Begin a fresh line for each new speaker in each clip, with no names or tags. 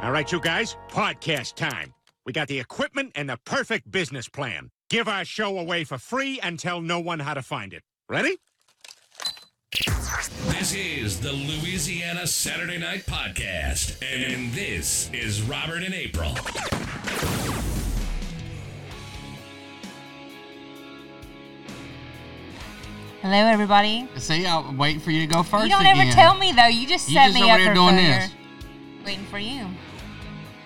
All right, you guys, podcast time. We got the equipment and the perfect business plan. Give our show away for free and tell no one how to find it. Ready?
This is the Louisiana Saturday Night Podcast, and this is Robert and April.
Hello, everybody.
See, I'll wait for you to go first.
you don't
again.
ever tell me though. You just
You
set
just
me
over
up
there
for
doing
failure.
this.
Waiting for you.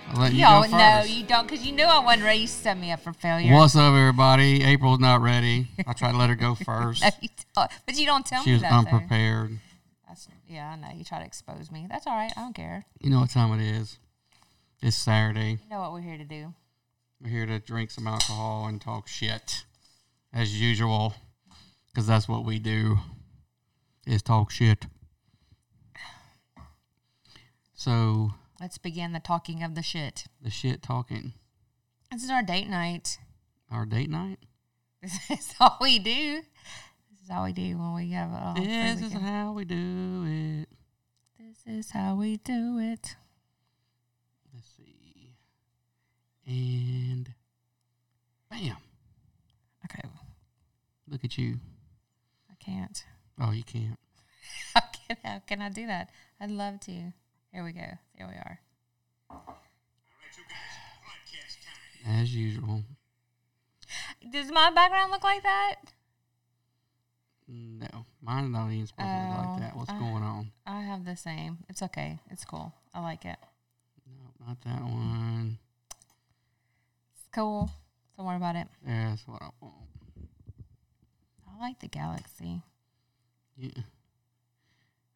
I'll let you,
all
go first.
no, you don't, because you knew I wasn't ready. You set me up for failure.
What's up, everybody? April's not ready. I tried to let her go first.
No, you don't. but you don't tell
she
me
was
that. though.
unprepared.
That's, yeah, I know. You try to expose me. That's all right. I don't care.
You know what time it is? It's Saturday.
You know what we're here to do.
We're here to drink some alcohol and talk shit, as usual, because that's what we do. Is talk shit. So
Let's begin the talking of the shit.
the shit talking.
This is our date night.
Our date night.
This is all we do. This is all we do when we have a. free
This is
weekend.
how we do it.
this is how we do it.
Let's see. And bam.
Okay,
Look at you.
I can't.
Oh, you can't.
How can, how can I do that? I'd love to. Here we go. There we are.
As usual.
Does my background look like that?
No. Mine's not even supposed to look
Oh,
like that. What's
uh,
going on?
I have the same. It's okay. It's cool. I like it.
No, not that one.
It's cool. Don't worry about it.
That's what I want.
I like the galaxy.
Yeah.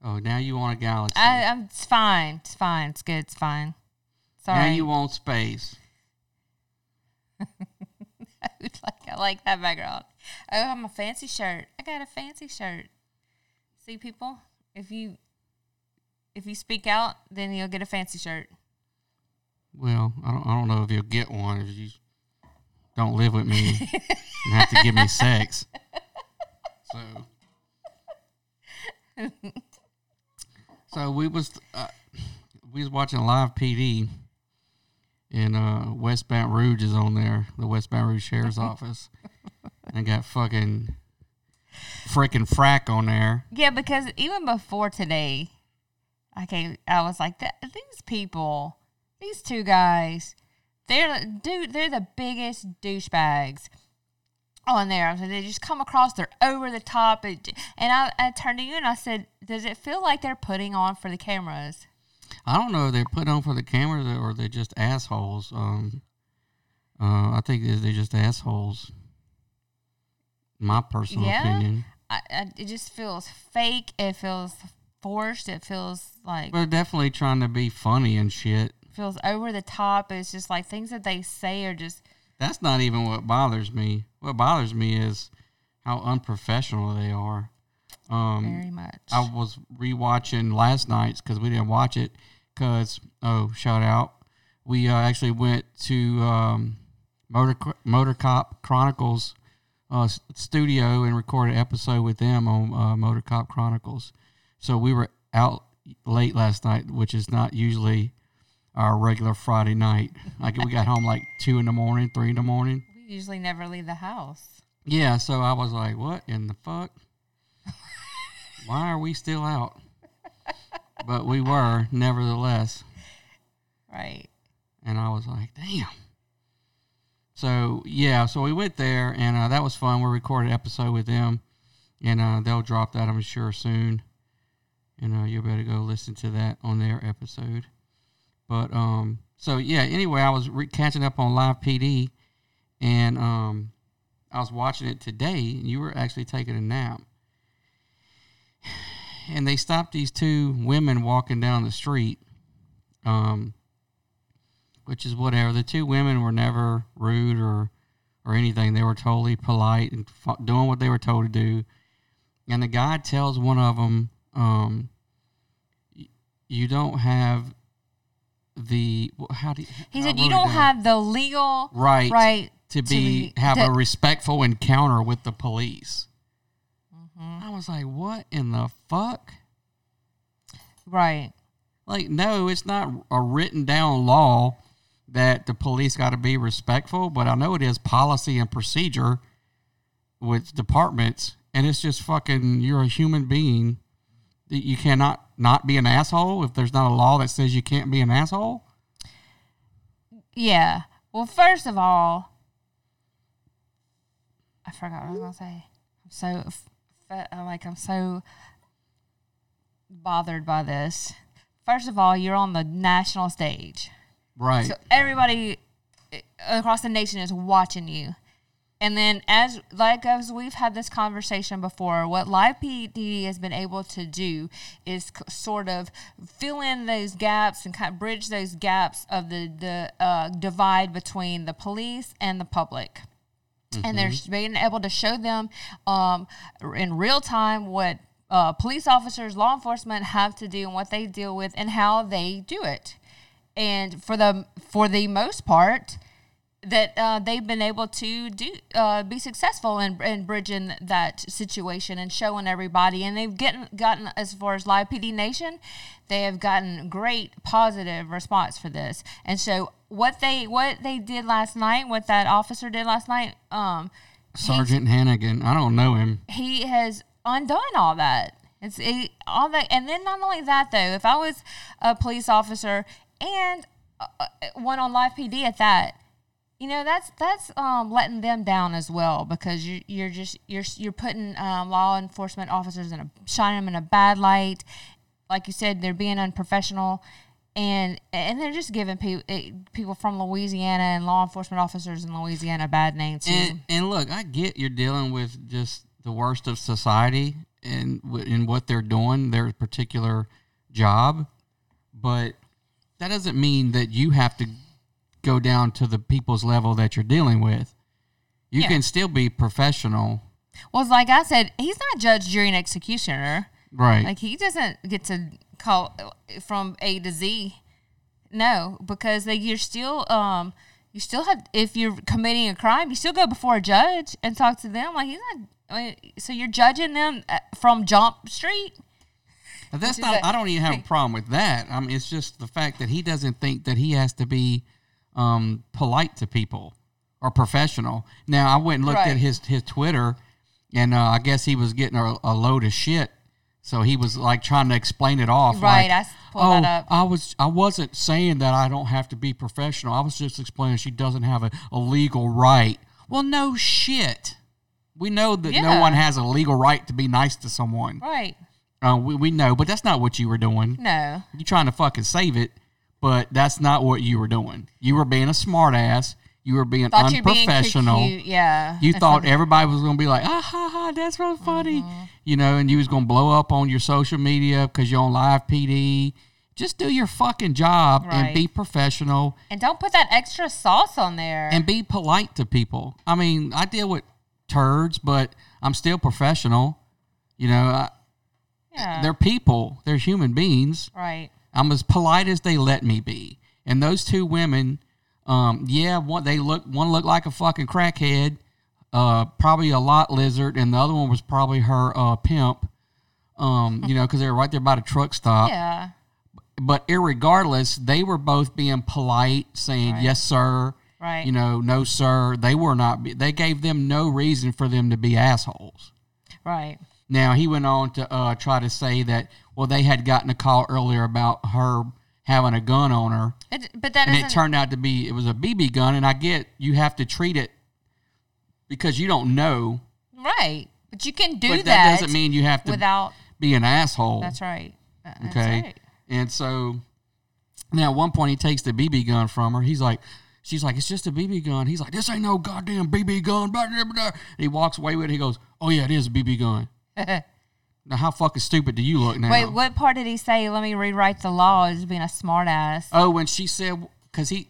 Oh, now you want a galaxy.
I, I'm, it's fine. It's fine. It's good. It's fine. Sorry.
Now you want space.
like I like that background. Oh, I'm a fancy shirt. I got a fancy shirt. See, people, if you if you speak out, then you'll get a fancy shirt.
Well, I don't, I don't know if you'll get one if you don't live with me and have to give me sex. So, so we was uh, we was watching live PD, and uh, West Baton Rouge is on there, the West Baton Rouge Sheriff's Office, and got fucking freaking frack on there.
Yeah, because even before today, I came, I was like, "Th- these people, these two guys, they're dude, they're the biggest douchebags on there. I was like, they just come across, they're over the top. It j- And I, I turned to you and I said, does it feel like they're putting on for the cameras?
I don't know if they're put on for the cameras or they're just assholes. Um, uh, I think they're just assholes. My personal
Yeah?
opinion.
I, I, it just feels fake. It feels forced. It feels like
But definitely trying to be funny and shit.
feels over the top. It's just like things that they say are just
That's not even what bothers me. What bothers me is how unprofessional they are. Um,
very much.
I was rewatching last night's because we didn't watch it. Because oh, shout out, we uh, actually went to um, Motor Motor Cop Chronicles uh, s- studio and recorded an episode with them on uh, Motor Cop Chronicles. So we were out late last night, which is not usually our regular Friday night. Like we got home like two in the morning, three in the morning.
we usually never leave the house.
Yeah, so I was like, what in the fuck? Why are we still out? But we were, nevertheless.
Right.
And I was like, damn. So, yeah, so we went there, and uh, that was fun. We recorded an episode with them, and uh, they'll drop that, I'm sure, soon. And uh, you better go listen to that on their episode. But, um, so yeah, anyway, I was re- catching up on Live PD, and um, I was watching it today, and you were actually taking a nap. And they stopped these two women walking down the street. Um, which is whatever. The two women were never rude or or anything. They were totally polite and f- doing what they were told to do. And the guy tells one of them, um, y- "You don't have the wh- how do you,
He
I
said,
wrote
"You
it
don't
down.
have the legal
Right.
right
to be have a respectful encounter with the police." Mm-hmm. I was like, "What in the fuck?"
right."
Like, no, it's not a written down law that the police got to be respectful, but I know it is policy and procedure with departments, and it's just fucking you're a human being. that You cannot not be an asshole if there's not a law that says you can't be an asshole.
Yeah. Well, first of all, I forgot what I was gonna say. I'm so f- f- I'm like I'm so bothered by this. First of all, you're on the national stage,
Right.
so everybody eh, across the nation is watching you. And then, as like as we've had this conversation before, what Live PD has been able to do is c- sort of fill in those gaps and kind of bridge those gaps of the the uh, divide between the police and the public and they're sh- being able to show them um, r- in real time what uh, police officers, law enforcement have to do and what they deal with and how they do it. And for the for the most part, that uh, they've been able to do uh, be successful in, in bridging that situation and showing everybody and they've gotten gotten as far as live pd nation they have gotten great positive response for this and so what they what they did last night what that officer did last night um
Sergeant Hannigan. I don't know him.
he has undone all that. It's it, all that, and then not only that though. If I was a police officer and uh, uh, one on live PD at that, you know that's that's um, letting them down as well because you, you're just you're you're putting um, law enforcement officers in a shining them in a bad light. Like you said, they're being unprofessional. And, and they're just giving people people from Louisiana and law enforcement officers in Louisiana a bad names. too.
And, and look, I get you're dealing with just the worst of society and wh- in what they're doing, their particular job, but that doesn't mean that you have to go down to the people's level that you're dealing with. You
Yeah.
can still be professional,
Well, it's like I said, he's not judge, jury, and executioner.
right?
Like he doesn't get to call uh, from A to Z. No, because like you're still um you still have if you're committing a crime, you still go before a judge and talk to them. Like he's not. I mean, so you're judging them uh, from Jump Street.
Now, That's
is
not.
a-
I don't even have a problem with that. I mean, it's just the fact that he doesn't think that he has to be um, polite to people or professional. Now, I went and looked
Right.
at his his Twitter, and uh, I guess he was getting a, a load of shit. So he was like trying to explain it off.
Right,
like, "Oh,
I s- pulled that up."
I was I wasn't saying that I don't have to be professional. I was just explaining she doesn't have a, a legal right. Well, no shit. We know that
Yeah.
no one has a legal right to be nice to someone.
Right?
Uh, we, we know, but that's not what you were doing.
No.
You trying to fucking save it, but that's not what you were doing. You were being a smartass. You were being
Thought you're being
unprofessional.
cute. Yeah.
You
That's
thought
what-
everybody was going to be like, ah, ha, ha, that's real funny.
Uh-huh.
You know, and you was going to blow up on your social media because you're on live PD. Just do your fucking job
Right.
and be professional
and don't put that extra sauce on there.
and be polite to people. I mean, I deal with turds, but I'm still professional. You know, I,
yeah.
they're people, they're human beings.
Right.
I'm as polite as they let me be. And those two women, um, yeah, one they look one looked like a fucking crackhead, uh, probably a lot lizard, and the other one was probably her uh, pimp. Um, you know, because they were right there by the truck stop.
Yeah.
But irregardless, they were both being polite, saying yes, sir.
Right.
You know, no, sir. They were not. be- They gave them no reason for them to be assholes.
Right.
Now he went on to uh, try to say that well they had gotten a call earlier about her having a gun on her,
It, but that
and
doesn't.
it turned out to be it was a BB gun. And I get you have to treat it because you don't know,
Right. But you can do
but that,
that,
doesn't mean you have to
without.
be an asshole.
That's right. Uh, That's
Okay,
right.
and so now at one point he takes the BB gun from her. He's like. She's like, it's just a BB gun. He's like, this ain't no goddamn BB gun. Blah, blah, blah, blah. And he walks away with it. He goes, oh, yeah, it is a BB gun. now, how fucking stupid do you look now?
Wait, what part did he say? Let me rewrite the law as being a smartass.
Oh, when she said, because he,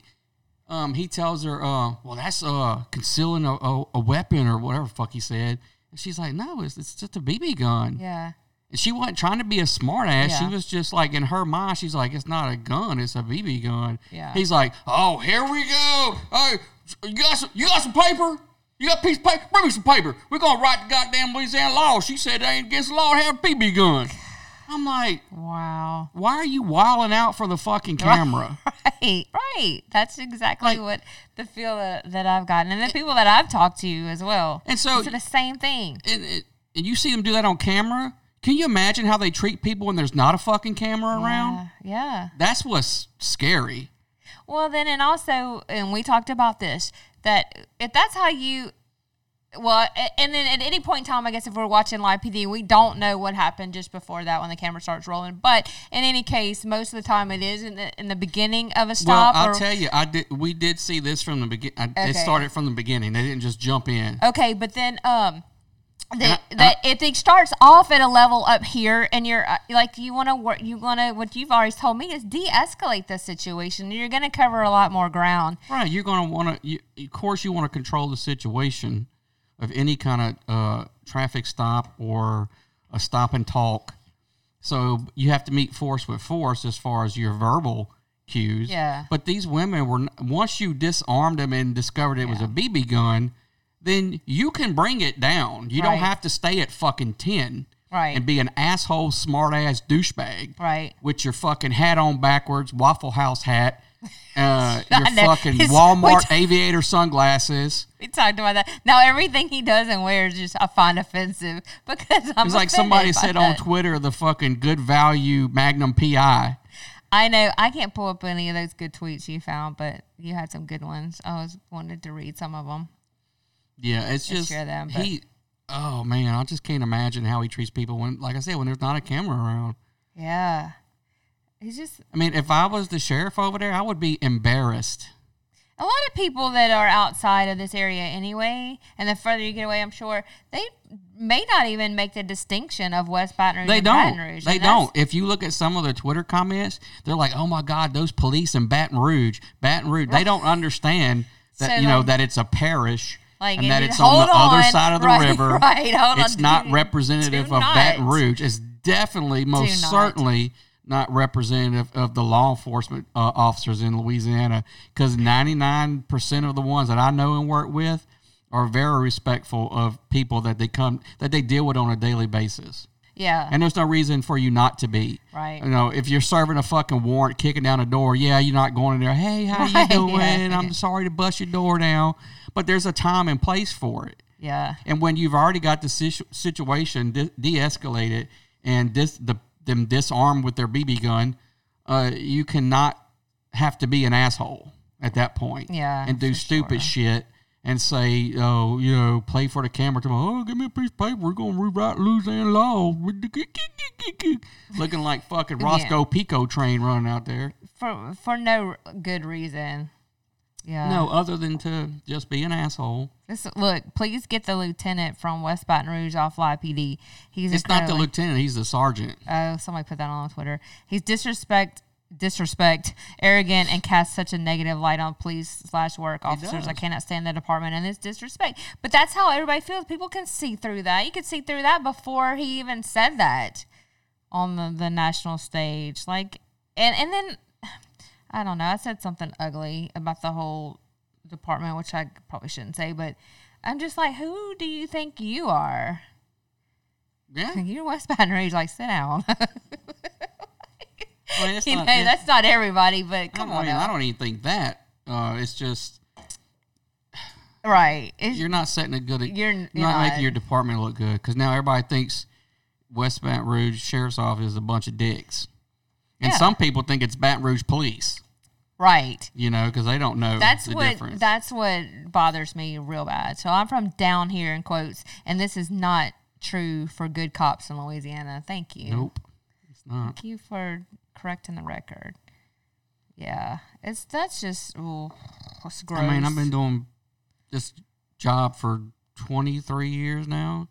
um, he tells her, uh, well, that's uh concealing a, a, a weapon or whatever the fuck he said. And she's like, no, it's, it's just a BB gun.
Yeah.
And she wasn't trying to be a smartass. She
Yeah.
was just like, in her mind, she's like, it's not a gun, it's a BB gun.
Yeah.
He's like, oh, here we go. Hey, you got some, you got some paper? You got a piece of paper? Bring me some paper. We're gonna write the goddamn Louisiana law. She said they ain't against the law to have a BB gun. I'm like,
Wow.
why are you wilding out for the fucking camera?
Right, right. That's exactly what the feel that, that I've gotten, and the people that I've talked to as well.
And so-
it's the same thing.
and, it, and you see them do that on camera. Can you imagine how they treat people when there's not a fucking camera around?
Uh, yeah.
That's what's scary.
Well, then, and also, and we talked about this that if that's how you, well, a- and then at any point in time, I guess if we're watching live PD, we don't know what happened just before that when the camera starts rolling. But in any case, most of the time it is in the, in the beginning of a stop.
well, I'll
or-
tell you, I did. We did see this from the beginning.
Okay.
It started from the beginning. They didn't just jump in.
Okay, but then um, the,
I-
the, if it starts off at a level up here, and you're uh, like you want to work, you want to what you've always told me is de-escalate the situation. You're going to cover a lot more ground.
Right? You're gonna want to. Of course, you want to control the situation of any kind of uh, traffic stop or a stop and talk. So you have to meet force with force as far as your verbal cues.
Yeah.
But these women were n- once you disarmed them and discovered it was a BB gun, then you can bring it down. You don't
Right.
have to stay at fucking ten.
Right.
And be an asshole, smart ass douchebag.
Right.
With your fucking hat on backwards, Waffle House hat, uh, your
I know.
fucking
It's-
Walmart
which-
aviator sunglasses.
We talked about that. Now everything he does and wears just I find offensive because I'm.
It's like somebody
offended by
said on
that.
Twitter, the fucking good value Magnum PI.
I know I can't pull up any of those good tweets you found, but you had some good ones. I was wanted to read some of them.
Yeah, it's
It's
just
sure them, but-
he. Oh man, I just can't imagine how he treats people when, like I said, when there's not a camera around.
Yeah, he's just
I mean, if I was the sheriff over there, I would be embarrassed.
a lot of people that are outside of this area anyway, and the further you get away, I'm sure they may not even make the distinction of West Baton Rouge.
They
and
don't.
Baton Rouge,
They
and that's-
don't. If you look at some of their Twitter comments, they're like, "Oh my God, those police in Baton Rouge, Baton Rouge." They don't understand that
So,
you know
like-
that it's a parish
Like,
and
and
that
you-
it's on the
hold
other
on.
side of the
Right,
river.
right. Hold on.
it's not
Do-
representative
do
of Baton
not.
Rouge. It's definitely, most
not.
certainly, not representative of the law enforcement uh, officers in Louisiana. Because ninety nine percent of the ones that I know and work with are very respectful of people that they come that they deal with on a daily basis.
Yeah.
And there's no reason for you not to be.
Right.
You know, if you're serving a fucking warrant, kicking down a door, yeah, you're not going in there. Hey, how
Right,
you doing?
yeah.
I'm sorry to bust your door down. But there's a time and place for it.
yeah.
And when you've already got the situ- situation de- de-escalated and dis- the, them disarmed with their BB gun, uh, you cannot have to be an asshole at that point.
Yeah,
And do
for
stupid shit and say, oh, you know, play for the camera tomorrow. Oh, give me a piece of paper. We're going to rewrite Louisiana law. Looking like fucking Roscoe Pico train running out there.
For for no good reason. Yeah.
No, other than to just be an asshole.
This, look, please get the lieutenant from West Baton Rouge off live PD. He's
It's not the
incredibly-
lieutenant. He's the sergeant.
Oh, somebody put that on Twitter. He's disrespect, disrespect, arrogant, and casts such a negative light on police slash work officers. I
does.
cannot stand the department and this disrespect. But that's how everybody feels. People can see through that. You could see through that before he even said that on the, the national stage. Like, and and then I don't know. I said something ugly about the whole department, which I probably shouldn't say, but I'm just like, who do you think you are?
Yeah.
Like, you're West Baton Rouge. Like, sit down.
I mean, it's
you
not-
know,
it's-
that's not everybody, but come
I
on,
mean, I
now.
don't even think that. Uh, it's just
right? It's,
you're not setting a good.
You're-
not,
you're not.
making your department look good because now everybody thinks West Baton Rouge Sheriff's Office is a bunch of dicks, and
Yeah.
some people think it's Baton Rouge Police.
right.
You know, because they don't know
That's
the
what
difference.
that's what bothers me real bad. So I'm from down here in quotes, and this is not true for good cops in Louisiana. Thank you.
nope, it's not.
Thank you for correcting the record. Yeah, it's that's just ooh, it's gross.
I mean, I've been doing this job for 23 years now.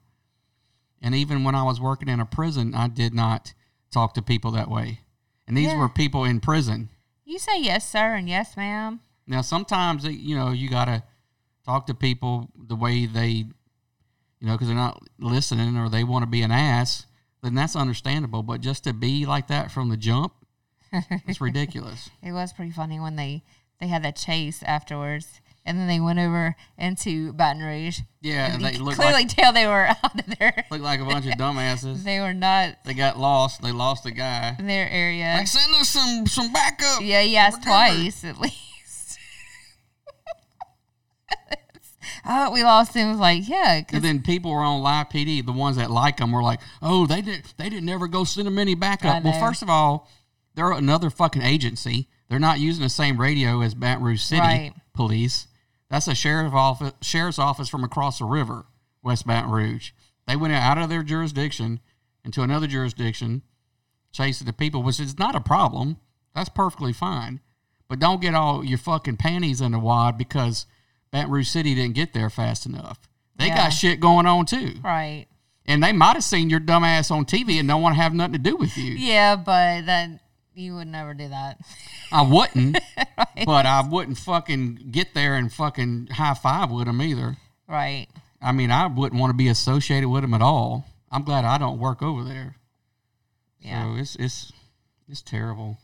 And even when I was working in a prison, I did not talk to people that way. And these
Yeah.
were people in prison.
you say yes, sir, and yes, ma'am.
Now, sometimes uh, you know you gotta talk to people the way they, you know, because they're not listening or they want to be an ass. Then that's understandable. But just to be like that from the jump, it's ridiculous.
It was pretty funny when they they had that chase afterwards. and then they went over into Baton Rouge.
Yeah,
and
and
you
they
could
look
clearly
like
tell they were out of there.
look like a bunch of dumbasses.
They were not
They got lost. They lost the guy.
in their area.
Like send us some some backup.
Yeah, he asked
Remember.
twice at least. oh, we lost him. It was like, yeah, 'cause-
And then people were on live PD. The ones that like them were like, "Oh, they did. They didn't ever go send them any
I
backup." Well,
know.
first of all, they're another fucking agency. They're not using the same radio as Baton Rouge City
Right.
Police. That's a sheriff office, sheriff's office from across the river, West Baton Rouge. They went out of their jurisdiction into another jurisdiction, chasing the people, which is not a problem. That's perfectly fine. But don't get all your fucking panties in a wad because Baton Rouge City didn't get there fast enough. They
Yeah.
got shit going on too.
right.
And they might have seen your dumb ass on TV and don't want to have nothing to do with you.
Yeah, but then you would never do that.
I wouldn't, but I wouldn't fucking get there and fucking high five with them either.
Right.
I mean, I wouldn't want to be associated with them at all. I'm glad I don't work over there.
Yeah.
So it's it's it's terrible.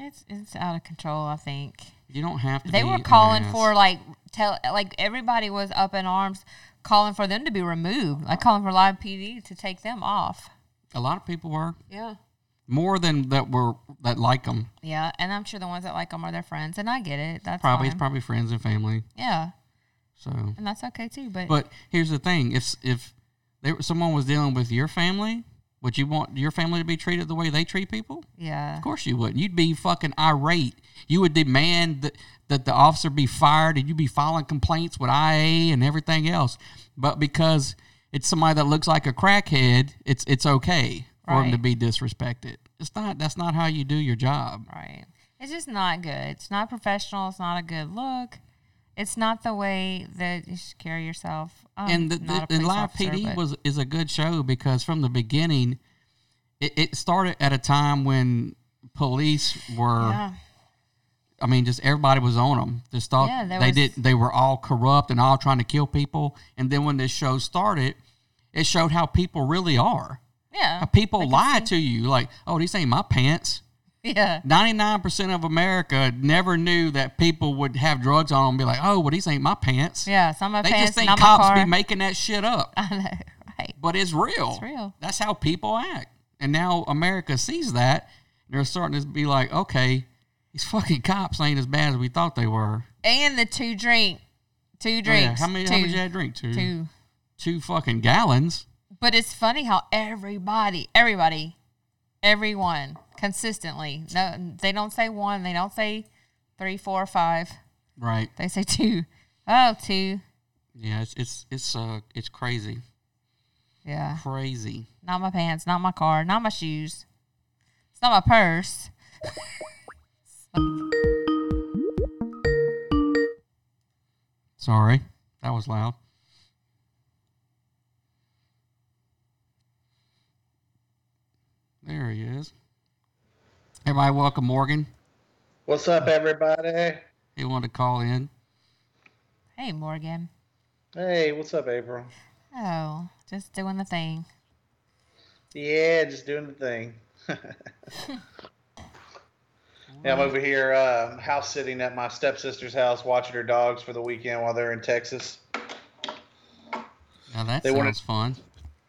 It's it's out of control, I think.
You don't have to.
They
be
were
an
calling
ass.
for like tell like everybody was up in arms calling for them to be removed. Like calling for live PD to take them off.
a lot of people were
Yeah.
more than that were that like them.
Yeah, and I'm sure the ones that like them are their friends, and I get it. That's
Probably it's
fine.
probably friends and family.
yeah,
So
and that's okay too. But,
But here's the thing: if if there someone was dealing with your family, would you want your family to be treated the way they treat people?
yeah,
Of course you wouldn't. You'd be fucking irate. You would demand that, that the officer be fired, and you'd be filing complaints with IA and everything else. But because it's somebody that looks like a crackhead, it's it's okay for them to
Right.
be disrespected. It's not. That's not how you do your job.
right. It's just not good. It's not professional. It's not a good look. It's not the way that you should carry yourself. I'm
and the,
Mm, not a
the,
police
and live
officer,
PD
but-
was is a good show because from the beginning, it, it started at a time when police were.
Yeah,
I mean, just everybody was on them. Just thought
Yeah, there
they
was-
did. They were all corrupt and all trying to kill people. And then when this show started, it showed how people really are.
yeah,
How uh, people lie to you, like, "Oh, these ain't my pants."
yeah,
Ninety-nine percent of America never knew that people would have drugs on and be like, "Oh, well, these ain't my pants."
yeah. Some of my
they
pants,
just think
not
cops
my car.
be making that shit up
I know, right?
but it's real. It's
real.
That's how people act. And now America sees that. And they're starting to be like, okay, these fucking cops ain't as bad as we thought they were.
And the two drink, two
Oh, yeah.
drinks.
How many?
Two,
How much did I drink? Two.
two.
Two fucking gallons.
But it's funny how everybody, everybody, everyone consistently. No, they don't say one. They don't say three, four, five.
Right.
They say two. Oh, two.
Yeah. It's it's it's uh it's crazy,
Yeah.
crazy.
Not my pants. Not my car. Not my shoes. It's not my purse.
Sorry, that was loud. There he is. Everybody, welcome Morgan.
What's up, everybody?
He wanted to call in.
Hey, Morgan.
Hey, what's up, April?
Oh, just doing the thing.
Yeah, just doing the thing. yeah, I'm over here um, house sitting at my stepsister's house, watching her dogs for the weekend while they're in Texas.
Now that
They
sounds
wanted-
fun.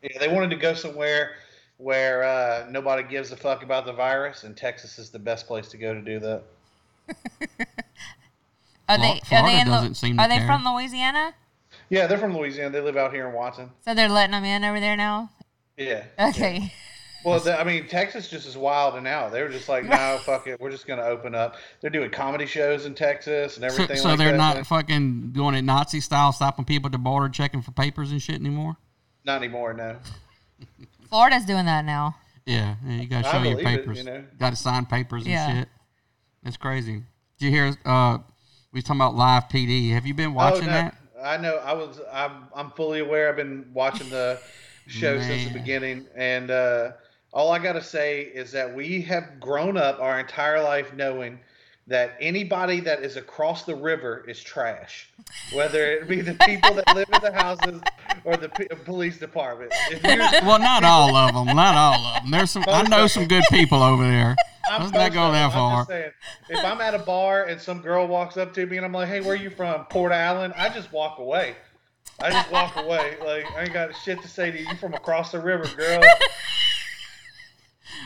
Yeah, they wanted to go somewhere where uh, nobody gives a fuck about the virus, and Texas is the best place to go to do that.
Are
Flo-
they? are
Florida
they in Lu-
doesn't seem
Are
to
they
care.
from Louisiana?
Yeah, they're from Louisiana. They live out here in Watson.
So they're letting them in over there now.
Yeah.
Okay.
Well, the, I mean, Texas just is wilding out. They were just like, no, fuck it. We're just going to open up. They're doing comedy shows in Texas and
So,
everything
so
like
they're
that.
not fucking doing it Nazi style, stopping people at the border, checking for papers and shit anymore.
Not anymore, no.
Florida's doing that now.
Yeah, yeah, you gotta
I
show your
believe it,
papers.
you know.
Got to sign papers and
Yeah.
shit. That's crazy. Did you hear? Uh, we was talking about live PD. Have you been watching
Oh, no.
that?
I know. I was. I'm. I'm fully aware. I've been watching the show since the
Man.
beginning, and uh, all I gotta say is that we have grown up our entire life knowing that anybody that is across the river is trash, whether it be the people that live in the houses or the p- police department. If you
Well, not all of them. Not all of them. There's some. I know some good people over there.
I'm
Let's not go
close to it.
that
I'm
far.
just saying, if I'm at a bar and some girl walks up to me and I'm like, "Hey, where you from? Port Allen?" I just walk away. I just walk away. Like I ain't got shit to say to you. You from across the river, girl.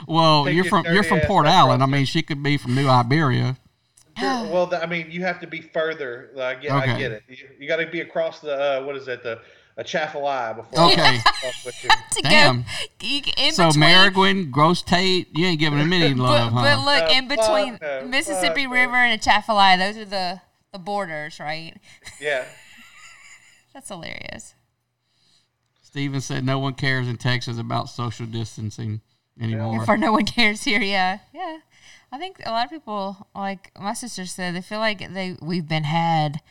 Well,
Take
you're
your
from you're
dirty
from
ass
Port
back
Allen. I
across
mean, she could be from New Iberia.
Sure. Well, the, I mean, you have to be further. I get, I
Okay.
get it. You, you got to be across the uh, what is that? The a Atchafalaya before.
Okay.
I fuck with you.
to
Damn.
go you, in
So
between.
Marigold, Gross Tate, you ain't giving them any
but,
love,
but
huh?
look,
Uh,
in between
fuck no,
Mississippi
fuck no.
River and Atchafalaya, those are the the borders, right?
Yeah.
That's hilarious.
Steven said no one cares in Texas about social distancing anymore.
For no one cares here, yeah, yeah. I think a lot of people, like my sister said, they feel like they we've been had.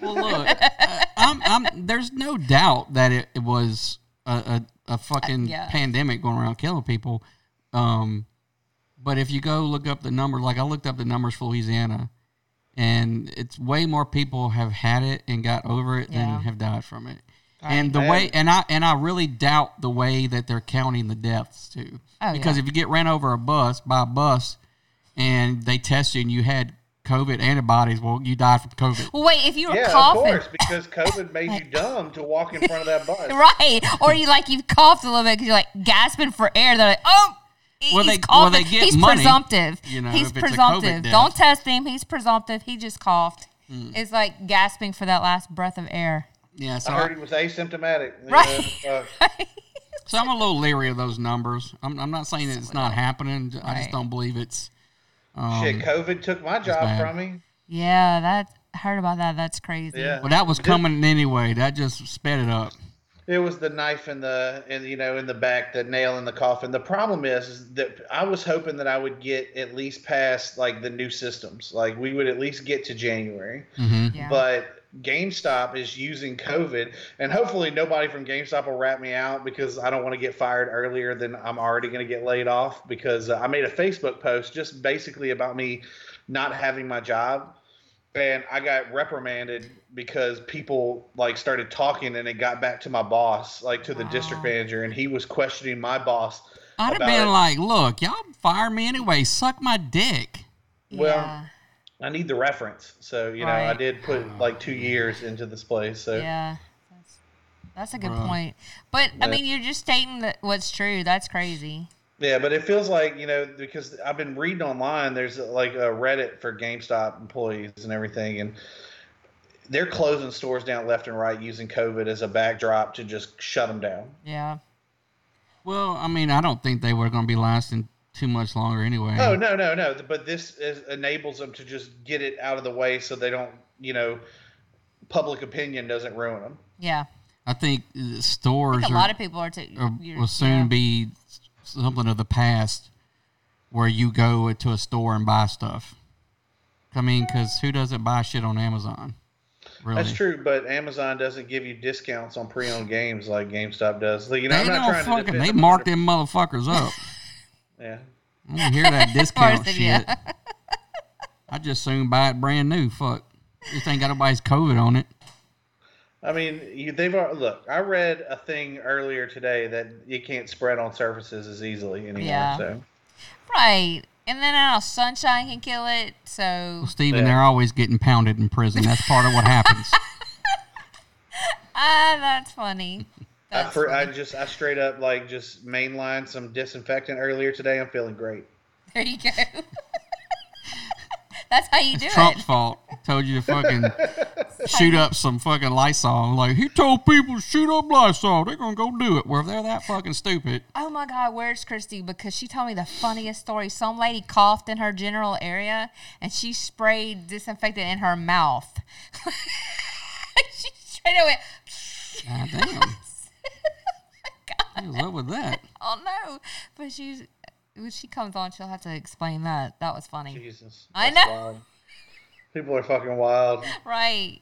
Well, look, I, I'm, I'm, there's no doubt that it, it was a, a, a fucking
yeah.
pandemic going around killing people. Um, but if you go look up the number, like I looked up the numbers for Louisiana, and it's way more people have had it and got over it
Yeah.
than have died from it. and the
man.
way, and I and I really doubt the way that they're counting the deaths too,
Oh,
because
yeah.
if you get ran over a bus by a bus, and they test you and you had COVID antibodies, well, you died from COVID.
Well, wait, if you were
Yeah,
coughing,
of course, because COVID made you dumb to walk in front of that bus.
right? Or you like you coughed a little bit because you're like gasping for air. They're like, oh, he-
Well,
he's
they- well,
coughing.
they get
he's
money,
presumptive.
you know,
he's
if it's a COVID
presumptive.
death. Mm.
Don't test him. He's presumptive. He just coughed. It's like gasping for that last breath of air.
Yeah, so
I heard he was asymptomatic. You know,
Right.
fuck.
So I'm a little leery of those numbers. I'm, I'm not saying that it's not happening. j- I just
Right.
don't believe it's.
Shit, COVID took my job
bad.
from me.
Yeah, that I heard about that. That's crazy.
Yeah.
Well, that was coming anyway. That just sped it up.
It was the knife in the in you know in the back, the nail in the coffin. The problem is, is that I was hoping that I would get at least past like the new systems, like we would at least get to January.
Yeah.
But GameStop is using COVID, and hopefully nobody from GameStop will rat me out because I don't want to get fired earlier than I'm already going to get laid off because uh, I made a Facebook post just basically about me not having my job and I got reprimanded because people like started talking and it got back to my boss, like to the district manager, and he was questioning my boss.
I'd have
About
been
it.
like, look, y'all fire me anyway. Suck my dick.
Well,
yeah.
I need the reference, so you know I
Right.
did put like two years into this place. So
yeah. That's, that's a good point. But I mean, you're just stating that what's true. That's crazy.
Yeah, but it feels like you know because I've been reading online. There's uh, like a Reddit for GameStop employees and everything, and they're closing stores down left and right using COVID as a backdrop to just shut them down.
Yeah.
Well, I mean, I don't think they were going to be lasting too much longer anyway.
Oh no, no, no! But this is, enables them to just get it out of the way so they don't, you know, public opinion doesn't ruin them.
Yeah.
I think uh,
I
stores
think a
are-
lot of people are. T-
are-
you're-
uh, will soon
yeah.
be something of the past where you go to a store and buy stuff. I mean, because who doesn't buy shit on Amazon? Really?
That's true, but Amazon doesn't give you discounts on pre-owned games like GameStop does. Like, you know,
They
I'm not
don't
trying to
fucking.
defend
They
them.
mark them motherfuckers up.
Yeah.
I don't hear that discount
course,
shit.
yeah.
I just soon buy it brand new. Fuck, this ain't got nobody's COVID on it.
I mean, you, they've al- look. I read a thing earlier today that you can't spread on surfaces as easily anymore.
Yeah.
So
Right. And then I don't know, sunshine can kill it. So
Well, Steven,
Yeah.
they're always getting pounded in prison. That's part of what happens.
ah, that's funny.
I,
That's
fr- I
funny.
just I straight up like just mainlined some disinfectant earlier today. I'm feeling great.
there you go. that's how you do
It's Trump's
it.
fault. Told you to fucking shoot up some fucking Lysol. Like he told people to shoot up Lysol. They're gonna go do it. Well, if they're that fucking stupid,
Oh my God, where's Christy? Because she told me the funniest story. Some lady coughed in her general area and she sprayed disinfectant in her mouth. she straight away,
god
Oh
damn. He was up with that.
oh no. But she's, when she comes on, she'll have to explain that. That was funny.
Jesus.
I
that's
know.
wild. People are fucking wild.
Right.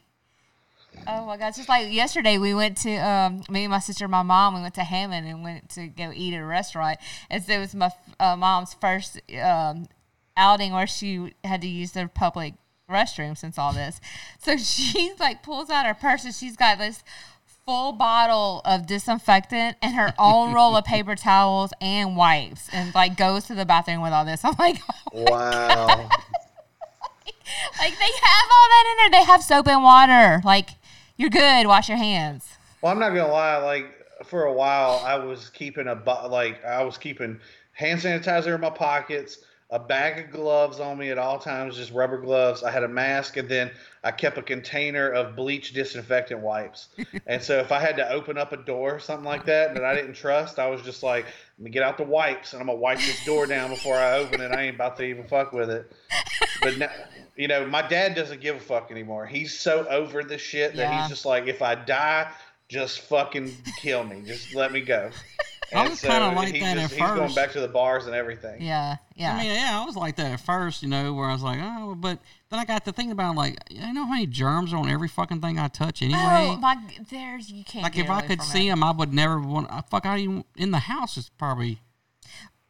Oh my gosh! Just like yesterday, we went to um, me and my sister, and my mom. We went to Hammond and went to go eat at a restaurant. And so it was my uh, mom's first um, outing where she had to use the public restroom since all this. So she like pulls out her purse and she's got this full bottle of disinfectant and her own roll of paper towels and wipes and like goes to the bathroom with all this. I'm like,
Wow.
like they have all that in there. They have soap and water. Like you're good. Wash your hands.
Well, I'm not gonna lie. Like for a while, I was keeping a bu- like I was keeping hand sanitizer in my pockets, a bag of gloves on me at all times, just rubber gloves. I had a mask, and then I kept a container of bleach disinfectant wipes. and so if I had to open up a door or something like that that I didn't trust, I was just like, "Let me get out the wipes, and I'm gonna wipe this door down before I open it. I ain't about to even fuck with it." But now, you know, my dad doesn't give a fuck anymore. He's so over this shit that
Yeah.
he's just like, if I die, just fucking kill me. Just let me go.
I was kinda like
he
that at
He's going
first.
back to the bars and everything.
Yeah. Yeah.
I mean, yeah, I was like that at first, you know, where I was like, oh, but then I got to thinking about, it, like, you know how many germs are on every fucking thing I touch anyway?
Oh my! g- There's you can't.
like,
get
if I
away
could
from
see
it.
them, I would never want, I fuck, I even, in the house is probably,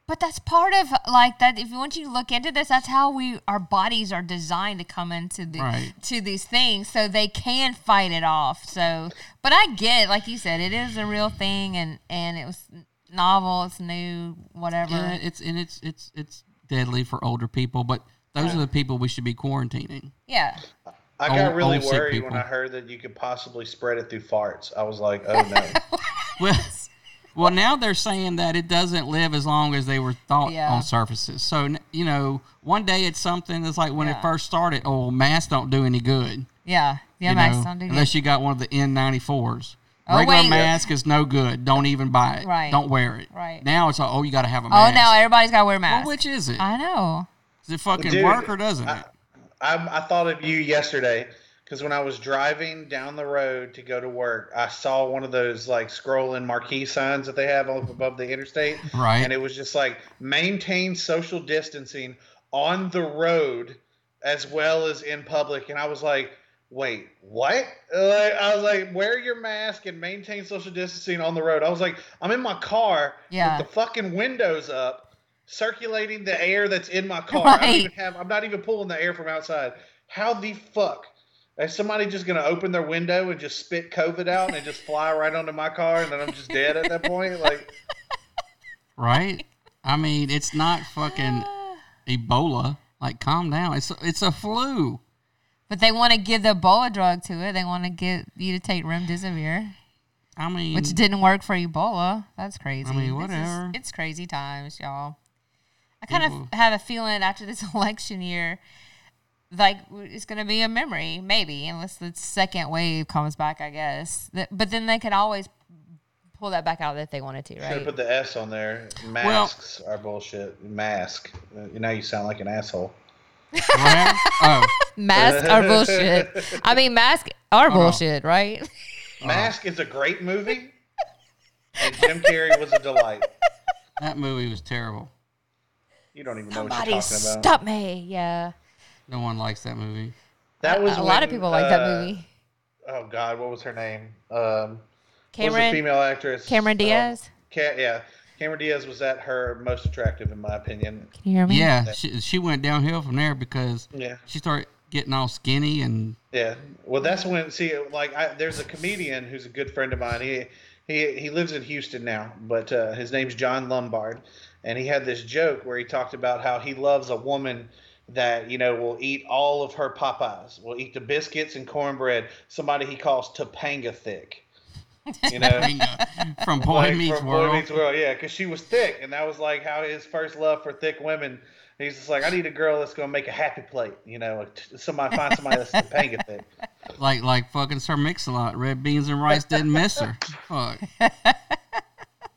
But that's part of like that. If you once you look into this, that's how we our bodies are designed to come into the
Right.
to these things, so they can fight it off. So, but I get, like you said, it is a real thing, and and it was novel, it's new, whatever.
yeah,
Yeah,
it's, and it's, it's, it's deadly for older people, but those are the people we should be quarantining.
I got
Old-
really
old sick
worried when
people.
I heard that you could possibly spread it through farts. I was like, oh no.
Well, well, now they're saying that it doesn't live as long as they were thought
Yeah.
on surfaces. So n- you know, one day it's something that's like when
Yeah.
it first started. Oh, well, masks don't do any good.
yeah, yeah.
you
Max,
know,
don't do
unless you got one of the N94s.
Oh,
Regular
wait.
mask is no good. Don't even buy it.
Right.
Don't wear it.
Right.
Now it's like, oh, you got to have a
that.
mask.
oh, now everybody's got to wear masks.
well, which is it?
I know.
Does it fucking
Dude,
work or doesn't
I-
it?
I, I thought of you yesterday because when I was driving down the road to go to work, I saw one of those like scrolling marquee signs that they have up above the interstate.
Right.
And it was just like maintain social distancing on the road as well as in public. And I was like, wait, what? Like, I was like, wear your mask and maintain social distancing on the road. I was like, I'm in my car
Yeah.
with the fucking windows up. Circulating the air that's in my car. I don't
Right.
even have. I'm not even pulling the air from outside. How the fuck is somebody just going to open their window and just spit COVID out and just fly right onto my car and then I'm just dead at that point? Like,
Right. I mean, it's not fucking Ebola. Like, calm down. It's a, it's a flu.
But they want to give the Ebola drug to it. They want to get you to take remdesivir.
I mean,
which didn't work for Ebola. That's crazy.
mean,
This is-
whatever.
it's crazy times, y'all. I kind of have a feeling after this election year, like w- it's going to be a memory, maybe, unless the second wave comes back. I guess, Th- but then they could always pull that back out if they wanted to,
should have
right?
put the S on there. Masks are bullshit. Mask. Uh, Now you sound like an asshole.
Well, oh,
Masks are bullshit. I mean, masks are bullshit, right?
Mask is a great movie, and Jim Carrey was a delight.
that movie was terrible.
You don't even know what
Somebody
you're talking about.
stop me! Yeah,
No one likes that movie.
That was
a lot of
when,
people like that
uh,
movie.
Oh God, what was her name? Um, what was the
Cameron
female actress?
Cameron
Um,
Diaz.
Ca- yeah, Cameron Diaz was at her most attractive, in my opinion.
Can you hear me?
Yeah, she, she went downhill from there because
Yeah.
she started getting all skinny and
Yeah. Well, that's when see like I, there's a comedian who's a good friend of mine. He he he lives in Houston now, but uh, his name's John Lombard, and he had this joke where he talked about how he loves a woman that you know will eat all of her Popeyes, will eat the biscuits and cornbread. Somebody he calls Topanga thick. You know.
from Boy
like,
Meets
from
World.
Boy Meets World, yeah, because she was thick, and that was like how his first love for thick women. And he's just like, I need a girl that's gonna make a happy plate, you know, t- somebody find somebody that's Topanga thick.
Like like fucking Sir Mix-a-Lot. Red beans and rice didn't miss her. Fuck.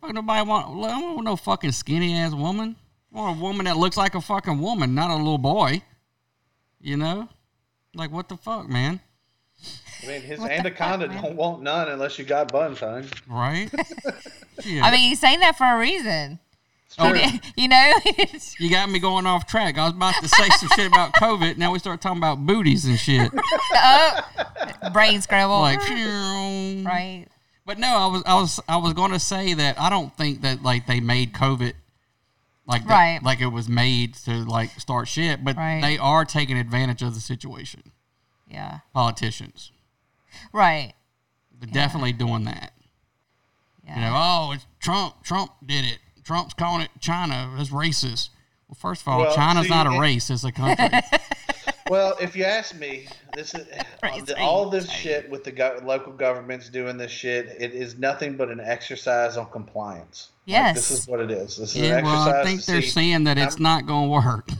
Fuck nobody want. I don't want no fucking skinny ass woman. I want a woman that looks like a fucking woman, not a little boy. You know, like what the fuck, man?
I mean, his
What the
anaconda
fuck, man?
don't want none unless you got bun time.
Right? Yeah.
I mean, he's saying that for a reason.
Oh,
you know, it's-
you got me going off track. I was about to say some shit about COVID. Now we start talking about booties and shit.
brain scramble.
Like, phew.
right.
But no, I was I was I was going to say that I don't think that like they made COVID like that-
Right.
like it was made to like start shit. But
Right.
they are taking advantage of the situation.
Yeah.
Politicians,
Right.
they're definitely doing that.
Yeah.
You know, oh, it's Trump. Trump did it. Trump's calling it China. It's racist. Well, first of all,
Well,
China's
see,
not a
it-
race. It's a country.
Well, if you ask me, this is
Right,
the- all this
same,
shit with the go- local governments doing this shit. It is nothing but an exercise on compliance. Like, this
Yes.
is what it is. This is an
yeah,
exercise.
well, I
to
think they're
see-
saying that it's not going to work.
it's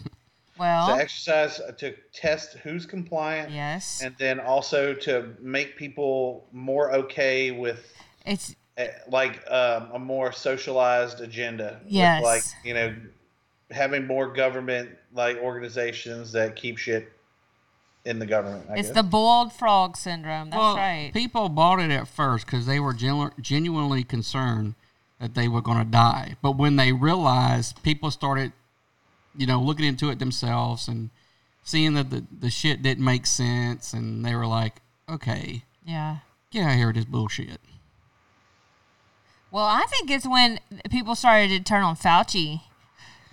well,
an exercise to test who's compliant,
yes.
and then also to make people more okay with
It's
eh, like um, a more socialized agenda. with,
Yes.
like you know, having more government like organizations that keep shit in the government. I
it's
guess.
the boiled frog syndrome. That's
well,
right.
people bought it at first because they were genu- genuinely concerned that they were going to die. But when they realized, people started, you know, looking into it themselves and seeing that the, the shit didn't make sense, and they were like, okay,
yeah.
get out of here with this bullshit.
Well, I think it's when people started to turn on Fauci,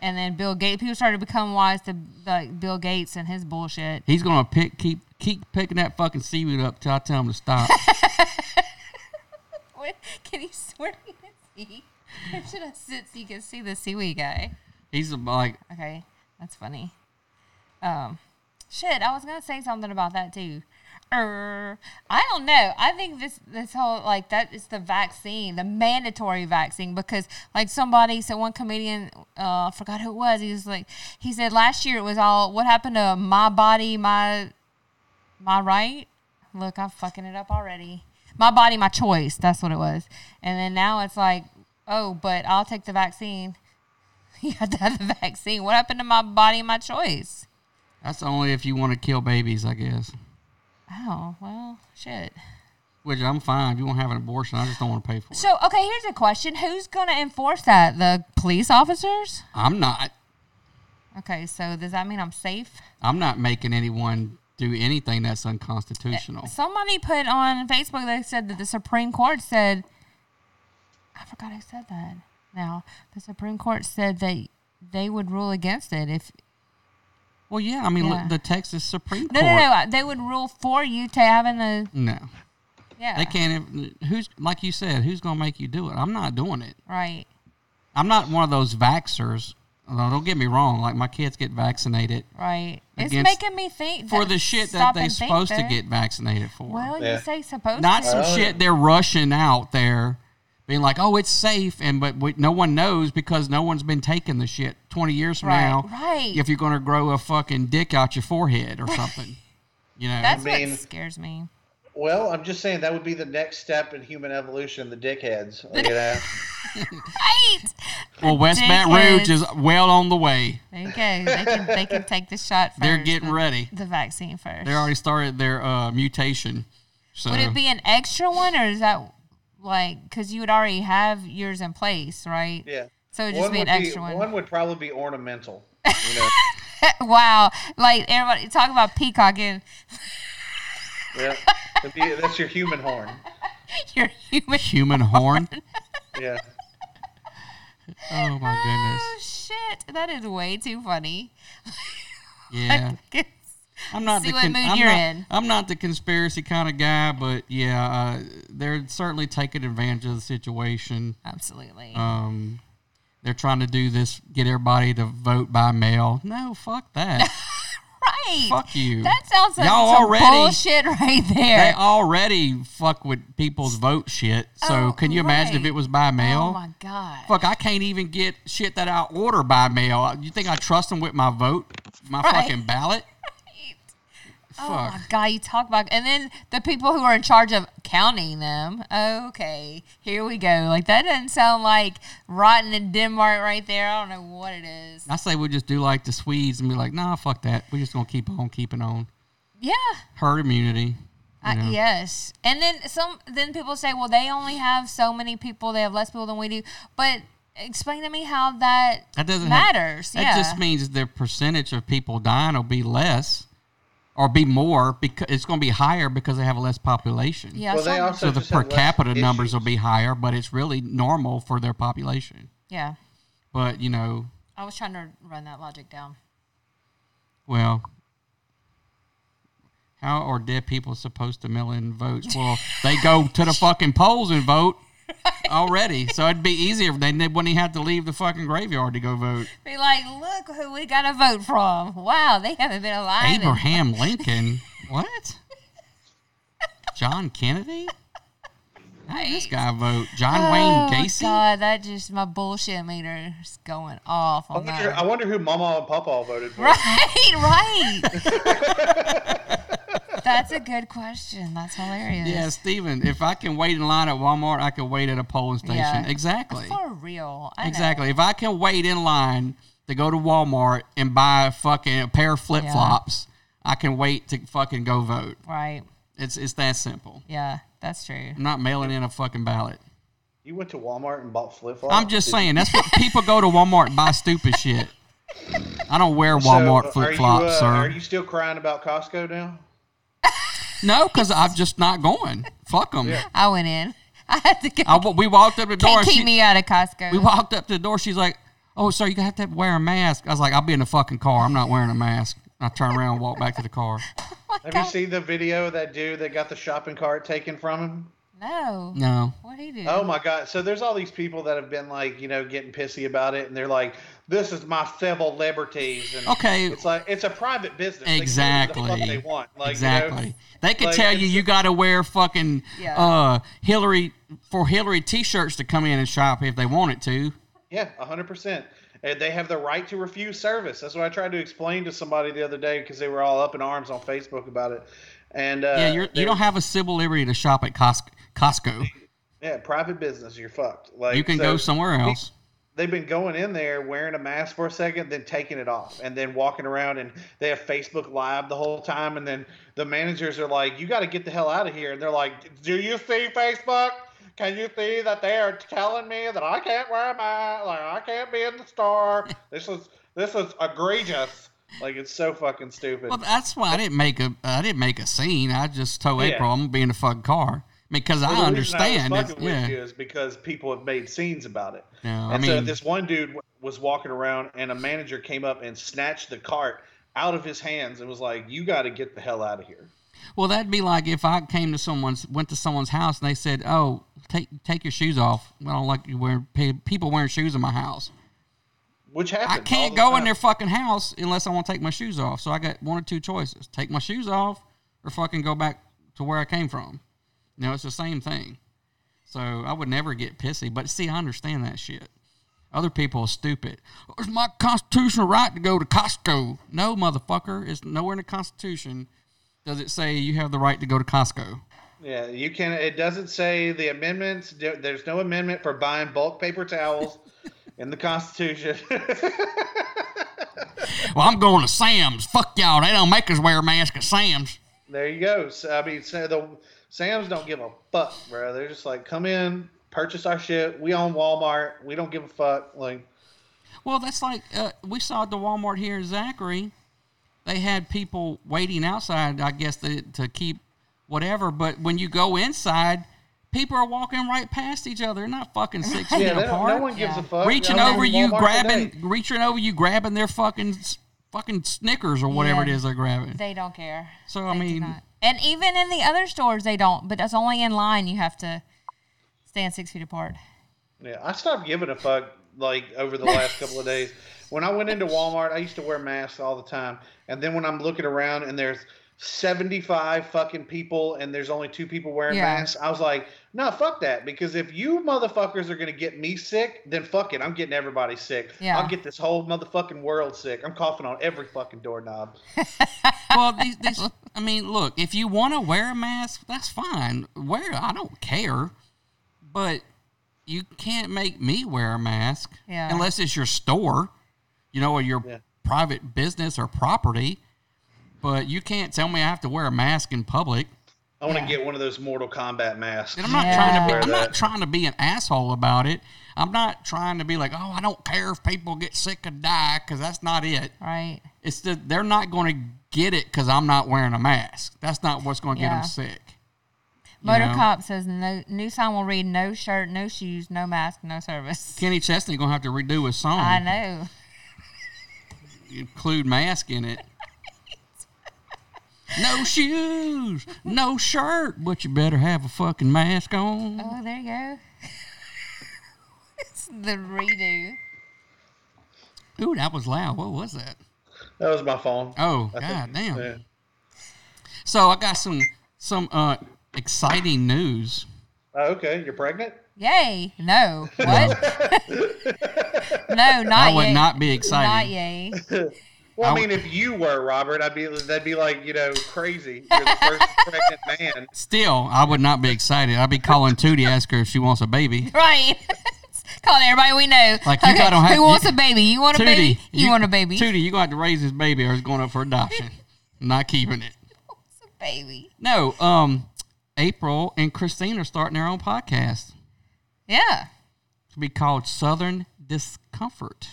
and then Bill Gates. People started to become wise to like Bill Gates and his bullshit.
He's going to pick keep keep picking that fucking seaweed up till I tell him to stop.
What, can you swear you can see? Or should I sit so you can see the seaweed guy?
He's like,
Okay, that's funny. Um, shit, I was gonna say something about that too. Er, I don't know. I think this this whole like that is the vaccine, the mandatory vaccine, because like somebody, so one comedian, uh, I forgot who it was. He was like, he said last year it was all what happened to my body, my my right. Look, I'm fucking it up already. My body, my choice. That's what it was. And then now it's like, oh, but I'll take the vaccine you have to have the vaccine. What happened to my body, my choice?
that's only if you want to kill babies, I guess.
Oh, well, shit.
Which I'm fine. If you want to have an abortion, I just don't want to pay for it.
So, okay, here's a question Who's going to enforce that? The police officers?
I'm not.
Okay, so does that mean I'm safe?
I'm not making anyone do anything that's unconstitutional.
Somebody put on Facebook, they said that the Supreme Court said, I forgot who said that. Now, the Supreme Court said that they would rule against it if
Well, yeah. I mean, look,
Yeah.
the Texas Supreme
no
Court.
no no they would rule for you to having the
no.
yeah
They can't. even- Who's like you said? Who's gonna make you do it? I'm not doing it.
right
I'm not one of those vaxxers. Although, don't get me wrong. Like my kids get vaccinated
right it's
Against-
making me think
for the shit that
stop
they're
and think
supposed to
there.
get vaccinated for.
Well,
Yeah.
you say supposed
not
to.
some
Well,
shit they're rushing out there, being like, "Oh, it's safe," and but we, no one knows because no one's been taking the shit. Twenty years from
Right,
now,
right.
If you're gonna grow a fucking dick out your forehead or something, you know,
That's
I mean-
what scares me.
Well, I'm just saying that would be the next step in human evolution, the dickheads. You know?
Right.
well, West Baton Rouge
Ridiculous.
is well on the way.
There you go. They can they can take the shot 1st
They're getting ready.
the vaccine first.
They already started their uh, mutation. So
Would it be an extra one or is that like because you would already have yours in place, right?
Yeah.
So it'd just be an
would
extra one.
would probably be ornamental. You know?
wow. Like everybody talk about peacocking
yeah. It'd be- that's your human horn.
your human.
human horn?
Yeah.
Oh my
Oh shit! That is way too funny.
goodness! Yeah. I'm not
See
the
what mood
I'm
you're
not,
in.
I'm not the conspiracy kind of guy, but yeah, uh, they're certainly taking advantage of the situation.
Absolutely.
Um, they're trying to do this, get everybody to vote by mail. No, fuck that.
right.
fuck you.
That sounds like
Y'all
some
already-
bullshit right
they
there. Oh,
already fuck with people's vote shit. So
Oh,
can you imagine if
right.
it was by
oh
mail?
my god.
fuck, I can't even get shit that I order by mail. You think I trust them with my vote, my
Right.
fucking ballot?
Oh
Fuck.
my god, you talk about and then the people who are in charge of counting them. Okay, here we go. Like that doesn't sound like rotten in Denmark right there. I don't know what it is.
I say we just do like the Swedes and be like, nah, fuck that. We're just gonna keep on keeping on.
Yeah.
Herd immunity.
I,
Yeah.
Yes. And then some then people say, "Well, they only have so many people. They have less people than we do." But explain to me how that
That doesn't have-
matters.
That
yeah.
just means the percentage of people dying will be less or be more because it's going to be higher because they have a less population.
yeah.
Well, they
some-
also
So the
just
per
have less
capita numbers will
issues.
be higher, but it's really normal for their population.
yeah.
But, you know,
I was trying to run that logic down.
Well, how are dead people supposed to mail in votes? Well, they go to the fucking polls and vote already. So it'd be easier. if They they wouldn't have to leave the fucking graveyard to go vote.
Be like, look who we got to vote from. Wow, they haven't been alive. in-
Abraham Lincoln. What? John Kennedy? How did this guy vote? John
Oh,
Wayne Gacy?
God, that just my bullshit meter is going off
I
on
wonder, I
that.
wonder who Mama and Papa voted for.
Right, right. That's a good question. That's hilarious.
Yeah, Steven, if I can wait in line at Walmart, I can wait at a polling station.
Yeah.
Exactly.
For real. I know.
Exactly. If I can wait in line to go to Walmart and buy a fucking a pair of flip flops, I can wait to fucking go vote.
Right.
It's it's that simple.
Yeah, that's true.
I'm not mailing in a fucking ballot.
You went to Walmart and bought flip flops.
I'm just saying that's what people go to Walmart and buy stupid shit. I don't wear Walmart flip flops,
uh,
sir.
Are you still crying about Costco now?
No, because I'm just not going. Fuck them.
I went in. I had to go.
we walked up the door.
Can't keep
she-
me out of Costco.
we walked up to the door. She's like, "Oh, sir, you have to wear a mask." I was like, "I'll be in the fucking car. I'm not wearing a mask." I turned around, and walked back to the car.
Have you seen the video of that dude that got the shopping cart taken from him?
no.
No,
What he do?
Oh my god! So there's all these people that have been like, you know, getting pissy about it, and they're like, "This is my civil liberties." And
Okay.
it's like it's a private business. They can do
exactly.
what the fuck they want. Like, you know,
exactly. they could
like,
tell you
it's-
you got to wear fucking
Yeah.
uh, Hillary for Hillary t-shirts to come in and shop if they wanted to.
yeah, hundred percent. And they have the right to refuse service. That's what I tried to explain to somebody the other day because they were all up in arms on Facebook about it. And uh,
yeah, you're,
they-
you don't have a civil liberty to shop at Costco. Costco.
yeah private business. You're fucked. Like
You can
so
go somewhere else.
They've been going in there wearing a mask for a second, then taking it off, and then walking around, and they have Facebook Live the whole time. And then the managers are like, "You got to get the hell out of here!" And they're like, "Do you see Facebook? Can you see that they are telling me that I can't wear a mask? Like I can't be in the store? This is this is egregious! Like it's so fucking stupid."
Well, that's why I didn't make a I didn't make a scene. I just told
Yeah.
April I'm gonna be in the fucking car because I
Well, the reason
understand.
I
it's-
was fucking
yeah.
with you is because people have made scenes about it.
No,
and
I
so
mean-
this one dude w- was walking around, and a manager came up and snatched the cart out of his hands and was like, "You got to get the hell out of here."
Well, that'd be like if I came to someone's, went to someone's house, and they said, "Oh, take take your shoes off." I don't like you wearing pe- people wearing shoes in my house.
Which
I
happened. all
can't
the
go in
time.
their fucking house unless I want to take my shoes off. So I got one or two choices: take my shoes off, or fucking go back to where I came from. You know, it's the same thing. So I would never get pissy. But see, I understand that shit. Other people are stupid. It's my constitutional right to go to Costco. No, motherfucker. It's nowhere in the Constitution does it say you have the right to go to Costco.
Yeah, you can. It doesn't say the amendments. there- There's no amendment for buying bulk paper towels in the Constitution.
Well, I'm going to Sam's. Fuck y'all. They don't make us wear masks at Sam's.
there you go. So, I mean, so the Sam's don't give a fuck, bro. They're just like, come in, purchase our shit. We own Walmart. We don't give a fuck. Like.
Well, that's like uh, we saw at the Walmart here in Zachary. They had people waiting outside, I guess, to, to keep whatever. But when you go inside, people are walking right past each other. They're not fucking six feet
Yeah, they don't,
apart.
no one gives
Yeah.
a fuck.
reaching
I was
over
in
you,
Walmart
grabbing,
today.
reaching over you, grabbing their fucking s- fucking Snickers or whatever
Yeah.
it is they're grabbing.
They don't care.
so I
They do
mean,
not. and even in the other stores, they don't. But that's only in line. You have to stand six feet apart.
Yeah, I stopped giving a fuck like over the last couple of days. When I went into Walmart, I used to wear masks all the time, and then when I'm looking around and there's 75 fucking people and there's only two people wearing
Yeah.
masks, I was like, no, fuck that. Because if you motherfuckers are gonna get me sick, then fuck it, I'm getting everybody sick.
Yeah.
I'll get this whole motherfucking world sick. I'm coughing on every fucking doorknob.
well, these, these, I mean, look, if you want to wear a mask, that's fine. Wear it. I don't care. But you can't make me wear a mask
Yeah.
unless it's your store, you know, or your
Yeah.
private business or property. But you can't tell me I have to wear a mask in public.
I want to
Yeah.
get one of those Mortal Kombat masks.
And I'm not trying to
Wear
be. I'm not
that.
trying to be an asshole about it. I'm not trying to be like, oh, I don't care if people get sick and die, because that's not it.
Right.
It's that they're not going to get it because I'm not wearing a mask. That's not what's going to get
Yeah.
them sick.
Motor
know?
Cop says no. New sign will read no shirt, no shoes, no mask, no service.
Kenny Chesney gonna have to redo his song.
I know.
include mask in it. No shoes, no shirt, but you better have a fucking mask on.
Oh, there you go. it's the redo.
Ooh, that was loud. What was that?
That was my phone. Uh,
Oh,
I
god
think.
damn.
Yeah.
So I got some some uh exciting news.
Oh, okay, you're pregnant.
Yay! No. What? no, not
I would
yay.
not be
Not
excited.
yay.
Well, I
I
mean, if you were Robert, I'd be that'd be like you know crazy. You're the first pregnant man.
Still, I would not be excited. I'd be calling Tootie to ask her if she wants a baby.
Right. Calling everybody we know.
Like, you gotta have-
Who wants
you-
a baby? You want a
Tootie,
baby? You, want a baby?
Tootie, you got to raise this baby or it's going up for adoption. not keeping it.
It's a baby.
No, um, April and Christine are starting their own podcast.
Yeah.
It'll be called Southern Discomfort.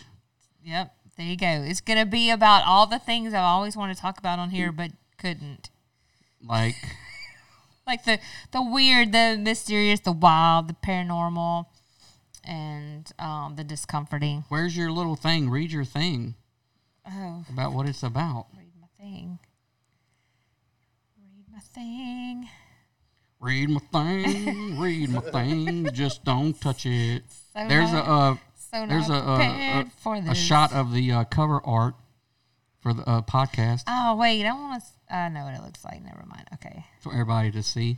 Yep. There you go. It's gonna be about all the things I always want to talk about on here but couldn't.
Like
Like the the weird, the mysterious, the wild, the paranormal, and um, the discomforting.
Where's your little thing? Read your thing
Oh,
about what it's about.
read my thing. Read my thing.
Read my thing, read my thing, just don't touch it.
So
there's a
not-
uh,
So
there's a,
not
a,
prepared
a,
for
a
this.
shot of the uh, cover art for the uh, podcast
Oh wait, I want to. I know what it looks like. Never mind. Okay,
for everybody to see.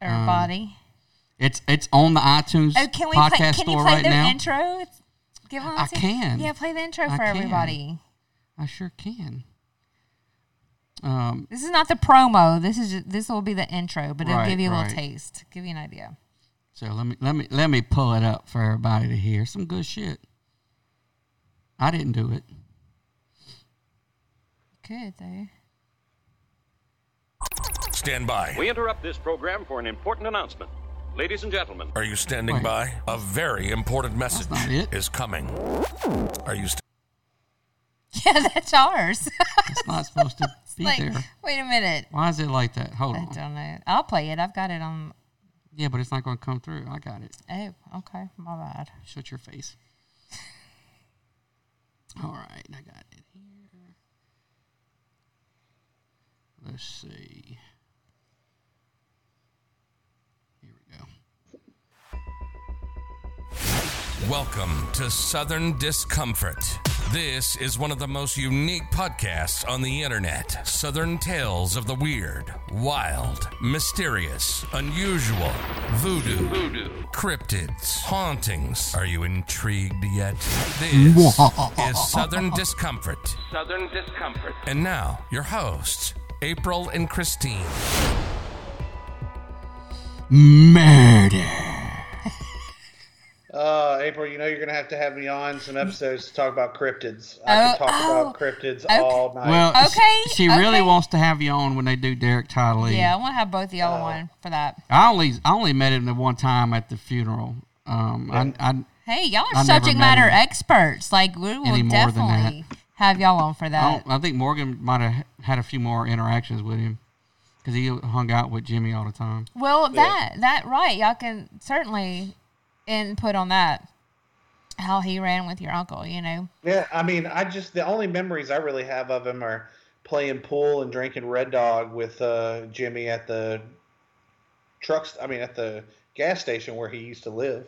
Um,
everybody.
It's it's on the iTunes
oh, can we
podcast
play? Can you
store
play
right
their
now.
intro? It's- Give them.
I can.
Yeah, play the intro
I
for
can.
everybody.
I sure can. Um,
This is not the promo. This is just, this will be the intro, but it'll
Right,
give you a
right.
little taste, give you an idea.
so let me let me let me pull it up for everybody to hear. Some good shit. I didn't do it.
Good though.
Stand by.
We interrupt this program for an important announcement. Ladies and gentlemen,
Are you standing
Wait.
by? A very important message
not it.
is coming. Are you? St-
Yeah, that's ours.
It's not supposed to be
like,
there.
wait a minute.
Why is it like that? Hold
I
on.
don't know. I'll play it. I've got it on.
Yeah, but it's not going to come through. I got it.
Oh, okay. My bad.
Shut your face. All right, I got it here. Let's see. Here we go.
Welcome to Southern Discomfort. This is one of the most unique podcasts on the internet. Southern tales of the weird, wild, mysterious, unusual, voodoo, cryptids, hauntings. Are you intrigued yet? This is Southern Discomfort.
Southern Discomfort.
And now, your hosts, April and Christine.
Murder.
Uh, April, you know you're gonna have to have me on some episodes to talk about cryptids.
Oh,
I could talk about
oh,
cryptids
okay.
all night.
Well, s-
Okay,
She, really
okay.
wants to have you on when they do Derek Ty Lee.
Yeah, I want to have both of y'all on for that.
I only I only met him the one time at the funeral. Um, I, I
Hey, y'all are
I never
subject
met
matter
him
experts. Like we
any
will
more than that. Oh.
definitely have y'all on for
I,
that.
don't, I think Morgan might have had a few more interactions with him because he hung out with Jimmy all the time.
Well, that that right. Y'all can certainly input on that. How he ran with your uncle, you know.
yeah, I mean, I just the only memories I really have of him are playing pool and drinking Red Dog with uh, Jimmy at the trucks. I mean, at the gas station where he used to live.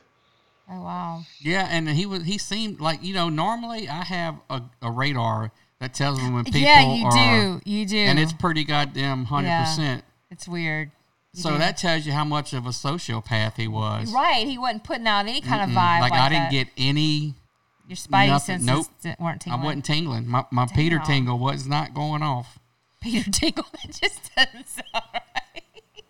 Oh wow.
Yeah, and he was he seemed like you know normally I have a, a radar that tells me when people
yeah, you
are,
do. You do.
and it's pretty goddamn hundred percent.
it's weird. You
So
do.
that tells you how much of a sociopath he was.
right. He wasn't putting out any kind of vibe.
Like,
Like,
I didn't
that.
get any.
your spidey
nothing.
senses.
Nope.
Didn't, weren't
I
tingling.
wasn't tingling. My my Peter
Damn.
tingle was not going off.
Peter tingle. That just doesn't sound right.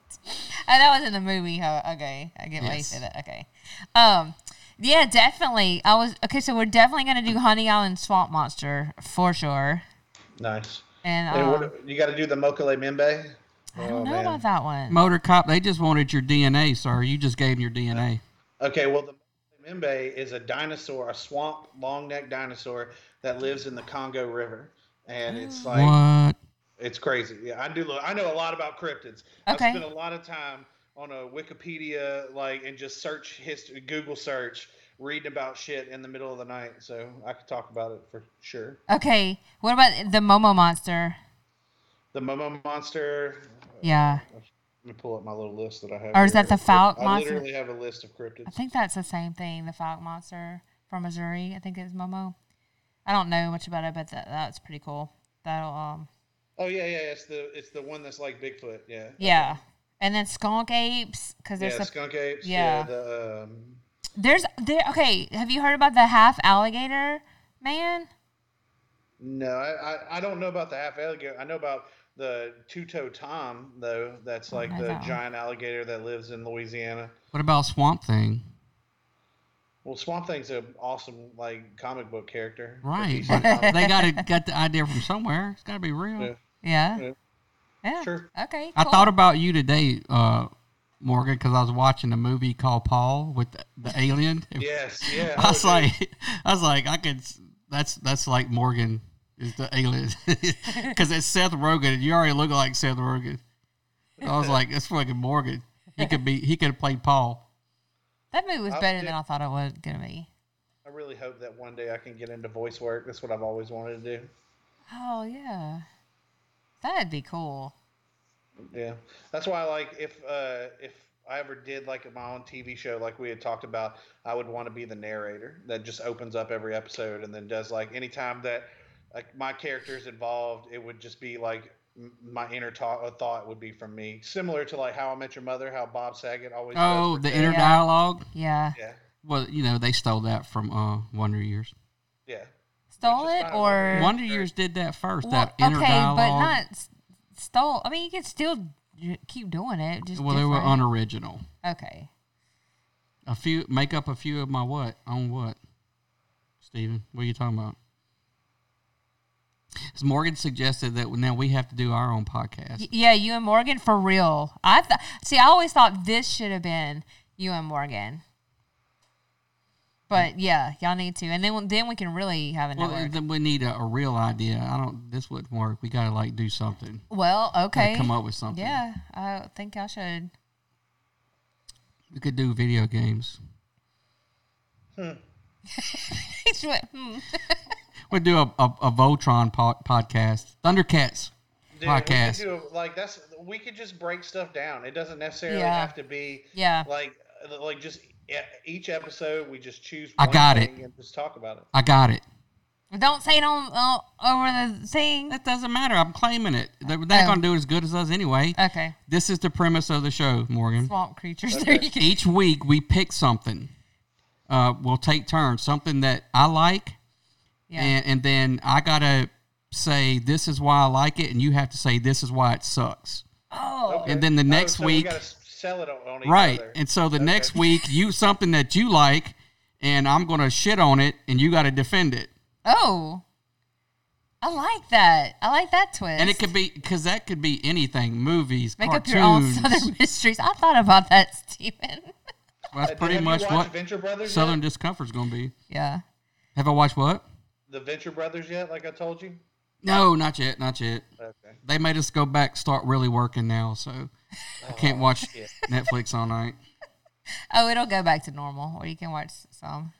Oh, that was in the movie. Huh? Okay, I get why you
Yes.
said that. Okay. Um, yeah, definitely. I was okay. So we're definitely gonna do Honey Island Swamp Monster for sure.
Nice.
And,
and
um,
what, you got to do the Oh, Mokale Membe.
I don't know about that one.
Motor cop, they just wanted your DNA, sir. You just gave them your DNA.
Okay, well, the Membe is a dinosaur, a swamp long necked dinosaur that lives in the Congo River. And it's
Mm.
like,
What?
it's crazy. Yeah, I do. Look, I know a lot about cryptids.
Okay.
I've spent a lot of time on a Wikipedia, like, and just search history, Google search reading about shit in the middle of the night, so I could talk about it for sure.
Okay, what about the Momo monster?
The Momo monster.
Yeah,
Let me pull up my little list that I have.
Or is that
here.
the Falk
I
monster?
literally have a list of cryptids.
I think that's the same thing. The Falk monster from Missouri. I think it's Momo. I don't know much about it, but that, that's pretty cool. That'll um
Oh yeah, yeah, it's the it's the one that's like Bigfoot. Yeah.
yeah. And then skunk apes because there's
Yeah,
a-
skunk apes.
yeah.
the, um,
there's there okay. Have you heard about the half alligator man?
no, I, I I don't know about the half alligator. I know about the two-toe tom though. That's like
I
the
know.
giant alligator that lives in Louisiana.
What about Swamp Thing?
Well, Swamp Thing's an awesome like comic book character.
Right.
He's-
but they got to got the idea from somewhere. It's got to be real.
Yeah.
Yeah.
Yeah.
Yeah.
Sure.
Okay.
I
cool.
thought about you today, uh, Morgan, because I was watching a movie called Paul with the, the alien.
Yes. Yeah.
I was
oh, dude.
like, I was like, I could. s- That's that's like Morgan is the alien because it's Seth Rogen. and You already look like Seth Rogen. I was like, that's fucking Morgan. He could be. He could have played Paul.
that movie was
I-
better
yeah.
than I thought it was gonna be.
I really hope that one day I can get into voice work. That's what I've always wanted to do.
Oh yeah, that'd be cool.
Yeah, that's why. Like, if uh, if I ever did like my own TV show, like we had talked about, I would want to be the narrator that just opens up every episode and then does like anytime that like my character's involved, it would just be like m- my inner ta- uh, thought would be from me, similar to like How I Met Your Mother, how Bob Saget always. does
Oh,
for
the
Ted.
inner
Yeah.
dialogue.
Yeah,
Yeah,
Well, you know they stole that from uh, Wonder Years.
yeah.
stole
Which is
it
fine,
or
Wonder Years did that first.
Well,
that inner
okay,
dialogue.
but not s- stole. I mean, you can still j- keep doing it. Just
well, they were
different.
unoriginal.
Okay.
A few make up a few of my what on what, Steven? What are you talking about? 'Cause Morgan suggested that now we have to do our own podcast.
Y- yeah, you and Morgan for real. I th- see. I always thought this should have been you and Morgan. But yeah, y'all need to, and then then we can really have a
Well,
network.
then we need a, a real idea. I don't. This wouldn't work. We gotta like do something.
well,
Gotta
okay.
come up with something.
Yeah, I think I should.
We could do video games.
It's what- hmm.
We'd do a, a, a Voltron po- podcast. Thundercats.
Dude, we could
Podcast.
do a- like that's we could just break stuff down. It doesn't necessarily
Yeah.
have to be
Yeah.
like like just e- each episode we just choose.
I
one
got it.
thing And just talk about it.
I got it.
Don't say it on uh, over the thing.
That doesn't matter. I'm claiming it. They're not
Oh.
gonna do as good as us anyway.
Okay.
This is the premise of the show, Morgan.
Swamp creatures. There you go.
Each week we pick something. Uh, we'll take turns. Something that I like,
Yeah.
and, and then I gotta say this is why I like it, and you have to say this is why it sucks.
oh.
Okay.
And then the
Oh,
next
so we
week,
gotta s- sell it on, on each
right?
other.
And so the next week, you something that you like, and I'm gonna shit on it, and you gotta defend it.
Oh. I like that. I like that twist.
And it could be because that could be anything: movies,
make up
cartoons.
your own Southern mysteries. I thought about that, Stephen.
Well,
Uh,
that's pretty
have you
much
watched
what
Venture Brothers.
Southern
yet?
Discomfort's gonna be.
yeah.
Have I watched what?
the Venture Brothers yet? Like I told you.
No, not yet, not yet.
Okay.
They made us go back, start really working now, so I
Oh,
can't watch Netflix all night.
Oh, it'll go back to normal, or you can watch some.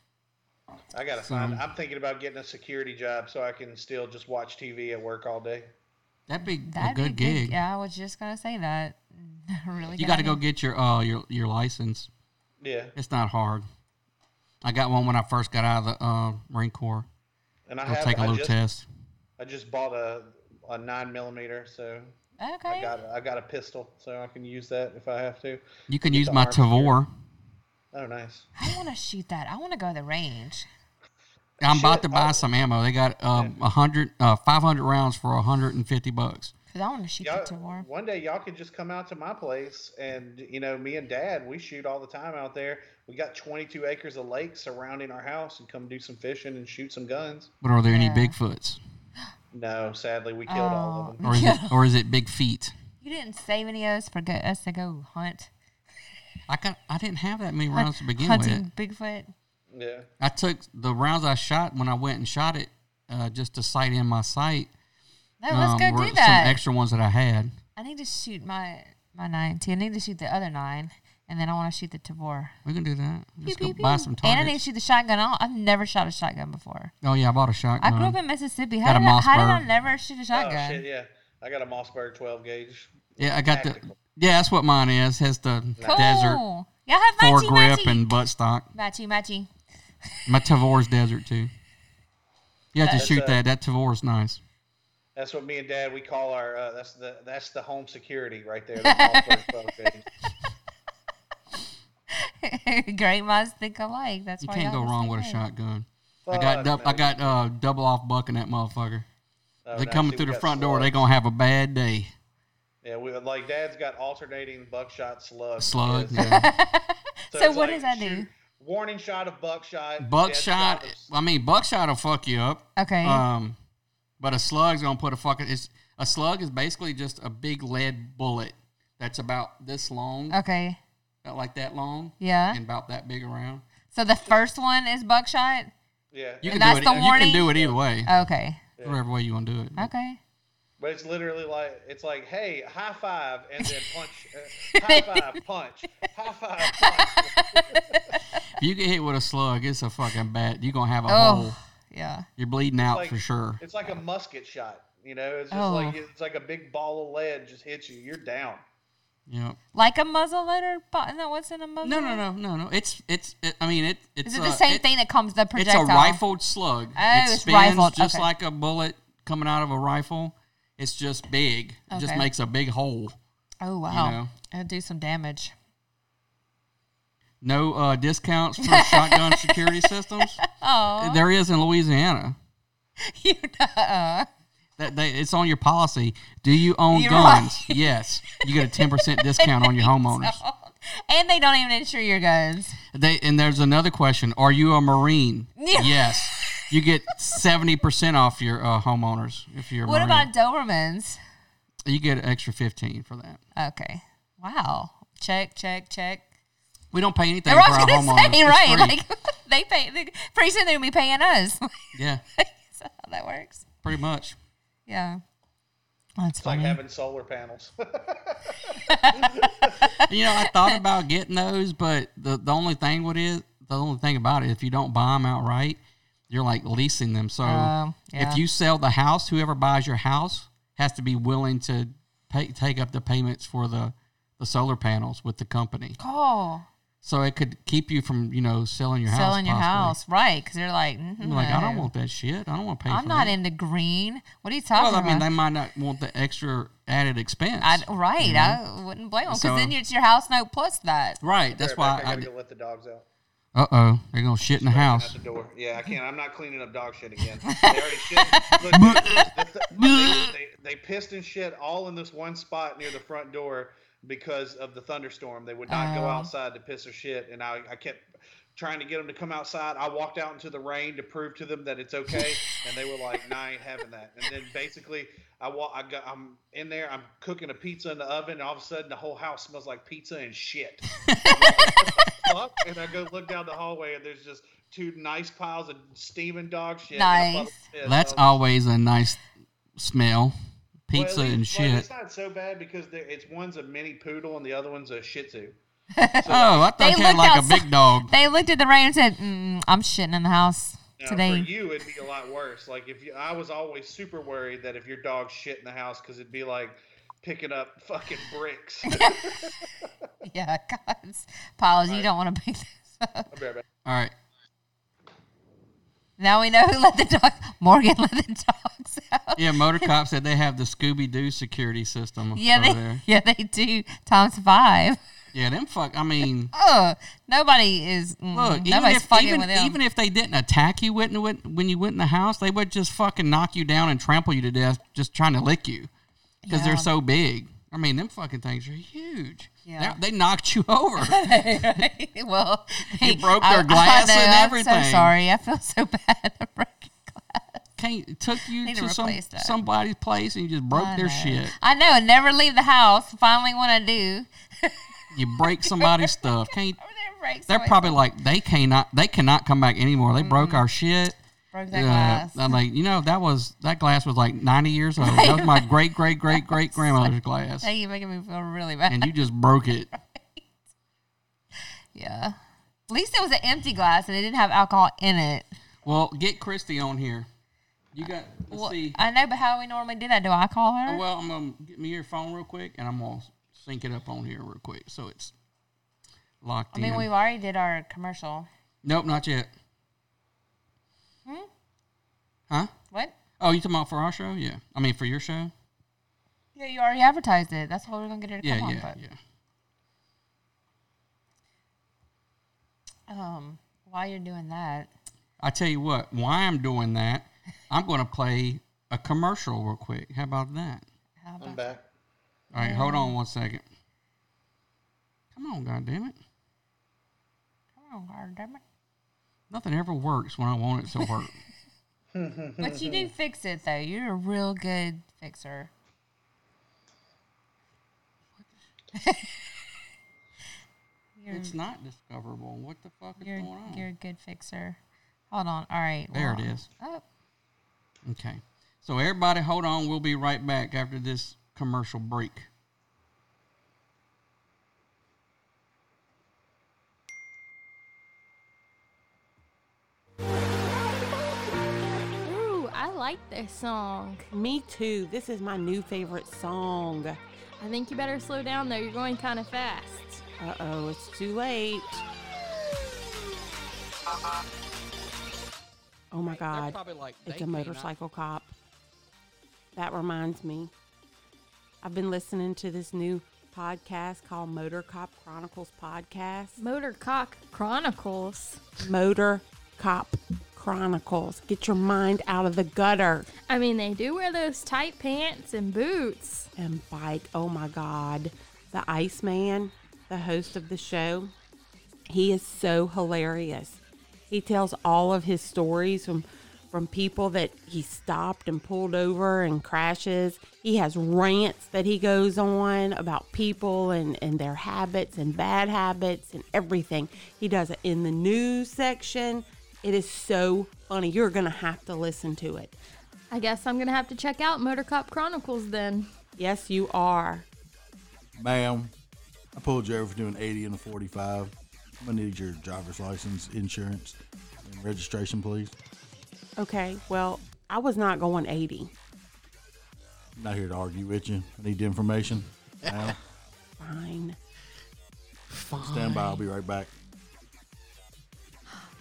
I gotta find. I'm thinking about getting a security job so I can still just watch TV at work all day.
That'd be
That'd
a good
be
gig.
Yeah, I was just gonna say that. really.
You got to go get your uh your your license.
Yeah,
It's not hard. I got one when I first got out of the uh, Marine Corps.
and I
I'll
have.
take a
I
little
just,
test.
I just bought a a nine millimeter, so I
Okay.
got I got a pistol, so I can use that if I have to.
You can
get
use
the
my
arms here.
Tavor.
Oh, nice.
I want to shoot that. I want to go to the range.
I'm about
Shit,
to buy
oh.
some ammo. They got um, a hundred, uh, 500 rounds for a 150 bucks.
Cause I want to shoot
Y'all,
the tour.
one day y'all could just come out to my place and you know me and dad we shoot all the time out there we got 22 acres of lake surrounding our house and come do some fishing and shoot some guns
But are there any
Yeah.
Bigfoots,
no sadly we killed all of them
or is it, or is it Big Feet?
You didn't save any of us for go- us to go hunt,
I got, I didn't have that many rounds to begin with.
hunting Bigfoot.
yeah
I took the rounds I shot when I went and shot it, uh, just to sight in my sight.
No, Oh, let's
um,
go
were
do
Some
that.
extra ones that I had.
I need to shoot my my nine too. I need to shoot the other nine And then I want to shoot the Tavor.
We can do that. Just
Pew,
go
pew,
buy
pew.
some
And I need to
targets.
shoot the shotgun. I don't- I've never shot a shotgun before.
Oh yeah, I bought a
I
shotgun.
grew up in Mississippi. How
Got a
did, I,
moss
how did I
bird.
never shoot a
Oh,
shotgun?
shit, yeah. I got a Mossberg 12 gauge.
yeah, I got the.
Tactical.
Yeah, that's what mine is. Has the
cool.
desert
Y'all have matchy
foregrip
matchy.
and buttstock.
matchy matchy.
My Tavor's desert too. You have to
That's,
shoot
uh,
that. That Tavor's nice.
That's what me and Dad we call our. Uh, that's the that's the home security right there. the Mossberg 12 gauge.
Great minds think alike. That's
You
why
can't
y'all
go
the
wrong
same
with a
way.
shotgun. I got
Fuck,
dub- I
man.
got uh, double off bucking that motherfucker.
Oh,
they
no,
coming
see,
through
we
the
got
front door. They
slugs.
gonna have a bad day.
Yeah, we, like Dad's got alternating buckshot slug.
Slug.
Yes.
Yeah.
So,
So
it's
what
like
does that
shoot-
do?
Warning shot of buckshot. death
Buckshot.
shot of-
I mean, buckshot will fuck you up.
Okay.
Um, but a slug's gonna put a fucking. It's a slug is basically just a big lead bullet that's about this long,
okay.
about like that long,
Yeah.
and about that big around.
So the first one is buckshot.
Yeah,
You
And
can
that's
do it. e,
the
you
warning?
can do it either way,
Okay.
whatever way you want to do it.
Okay.
but it's literally like it's like, hey, high five, and then punch, uh, high five, punch, high five, punch.
If you get hit with a slug, it's a fucking bat. You're gonna have a hole.
Oh. Yeah.
You're bleeding out
like-
for sure.
It's like a musket shot. You know, it's just
Oh.
like it's like a big ball of lead just hits you. You're down.
Yep.
Like a muzzle loader. bu- Isn't that what's in a muzzle?
No, no,
loader?
no, no, no. It's it's. It, I mean, it. It's
Is it
a-
the same
it-
thing that comes the
It's
projectile?
a rifled slug.
Oh,
it
it's
spins
rifled,
just
okay.
like a bullet coming out of a rifle. It's just big. It just
Okay.
makes a big hole.
Oh wow.
know.
It'll do some damage.
No uh, discounts for shotgun security systems.
Oh.
There is in Louisiana.
you know.
That they, it's on your policy. Do you own
You're
guns? Yes. You get a ten percent discount on your homeowners.
And they don't even insure your guns.
They and there's another question. Are you a Marine?
Yeah.
Yes. You get seventy percent off your uh, homeowners if you're. A
What
Marine.
about Dobermans?
you get an extra fifteen for that?
Okay. Wow. Check, check, check.
We don't pay anything
They're
for
all
our
gonna
homeowners.
say,
It's
right?
free.
Like they pay they, pretty soon they'll be paying us.
yeah,
Is that how that works?
pretty much.
Yeah. That's
It's like
funny.
having solar panels.
You know, I thought about getting those, but the, the only thing what is the only thing about it, if you don't buy them outright, you're like leasing them. So
Um, yeah.
if you sell the house, whoever buys your house has to be willing to pay, take up the payments for the the solar panels with the company.
oh,
So it could keep you from you know selling your house.
selling your
possibly.
house, right? Because they're like,
You're like I don't
"No,
want that shit. I don't want to pay.
I'm
for
not
that."
into green. What are you talking
Well, I mean,
about?
they might not want the extra added expense.
I'd, right, I wouldn't blame them because
So-
then it's your house note plus that.
right. That's
Matter of
why.
fact, I
I,
gotta go let the dogs out.
uh oh, they're gonna shit in the
Out
house.
the door. Yeah, I can't. I'm not cleaning up dog shit again. They already shit. Look, they, they, they, they pissed and shit all in this one spot near the front door because of the thunderstorm. They would not
Oh.
go outside to piss or shit, and I, I kept trying to get them to come outside. I walked out into the rain to prove to them that it's okay, and they were like, "Nah, I ain't having that." And then basically, I wa- I got, I'm in there. I'm cooking a pizza in the oven, and all of a sudden, the whole house smells like pizza and shit fuck? And I go look down the hallway, and there's just two nice piles of steaming dog shit. and a puddle of
Nice.
piss.
That's
I was
always a nice smell,
like,
pizza
well, at
and
least- well,
shit.
it's not so bad because there, it's one's a mini poodle and the other one's a Shih Tzu.
Oh, I
They
thought you had
looked
like
outside-
a big dog.
They looked at the rain and said, mm, "I'm shitting in the house
Now,
today."
for you, it'd be a lot worse. Like if you, I was always super worried that if your dog shit in the house, because it'd be like picking up fucking bricks. I'll
Yeah, God, it's- piles. You don't want to pick this up.
be right back.
All right,
Now we know who let the dog. Morgan let the dogs out.
yeah. Motor Cop said they have the Scooby Doo security system.
Yeah,
over
they
there.
yeah they do times five.
Yeah, them fuck. I mean,
Oh, nobody is. Mm,
look. Even
nobody's
if
fucking
even,
with them.
even if they didn't attack you when, when when you went in the house, they would just fucking knock you down and trample you to death just trying to lick you because
Yeah.
they're so big. I mean, them fucking things are huge.
Yeah.
They, they knocked you over.
well,
He broke their glass and
I'm so
everything.
sorry. I feel so bad. I broke your glass.
Can't, took you
Need
to
to
some,
replace that.
somebody's place and you just broke
I
their
know.
shit.
I know. Never leave the house. Finally, when I do,
You break somebody's stuff. Can't.
I'm gonna break
They're
somebody's-
probably like they cannot. They cannot come back anymore. They broke our shit.
broke Mm-hmm. that
Uh,
glass.
I'm like, you know, that was that glass was like 90 years old. That was my great great great great grandmother's glass,
Now you're making me feel really bad.
and you just broke it.
Yeah. At least it was an empty glass and it didn't have alcohol in it.
Well, get Christy on here. You got. Let's
Well,
see.
I know, but how we normally do that? Do I call her?
Oh, well, I'm gonna get me your phone real quick, and I'm gonna sync it up on here real quick, so it's locked
I mean,
in.
we've already did our commercial.
nope, not yet.
Hmm?
Huh?
What?
Oh, you talking about for our show? Yeah. I mean, for your show?
Yeah, you already advertised it. That's why we're gonna get her to
Yeah,
come
yeah,
on.
yeah.
But um, while you're doing that,
I tell you what, why I'm doing that, I'm gonna play a commercial real quick. How about that?
how
I'm
about
back.
All right, hold
Mm.
on one second. Come on, God damn it!
come on, goddammit.
Nothing ever works when I want it to work.
But you do fix it though. You're a real good fixer. you're
it's not discoverable. What the fuck is
you're
going on?
you're a good fixer. Hold on. All right.
There it
well,
is.
Oh,
Okay. So everybody hold on, we'll be right back after this commercial break.
Ooh, I like this song.
Me too. This is my new favorite song.
I think you better slow down though, you're going kind of fast.
Uh oh, it's too late. Oh my god. It's a motorcycle cop. That reminds me. I've been listening to this new podcast called Motor Cop Chronicles Podcast.
Motor Cock Chronicles.
Motor Cop Chronicles. Get your mind out of the gutter
I mean, they do wear those tight pants and boots.
and bike. Oh my God. The Iceman, the host of the show, he is so hilarious. He tells all of his stories from from people that he stopped and pulled over and crashes. He has rants that he goes on about people and, and their habits and bad habits and everything. He does it in the news section. It is so funny. You're going to have to listen to it.
I guess I'm gonna have to check out Motor Cop Chronicles then.
Yes, you are.
Ma'am, I pulled you over for doing 80 and a 45. I'm gonna need your driver's license, insurance, and registration, please.
Okay, well, I was not going 80.
I'm not here to argue with you. I need the information. Ma'am,
Fine.
stand by. I'll be right back.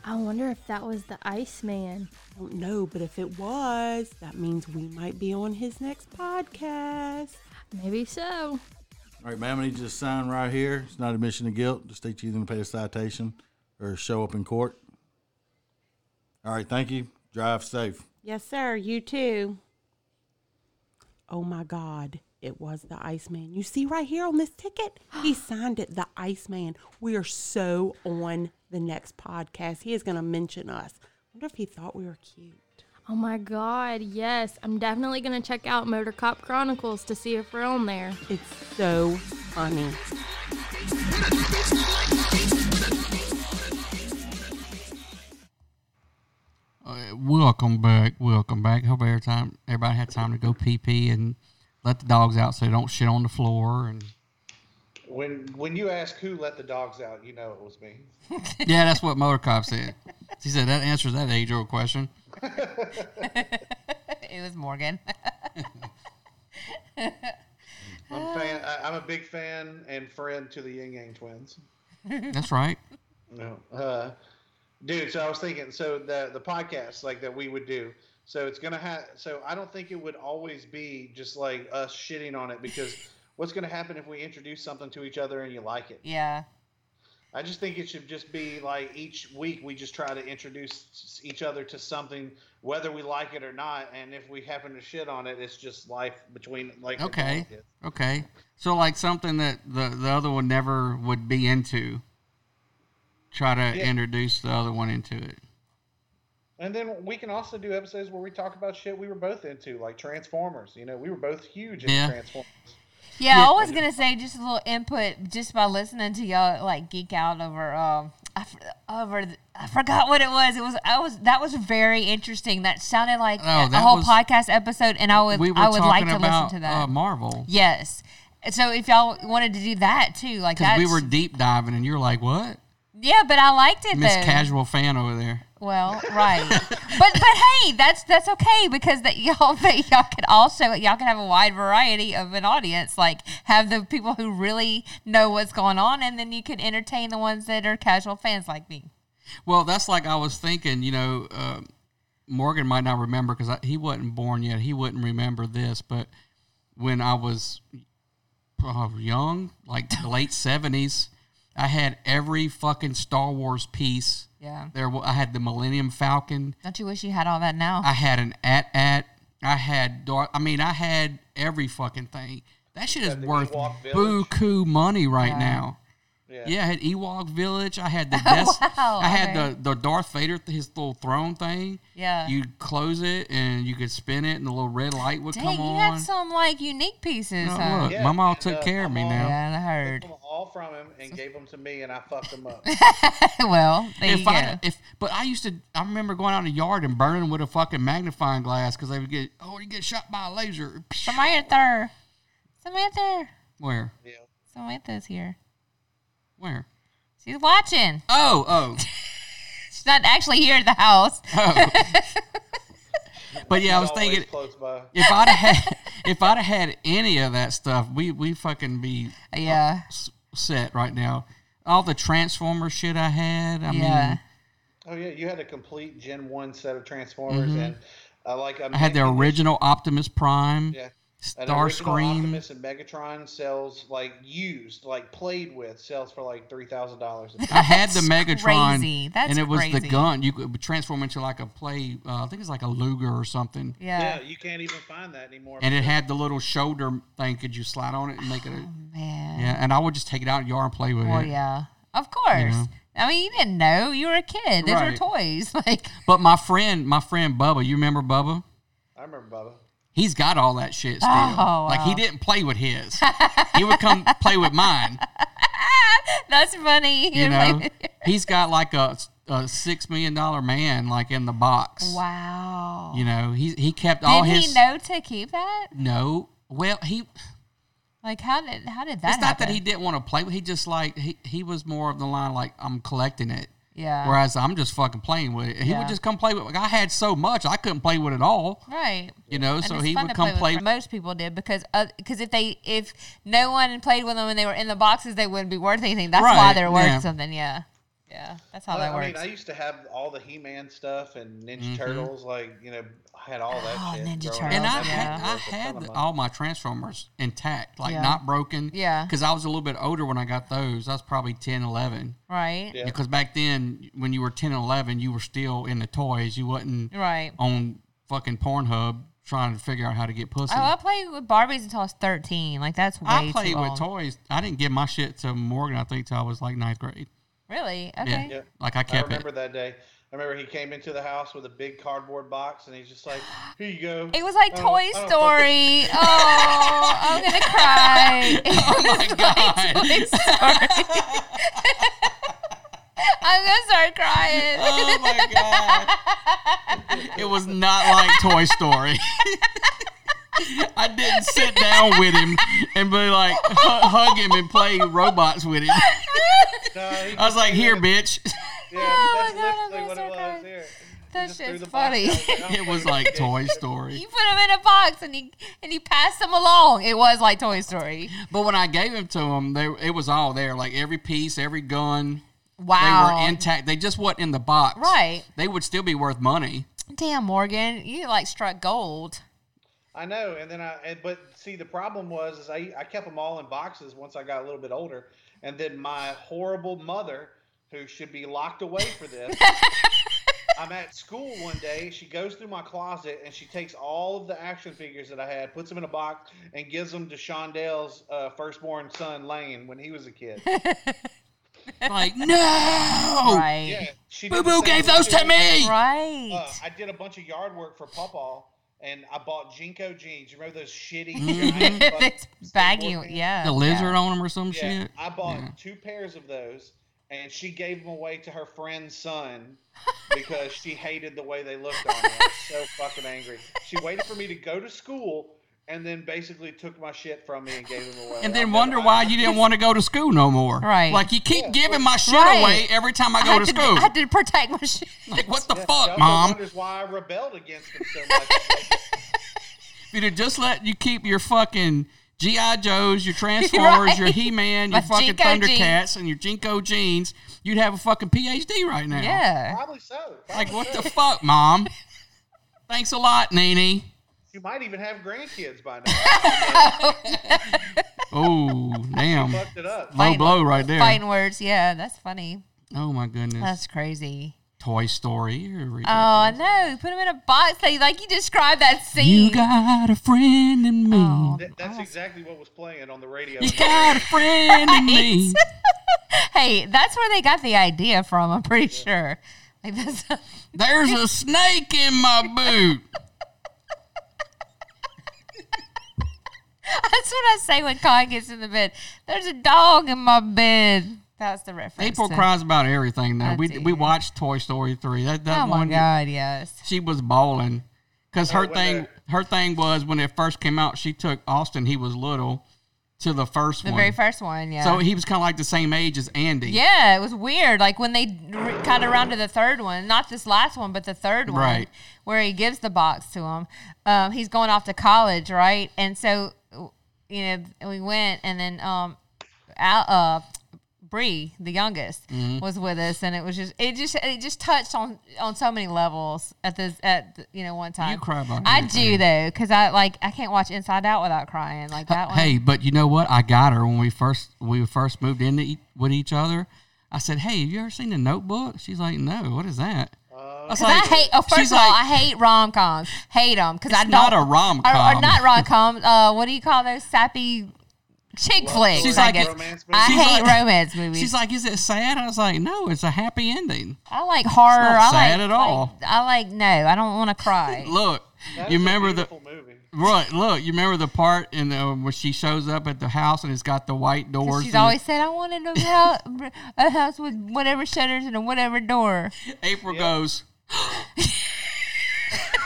I wonder if that was the Iceman.
I don't know, but if it was, that means we might be on his next podcast.
Maybe so.
All right, ma'am, I need you to sign right here. It's not admission of guilt. The state's either gonna pay a citation or show up in court. All right, thank you. Drive safe.
Yes, sir. You too. Oh my God. It was the Iceman. You see right here on this ticket, he signed it, the Iceman. We are so on the next podcast. He is going to mention us. wonder if he thought we were cute.
Oh my god, yes. I'm definitely gonna check out Motor Cop Chronicles to see if we're on there.
It's so funny.
Uh, welcome back, welcome back. Hope every time everybody had time to go pee pee and let the dogs out so they don't shit on the floor. And
When when you ask who let the dogs out, you know it was me.
yeah, that's what Motor Cop said. She said that answers that age old question.
it was Morgan.
I'm a fan. I, I'm a big fan and friend to the Yin Yang Twins.
That's right.
No, uh, dude. So I was thinking. So the the podcast like that we would do. So it's gonna have. So I don't think it would always be just like us shitting on it because what's gonna happen if we introduce something to each other and you like it?
yeah.
I just think it should just be like each week we just try to introduce s- each other to something, whether we like it or not. And if we happen to shit on it, it's just life between like the
Okay.
dog is.
Okay. So like something that the, the other one never would be into. Try to
Yeah.
introduce the other one into it.
And then we can also do episodes where we talk about shit we were both into, like Transformers. You know, we were both huge into
Yeah.
Transformers.
Yeah, I was gonna say just a little input just by listening to y'all like geek out over um I, f- over th- I forgot what it was. It was I was that was very interesting. That sounded like
Oh,
a
that
whole
was-
podcast episode, and I would
We were
I would like
talking
to
about
listen to that.
Uh, Marvel
yes. So if y'all wanted to do that too, like
because
that
we were deep diving, and you're like, "What?"
Yeah, but I liked it
Miss
though.
Casual fan over there.
Well, right. but but hey, that's that's okay because that y'all that y'all could also y'all can have a wide variety of an audience. Like have the people who really know what's going on, and then you can entertain the ones that are casual fans like me.
Well, that's like I was thinking. You know, uh, Morgan might not remember because he wasn't born yet. He wouldn't remember this, but when I was uh, young, like the late seventies, I had every fucking Star Wars piece.
Yeah.
There, wa- I had the Millennium Falcon.
Don't you wish you had all that now?
I had an at at. I had Darth. I mean, I had every fucking thing. That shit is
Had the
worth
Ewok Village.
buku money right
Yeah.
now.
Yeah.
Yeah, I had Ewok Village. I had the desk.
wow,
I had
okay.
the, the Darth Vader, his little throne thing.
Yeah.
You close it and you could spin it, and the little red light would
Dang,
come
you
on.
had some like unique pieces.
No,
huh?
look,
Yeah,
my mom
and,
took
uh,
care of me
my mom-
now.
Yeah, I
Took
heard.
them all from him and gave them to me, and I fucked them up.
well, there you
If
go.
I, if but I used to, I remember going out in the yard and burning them with a fucking magnifying glass because they would get, oh, you get shot by a laser.
Samantha, Samantha,
Where?
Yeah.
Samantha's here.
Where?
She's watching.
Oh, oh.
She's not actually here at the house.
Oh. but yeah, I was
He's always
thinking
Close by.
if I'd have had, if I'd have had any of that stuff, we we fucking be
Yeah.
s- set right now. All the Transformer shit I had. I
Yeah.
mean,
Oh yeah, you had a complete Gen One set of Transformers, and uh, like
Mm-hmm. I had the
Mega-
original Optimus Prime,
Yeah. An original
Starscream.
Optimus and Megatron sells like used, like played with, sells for like three thousand dollars.
I had the
That's
Megatron,
crazy. That's
and it was the
crazy.
gun. You could transform into like a play. Uh, I think it's like a Luger or something.
Yeah,
Yeah.
you can't even find that anymore.
And it
because-
had the little shoulder thing. Could you slide on it and make it? A,
Oh, Man.
yeah, and I would just take it out in the yard and play with
Well,
it.
yeah. Of course.
Mm-hmm. know?
I mean, you didn't know. You were a kid. These
Right.
were toys. Like,
But my friend, my friend Bubba, you remember Bubba?
I remember Bubba.
He's got all that shit still.
Oh,
Like he
wow.
didn't play with his. he would come play with mine.
that's funny.
You know, he's got like a, a six million dollar man like in the box.
Wow.
You know, he he kept all
did
his.
he know to keep that?
No, well he.
Like, how did how did that
It's not that
happen?
he didn't want to play. with He just like he, he was more of the line like I'm collecting it,
Yeah.
whereas I'm just fucking playing with it. He
Yeah.
would just come play with. Like, I had so much I couldn't play with it all.
Right.
You know,
And
so
it's
he
fun
would
to
come play.
with most people did because because if they if no one played with them when they were in the boxes, they wouldn't be worth anything. That's why
Right,
they're worth
yeah.
something. Yeah. Yeah. That's how
Well,
that
I
works.
mean, I used to have all the He-Man stuff and Ninja
Mm-hmm.
Turtles. Like you know, I had all that.
Oh,
shit
Ninja
growing up.
And I
Yeah.
had, I
Worth a ton
had
of money.
all my Transformers intact, like
Yeah.
not broken.
Yeah.
Because I was a little bit older when I got those. I was probably 10, 11.
right.
Yeah.
Because back then, when you were 10 and 11, you were still in the toys. You wasn't
Right.
on fucking Pornhub trying to figure out how to get pussy.
Oh, I played with Barbies until I was thirteen. Like that's way
I
too
played with
long.
toys. I didn't give my shit to Morgan, I think, till I was like ninth grade.
Really?
Yeah.
Okay.
Yeah.
Like I
I
kept
remember
it.
that day. I remember he came into the house with a big cardboard box, and he's just like, "Here you go."
It was like
Oh,
I don't-
Toy
I don't fucking-
Story. Oh, I'm gonna cry. It was like
Oh God.
Toy Story. I'm gonna start crying.
Oh my god! It was not like Toy Story. I didn't sit down with him and be like hu- hug him and play robots with him.
No, he-
I was like, "Here, bitch."
Yeah,
Oh
that's
my God, I'm
literally
gonna
what it
start
was.
crying.
Here. He
That
just threw
shit's
the box
funny.
out there.
It was like Toy Story.
You put him in a box and he and he passed them along. It was like Toy Story.
But when I gave him to him, they, it was all there. Like every piece, every gun, they
Wow.
were intact. They just weren't in the box.
Right.
They would still be worth money.
Damn, Morgan, you like struck gold.
I know, and then I, and, but see, the problem was is I, I kept them all in boxes once I got a little bit older, and then my horrible mother, who should be locked away for this, I'm at school one day. She goes through my closet and she takes all of the action figures that I had, puts them in a box, and gives them to Shondell's uh, firstborn son Lane when he was a kid.
Like no,
Right.
Yeah, she did
Boo
the
Boo
same
gave
thing
those to me.
Right.
Uh, I did a bunch of yard work for Papa, and I bought Jinko jeans. You remember those shitty giant fucking
it's baggy.
skateboard pants?
Yeah.
The lizard on him or some
Yeah,
shit.
I bought
Yeah.
two pairs of those, and she gave them away to her friend's son because she hated the way they looked on me. I was so fucking angry. She waited for me to go to school and then basically took my shit from me and gave him away.
And then wonder why you didn't want to go to school no more.
Right.
Like you keep giving my shit
Right.
away every time I go
I had
to
to,
school.
I had to protect my shit.
like what the
She
fuck,
also
mom?
Wonders why I rebelled against him so much.
If you'd have just let you keep your fucking GI Joes, your Transformers, your
Right.
He Man,
My
your fucking
Jinko
Thundercats, and your Jinko jeans, you'd have a fucking PhD right now.
Yeah.
Probably so. Probably
Like what
so.
the fuck, mom? Thanks a lot, Nene.
You might even have grandkids by now.
Oh damn, low
Fucked it up.
Fighting-
blow right there.
Fighting words. Yeah, that's funny.
Oh my goodness,
That's crazy.
Toy Story. You're ridiculous.
Oh no! Put him in a box. Like, like you described that scene.
you got a friend in me.
Oh.
That- that's exactly what was playing on the radio.
You got a friend in me.
hey, that's where they got the idea from. I'm pretty sure. Like that's
There's a snake in my boot.
that's what I say when Kai gets in the bed. There's a dog in my bed. That's the reference.
April
to-
cries about everything. Now
I
we
do.
we watched Toy Story three. That that
Oh
one
my god! Yes.
she was bawling because her
when
thing
the-
her thing was when it first came out. She took Austin. He was little to the first
The
one.
very first one. Yeah.
So he was kind of like the same age as Andy.
Yeah, it was weird. Like when they re- kind of rounded the third one, not this last one, but the third one,
Right.
where he gives the box to him. Um, he's going off to college, right? And so, w- you know, we went, and then um, Al, uh, Bree, the youngest,
Mm-hmm.
was with us, and it was just it just it just touched on on so many levels at this at the- you know one time.
cry about
I do
everything.
though, because I like I can't watch Inside Out without crying like that one.
Hey, but you know what? I got her when we first we first moved in e- with each other. I said, "Hey, have you ever seen the Notebook?" She's like, "No, what is that?" I was
Because I hate. Oh, first
she's
of all,
like,
I hate rom coms. Hate them because I don't.
not a
Or,
rom-com.
or not rom com. Uh, what do you call those sappy chick flicks?
She's
I
like-
guess.
Romance movies?
I
She's
hate
like-
romance movies.
She's like, "Is it sad?" I was like, "No, it's a happy ending."
I like horror.
It's not
I
sad
like,
at all.
like- I like no. I don't want to cry.
Look,
That
you
was a
remember the
beautiful movie.
Right, look, you remember the part in the when she shows up at the house and it's got the white
'Cause
doors.
She's
and
always said, "I wanted a house, a house with whatever shutters and a whatever door."
April goes,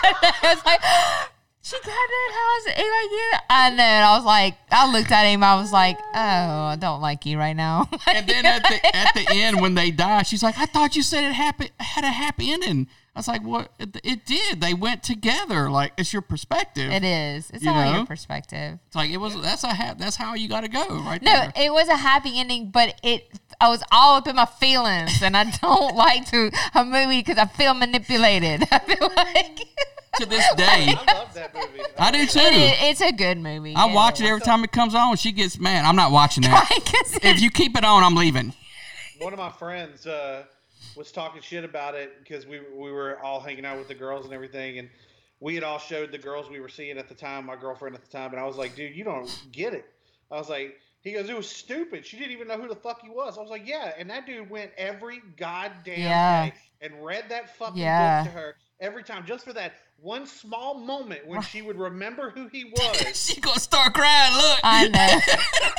I was like, "She got that house." And like, yeah, I know. And I was like, I looked at him. I was like, "Oh, I don't like you right now."
and then at the at the end when they die, she's like, "I thought you said it happy had a happy ending." I was like, "What? It, it did. They went together. Like it's your perspective.
It is. It's
You
all
know?
your perspective.
It's like it was. That's a ha- that's how you got to go right
No,
there.
it was a happy ending, but it I was all up in my feelings, and I don't like to a movie because I feel manipulated. I feel like
to this day,
I love that movie.
I do too.
it, it's a good movie.
I watch it every time it comes on. She gets mad. I'm not watching that. if you keep it on, I'm leaving.
one of my friends uh, was talking shit about it because we we were all hanging out with the girls and everything, and we had all showed the girls we were seeing at the time, my girlfriend at the time, and I was like, dude, you don't get it. I was like, he goes, it was stupid. She didn't even know who the fuck he was. I was like, yeah, and that dude went every goddamn
Yeah.
day and read that fucking
Yeah.
book to her every time just for that one small moment when she would remember who he was.
She gonna start crying. Look,
I know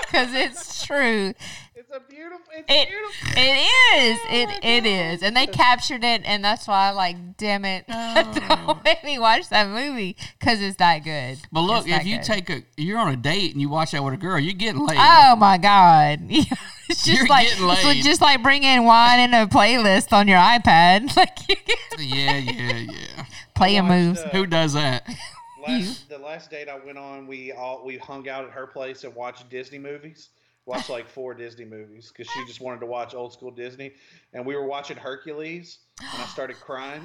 because it's true.
it's a beautiful, it's
It
beautiful.
it is.
Oh
It it is, and they captured it, and that's why I like. Damn it!
Oh.
don't make me watch that movie because it's that good.
But look,
It's that
if you
good.
take a you're on a date and you watch that with a girl, you're getting laid.
Oh my god! it's just
You're
like
getting
it's
laid.
just like bringing wine in a playlist on your iPad. Like you can
Yeah, yeah, yeah.
play your moves.
uh,
Who does that?
Last, the last date I went on, we all we hung out at her place and watched Disney movies. Watched like four Disney movies because she just wanted to watch old school Disney, and we were watching Hercules, and I started crying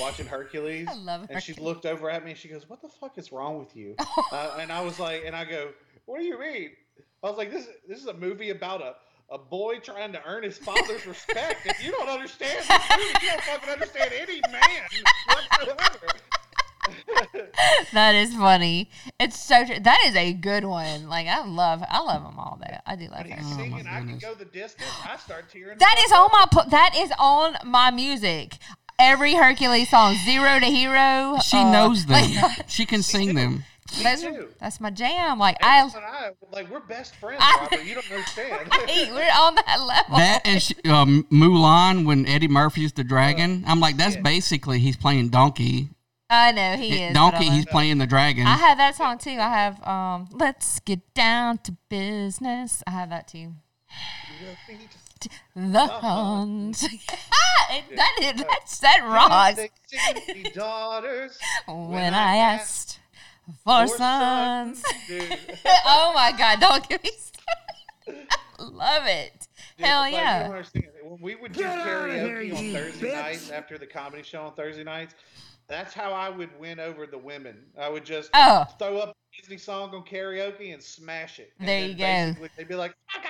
watching Hercules. I
love
And she
Hercules.
looked over at me and she goes, "What the fuck is wrong with you?" uh, and I was like, and I go, "What do you mean?" I was like, "This this is a movie about a." A boy trying to earn his father's respect. If you don't understand this movie, you don't fucking understand any man whatsoever.
That is funny. It's so true. That is a good one. Like I love, I love them all though. I do love
He's
that.
singing, I can go the distance. I start tearing.
That is on my pl- that is on my music. Every Hercules song, Zero to Hero.
She
uh,
knows them.
like,
she can sing them.
those are-
too.
that's my jam. Like I,
And I, like we're best friends,
I-
Robert. You don't understand.
hey, we're on that level.
That and she,
Oh.
um, Mulan when Eddie Murphy's the dragon. I'm like, that's basically he's playing donkey
I know he
It-
is. but I
Donkey,
love-
he's playing the dragon.
I have that song too. I have um, "Let's Get Down to Business." I have that too. The hunt. it, that is that's that
They
rhymes.
should be daughters.
When I asked for
four
sons.
Dude,
oh my God! Don't get me. started. I love it. Hell
like, you
yeah.
don't understand. When we would do karaoke on Thursday nights after the comedy show on Thursday nights, that's how I would win over the women. I would just
Oh.
throw up a Disney song on karaoke and smash it. And
There
then
you go.
basically They'd be like, "Oh,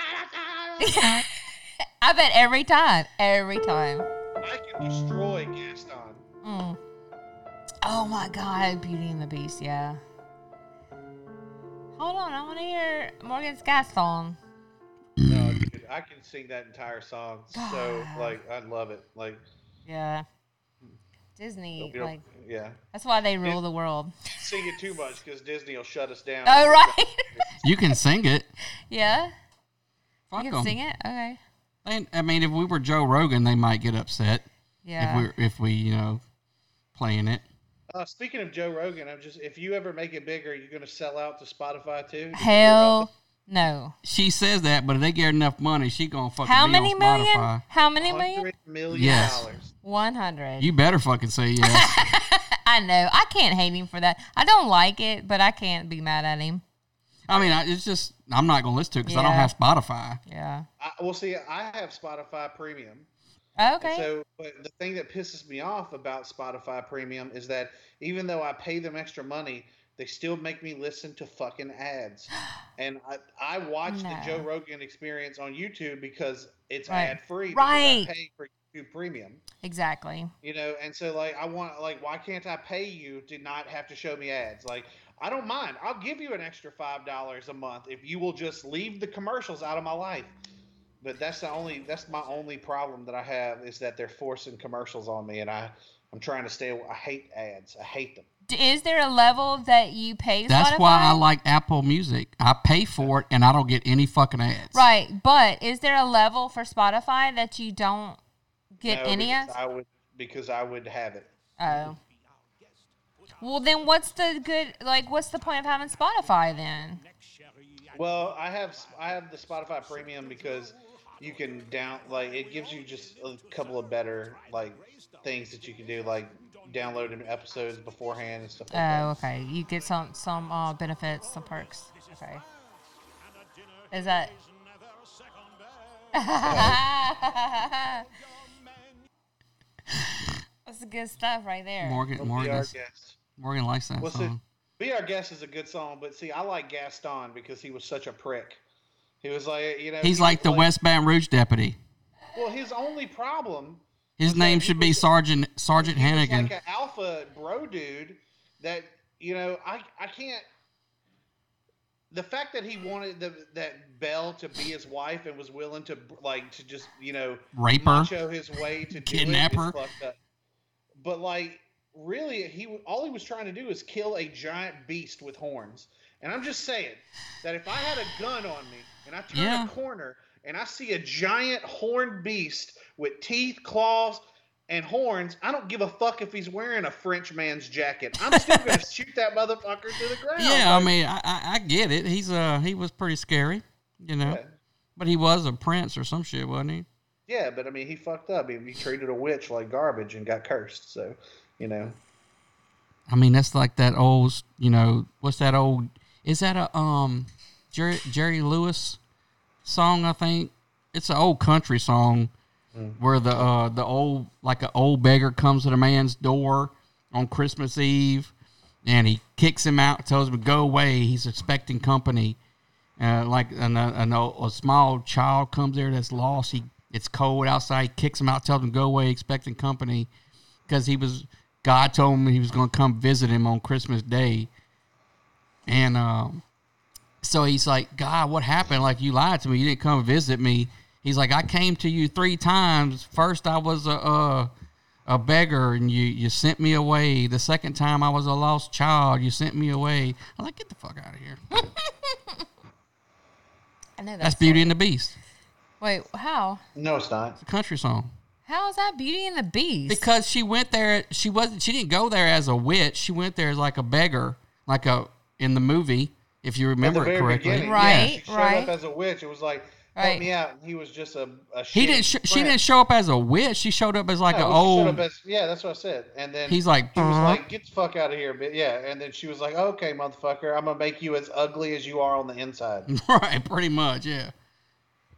I,
I bet every time. Every time.
I can destroy Gaston.
Mm. Oh my God, Beauty and the Beast, yeah. Hold on, I want to hear Morgan's Gaston.
No, dude, I can sing that entire song. So,
God.
like, I love it. Like,
Yeah.
Hmm.
Disney,
you know,
like
yeah.
that's why they rule the world.
Sing it too much because Disney will shut us down.
Oh right,
you can sing it.
yeah.
Fuck
you can
'em.
sing it. Okay.
They- I mean, if we were Joe Rogan, they might get upset
Yeah.
if we if we you know playing it.
Uh, speaking of Joe Rogan, I'm just if you ever make it bigger, you're gonna sell out to Spotify too. Did you hear about
Hell no.
She says that, but if they get her enough money, she gonna fucking
How
be
many
on
million?
Spotify.
How
that?
many million?
Hundred million
Yes.
dollars.
One hundred.
You better fucking say yes.
I know. I can't hate him for that. I don't like it, but I can't be mad at him.
I mean, I, it's just I'm not gonna listen to it because I don't
Yeah.
have Spotify.
Yeah.
I, well, see, I have Spotify Premium. And
Okay.
So, but the thing that pisses me off about Spotify Premium is that even though I pay them extra money, they still make me listen to fucking ads. And I, I watch the
No.
Joe Rogan Experience on YouTube because it's
Right.
ad free. because I
Right.
pay for YouTube Premium.
exactly.
You know, and so like I want like why can't I pay you to not have to show me ads? Like I don't mind. I'll give you an extra five dollars a month if you will just leave the commercials out of my life. But that's the only that's my only problem that I have is that they're forcing commercials on me, and I I'm trying to stay. I hate ads. I hate them.
D- Is there a level that you pay?
That's
Spotify?
why I like Apple Music. I pay for it and I don't get any fucking ads.
Right, but is there a level for Spotify that you don't get
No,
any
because
of?
I would because I would have it.
Oh. Well, then what's the good? Like, what's the point of having Spotify then?
Well, I have I have the Spotify Premium because you can down like it gives you just a couple of better like things that you can do like downloading episodes beforehand and stuff like
Oh,
that.
okay. You get some some uh, benefits, some perks. Okay. Is that? That's good stuff right there.
Morgan
Be
Morgan
our
is-
guest.
Morgan likes that
What's it?
song.
Be our guest is a good song, but see, I like Gaston because he was such a prick. He was like, you know,
He's
he
like
was
the West Baton Rouge deputy.
Well, his only problem
His name
he
should be
was-
Sergeant Sergeant
He was
Hannigan.
like an alpha bro dude that you know I I can't. The fact that he wanted the, that Belle to be his wife and was willing to like to just you know
Rape her.
macho his way to do it is
Kidnap her.
fucked up. But like, really, he w- all he was trying to do is kill a giant beast with horns. And I'm just saying that if I had a gun on me and I turn
Yeah.
a corner and I see a giant horned beast with teeth, claws, and horns, I don't give a fuck if he's wearing a French man's jacket. I'm still gonna shoot that motherfucker to the ground.
Yeah, I
Like,
mean, I, I, I get it. He's uh he was pretty scary, you know.
Yeah.
But he was a prince or some shit, wasn't he?
yeah, but I mean, he fucked up. He, he treated a witch like garbage and got cursed. So, you know,
I mean, that's like that old, you know, what's that old? Is that a um Jerry Jerry Lewis song? I think it's an old country song where the uh the old like an old beggar comes to the man's door on Christmas Eve, and he kicks him out, tells him to go away. He's expecting company. Uh, like an, an, a small child comes there that's lost. He it's cold outside. He kicks him out, tells him to go away, expecting company because he was God told him he was going to come visit him on Christmas Day, and um, so he's like, God, what happened? Like you lied to me. You didn't come visit me. He's like, I came to you three times. First, I was a a, a beggar, and you you sent me away. The second time, I was a lost child. You sent me away. I'm like, get the fuck out of here.
I know
That's
song.
Beauty and the Beast.
Wait, how?
no, it's not.
It's a country song.
How is that Beauty and the Beast?
Because she went there, she wasn't. She didn't go there as a witch. She went there as like a beggar, like a in the movie, if you
At the
remember it
very
correctly.
beginning,
Right,
She showed
right.
up as a witch. It was like,
Right.
help me out. And he was just a, a
He
shitty
didn't. Sh- she
friend.
didn't show up as a witch. She showed up as like
No,
an
she showed
old.
up as- yeah, that's what I said. And then
He's like,
he was
"Brr."
like, get the fuck out of here, but yeah. And then she was like, okay, motherfucker, I'm gonna make you as ugly as you are on the inside.
Mm-hmm. right, pretty much. Yeah.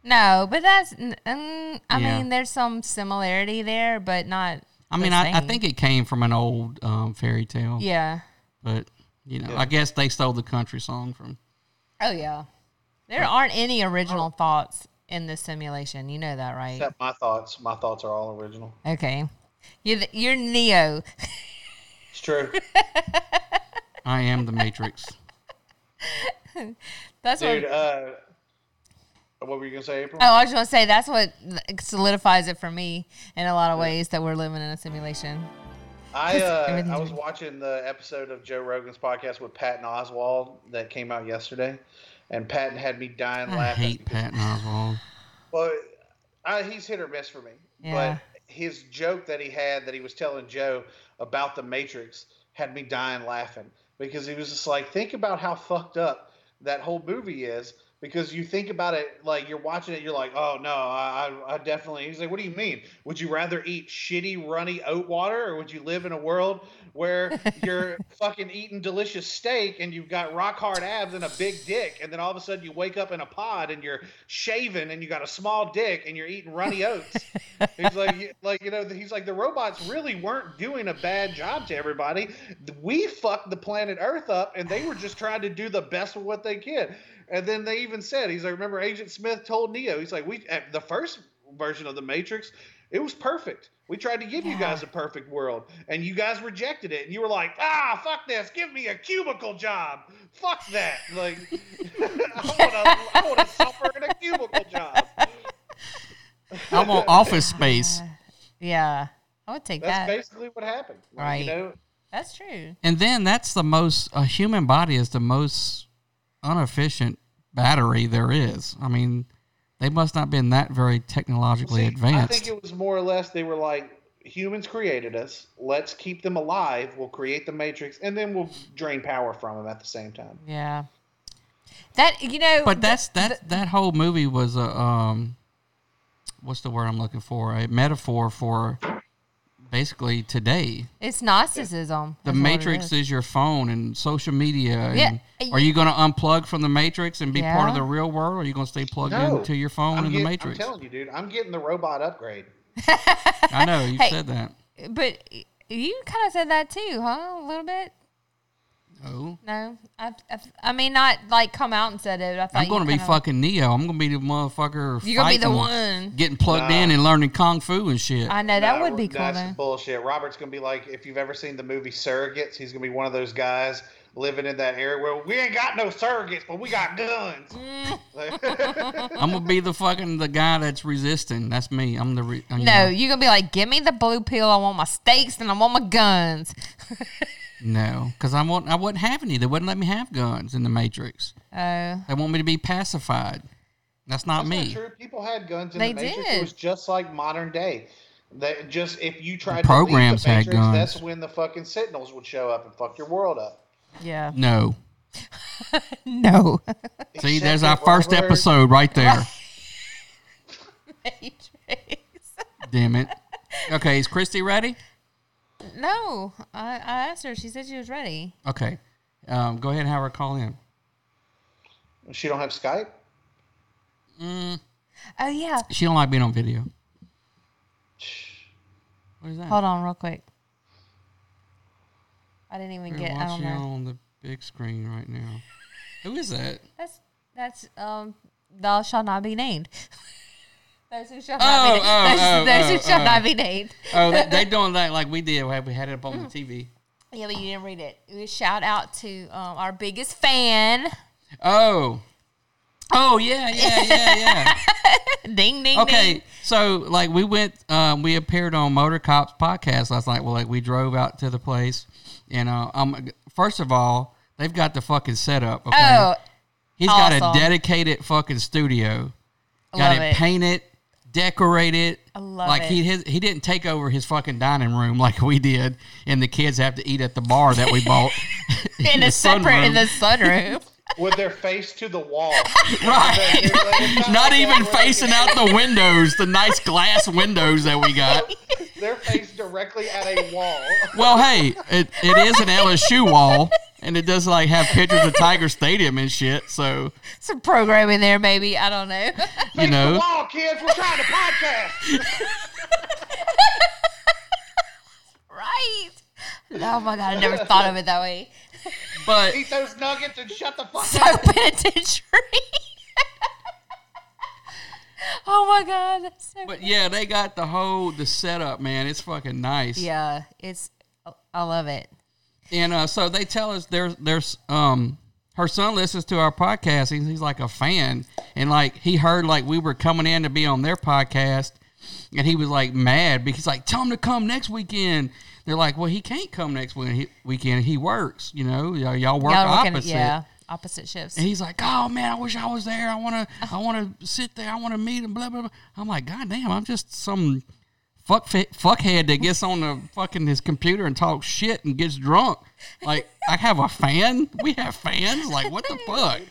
no, but that's. n- Mm, I
Yeah.
mean, there's some similarity there, but not.
I
the
mean, I, I
same.
think it came from an old um, fairy tale.
Yeah.
But you know, I guess they stole the country song from.
Oh yeah. There aren't any original
Oh.
thoughts in this simulation. You know that, right?
Except my thoughts. My thoughts are all original.
Okay. You're the, you're Neo.
It's true.
I am the Matrix.
That's what.
Dude, uh, what were you gonna say, April?
Oh, I was going to say that's what solidifies it for me in a lot of ways that we're living in a simulation.
I uh,
everything's
I was
weird.
watching the episode of Joe Rogan's podcast with Patton Oswald that came out yesterday, and Patton had me dying
I
laughing.
hate
because-
Patton Oswald.
Well, I, he's hit or miss for me.
Yeah.
But his joke that he had that he was telling Joe about the Matrix had me dying laughing because he was just like, think about how fucked up that whole movie is. Because you think about it, like you're watching it, you're like, oh no, I, I, I definitely. He's like, what do you mean? Would you rather eat shitty, runny oat water, or would you live in a world where you're fucking eating delicious steak and you've got rock hard abs and a big dick, and then all of a sudden you wake up in a pod and you're shaven and you got a small dick and you're eating runny oats? He's like, you- like you know, he's like the robots really weren't doing a bad job to everybody. We fucked the planet Earth up, and they were just trying to do the best with what they could. And then they even said, he's like, remember Agent Smith told Neo, he's like, we at the first version of the Matrix, it was perfect. We tried to give you guys a perfect world, and you guys rejected it. And you were like, ah, fuck this, give me a cubicle job. Fuck that. Like, I want to, I want to suffer in a cubicle job.
I want Office Space.
Yeah. I would take that.
That's basically what happened. Like,
Right.
You know,
That's true.
And then that's the most a human body is the most inefficient battery there is. I mean, they must not been that very technologically
See,
advanced.
I think it was more or less they were like, humans created us. Let's keep them alive. We'll create the matrix, and then we'll drain power from them at the same time.
Yeah. That you know
but that's that that whole movie was a um what's the word I'm looking for? A metaphor for basically today.
it's narcissism.
The
is what it
matrix
is.
is. your phone and social media and
Yeah.
are you going to unplug from the matrix and be part of
Yeah.
the real world or are you going to stay plugged
No.
into your phone
I'm,
and
get-
the matrix?
I'm telling you, dude, I'm getting the robot upgrade.
I know you
Hey.
said that.
But y- you kind of said that too, huh? A little bit.
Oh.
No, I, I, I mean not like come out and said it. I thought
I'm going to be fucking Neo. I'm going to be the motherfucker.
You're gonna be the
fighting,
one.
getting plugged in and learning kung fu and shit.
I know that
Nah,
would be cool.
That's
though.
bullshit. Robert's gonna be like, if you've ever seen the movie Surrogates, he's gonna be one of those guys living in that area where we ain't got no surrogates, but we got guns.
Mm-hmm.
I'm gonna be the fucking the guy that's resisting. That's me. I'm the re- you
No,
know.
you're gonna be like, give me the blue pill. I want my steaks and I want my guns.
no because I won't. I wouldn't have any. They wouldn't let me have guns in the Matrix.
Oh,
They want me to be pacified. That's not
That's
me.
not true. People had guns in
They
the Matrix.
did.
It was just like modern day. That just if you tried
programs
to leave the
had
Matrix,
guns.
that's when the fucking Sentinels would show up and fuck your world up.
yeah.
No.
No.
See,
Except
there's our
for
first
Robert.
episode right there.
Matrix.
Damn it. Okay, is Christy ready?
No, I, I asked her. She said she was ready.
Okay, um, go ahead and have her call in.
She don't have Skype.
Oh yeah.
She don't like being on video. What is that?
Hold on, real quick. I didn't even
We're
get. I don't
watching
know.
on the big screen right now. Who is that?
That's that's um. Thou shall not be named. those who shall
Oh,
not be named.
oh,
those
oh,
those who
oh,
shall
oh.
not be named.
Oh, they, they doing that like we did. when We had it up
Mm.
on the TV.
Yeah, but you didn't read it. We shout out to um, our biggest fan.
Oh. Oh yeah, yeah, yeah, yeah.
Ding ding ding.
Okay, so like we went, um, we appeared on Motor Cops podcast last night. Well, like we drove out to the place, and uh, um, first of all, they've got the fucking setup. Okay,
Oh,
he's got
awesome.
a dedicated fucking studio. Got
Love
it,
it.
painted, decorate it.
I love
like
it.
he his, he didn't take over his fucking dining room like we did, and the kids have to eat at the bar that we bought
in a separate in the sunroom.
with their face to the wall.
right.
It's
Not
like
even
we're
facing
looking-
out the windows, the nice glass windows that we got.
Their face directly at a wall.
Well, hey, it, it is an LSU wall, and it does like have pictures of Tiger Stadium and shit. So
Some programming there, maybe. I don't know.
you
The
know,
wall, kids. We're trying to podcast.
right. Oh my god, I never thought of it that way.
but
Eat those nuggets and shut the fuck
So
up.
penitentiary. oh my god, that's so
but yeah, they got the whole the setup, man. It's fucking nice.
Yeah, it's I love it.
and uh, so they tell us there's there's um her son listens to our podcast he's, he's like a fan and like he heard like we were coming in to be on their podcast and he was like mad because he's like tell him to come next weekend they're like well he can't come next weekend he, weekend he works you know y'all, y'all work
Y'all looking at-
opposite
yeah, opposite shifts.
and he's like, "Oh man, I wish I was there. I want to, I want to sit there. I want to meet him." Blah blah blah. I'm like, "God damn, I'm just some fuck fa- fuckhead that gets on the fucking his computer and talks shit and gets drunk. Like, I have a fan. We have fans. Like, what the fuck?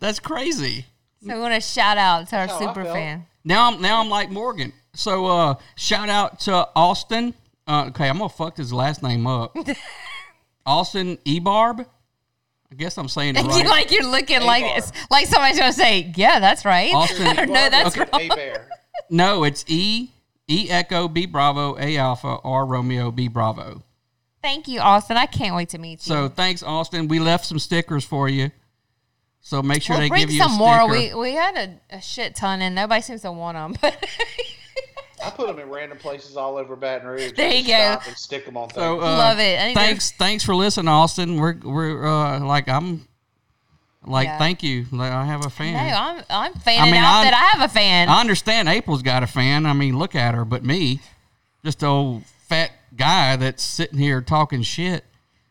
That's crazy."
So we want to shout out to our
how I
super
felt.
fan.
Now I'm now I'm like Morgan. So uh, shout out to Austin. Uh, okay, I'm gonna fuck his last name up. Austin Ebarb. I guess I'm saying it
You
right.
like you're looking like it's like somebody's gonna say, yeah, that's right.
Austin
no, that's
Okay.
wrong.
Hey, bear.
No, it's E E Echo B Bravo A Alpha R Romeo B Bravo.
Thank you, Austin. I can't wait to meet you.
So thanks, Austin. We left some stickers for you, so make sure
we'll
they
bring
give you
some
a
more.
sticker.
We we had a, a shit ton, and nobody seems to want them. But
I put them in random places all over Baton Rouge.
There you
Just
go.
Stop and stick them on things.
so uh,
Love it. I need to-
Thanks, thanks for listening, Austin. We're we're uh, like I'm like
Yeah.
thank you. Like, I have a fan.
no, I'm I'm
I
fanning
mean,
out
I-
that I have a fan.
I understand April's got a fan. I mean, look at her, but me, just the old fat guy that's sitting here talking shit.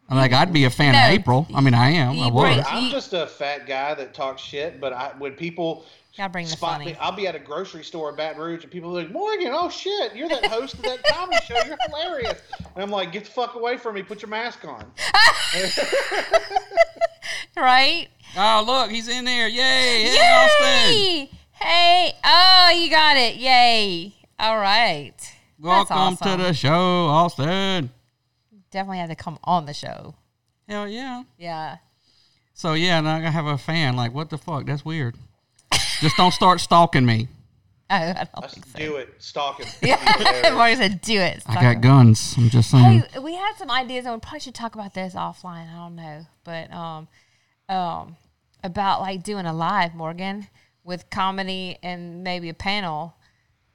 I'm like, I'd be a fan
No.
of April. I mean, I am. I
You
was.
bring-
I'm
Eat-
just a fat guy that talks shit, but I when people
Y'all bring the
spot
funny.
me, I'll be at a grocery store in Baton Rouge and people are like, Morgan, oh shit, you're that host of that comedy show. You're hilarious. And I'm like, get the fuck away from me. Put your mask on.
right?
Oh, look, he's in there. Yay. Hey, Austin.
Yay! Hey, oh, you got it. Yay. All right. That's
Welcome
awesome.
to the show, Austin.
Definitely have to come on the show.
Hell yeah.
Yeah.
So, yeah, now I have a fan. Like, what the fuck? That's weird. Just don't start stalking me.
Oh, I don't think
Let's do it. Stalk him.
so. Marty said, do it.
I
Suck
got
'em.
guns. I'm just saying.
Hey, we had some ideas, and we probably should talk about this offline. I don't know, but um, um, about like doing a live Morgan with comedy and maybe a panel.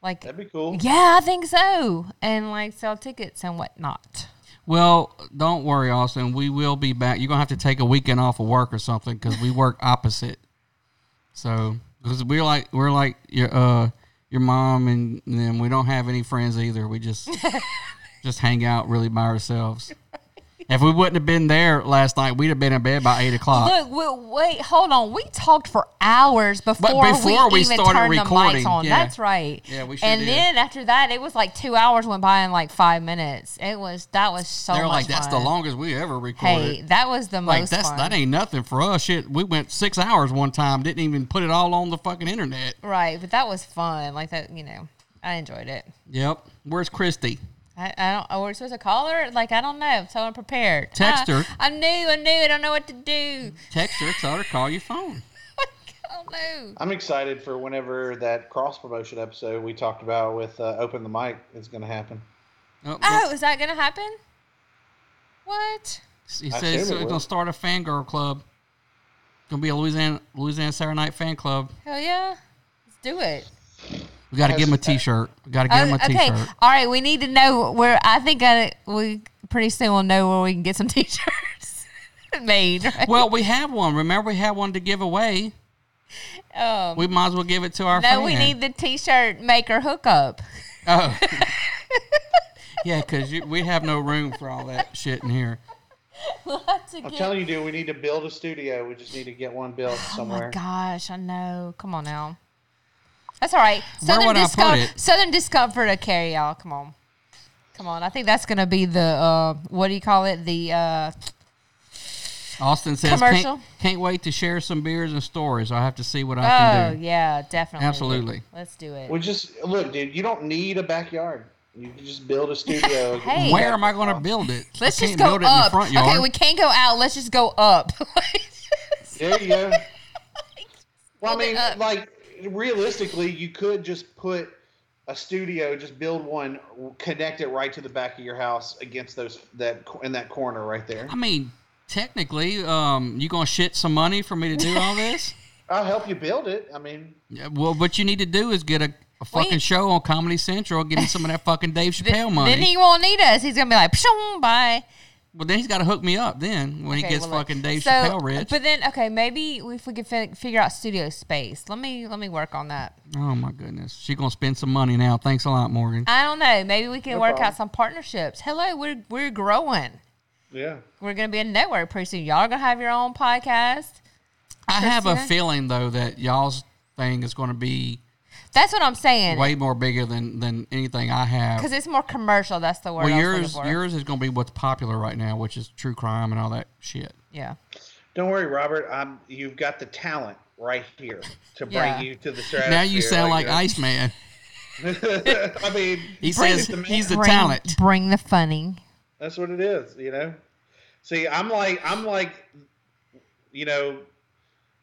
Like,
That'd be cool.
yeah, I think so, and like sell tickets and whatnot.
Well, don't worry, Austin. We will be back. You're going to have to take a weekend off of work or something because we work opposite. So, because we're like, we're like your, uh, your mom and, and then we don't have any friends either. We just, just hang out really by ourselves. If we wouldn't have been there last night, we'd have been in bed by eight o'clock.
Look, we, wait, hold on. We talked for hours before,
before we
even
started
turned
recording,
the mics on.
yeah.
That's right.
Yeah, we sure
And
did.
then after that, it was like two hours went by in like five minutes. It was that was so.
They're
much
like, that's the
fun."
longest we ever recorded.
Hey, that was the
like
most
that's
fun.
that ain't nothing for us. Shit, we went six hours one time. Didn't even put it all on the fucking internet.
Right, but that was fun. Like that, you know, I enjoyed it.
Yep. Where's Christy?
I, I don't. Are we supposed to call her? Like I don't know. So I'm prepared.
Text
Ah,
her.
I knew. I knew. I don't know what to do.
Text her. Tell her to call your phone.
I don't know.
I'm excited for whenever that cross promotion episode we talked about with uh, Open the Mic is going to happen.
Oh,
Oh, is that gonna happen? What?
he
I
says
assume
so
it
he's gonna
will.
start a fangirl club. Gonna be a Louisiana Louisiana Saturday Night fan club.
Hell yeah. Let's do it.
We gotta give him a T-shirt. We gotta give him a
Oh, okay.
T-shirt.
All right. We need to know where. I think I, we pretty soon will know where we can get some t-shirts made. Right?
Well, we have one. Remember, we had one to give away.
Um,
We might as well give it to our
no,
fans.
we need the t-shirt maker hookup.
Oh. yeah, because we have no room for all that shit in here.
We'll have to
I'm
get
telling you, dude, we need to build a studio. We just need to get one built
Oh my
somewhere.
gosh, I know. Come on now. That's all right.
Where
Southern
would I put
discomfort.
it?
Southern discomfort of carry y'all. Come on, come on. I think that's gonna be the uh, what do you call it? The uh,
Austin says, can't,
Commercial.
can't wait to share some beers and stories. I have to see what I
oh
can do.
yeah, definitely.
Absolutely.
Let's do it.
We just look, dude. You don't need a backyard. You can just build a studio.
Hey.
Where am I going to build it?
Let's
I
just
can't
go
build it in the
up.
front yard.
Okay, we can't go out. Let's just go up.
There you go. Well, I
Build it
mean,
up.
like realistically, you could just put a studio, just build one, connect it right to the back of your house against those that in that corner right there.
I mean, technically, um, you going to shit some money for me to do all this?
I'll help you build it. I mean,
Yeah, well, what you need to do is get a, a fucking
Wait.
show on Comedy Central, getting some of that fucking Dave Chappelle money.
then he won't need us. He's gonna be like, Pshong, bye.
well, then he's got to hook me up then when he
Okay,
gets
well, look.
fucking Dave
So,
Chappelle rich.
But then, okay, maybe if we could fi- figure out studio space. Let me let me work on that.
oh, my goodness. She going to spend some money now. Thanks a lot, Morgan.
I don't know. Maybe we can work
problem.
out some partnerships. Hello, we're we're growing.
yeah.
We're gonna be a network pretty soon. Y'all gonna have your own podcast.
I have a
Christina?
feeling, though, that y'all's thing is going to be
That's what I'm saying.
way more bigger than, than anything I have.
Because it's more commercial. That's the word.
Well,
I was
yours
looking for.
yours is going to be what's popular right now, which is true crime and all that shit.
yeah.
Don't worry, Robert. I'm. You've got the talent right here to bring
Yeah.
you to the stratosphere.
now you sound like
that.
Iceman.
I mean,
He
bring
says
it to me.
he's the
Bring-
talent.
Bring the funny.
That's what it is, you know. See, I'm like I'm like you know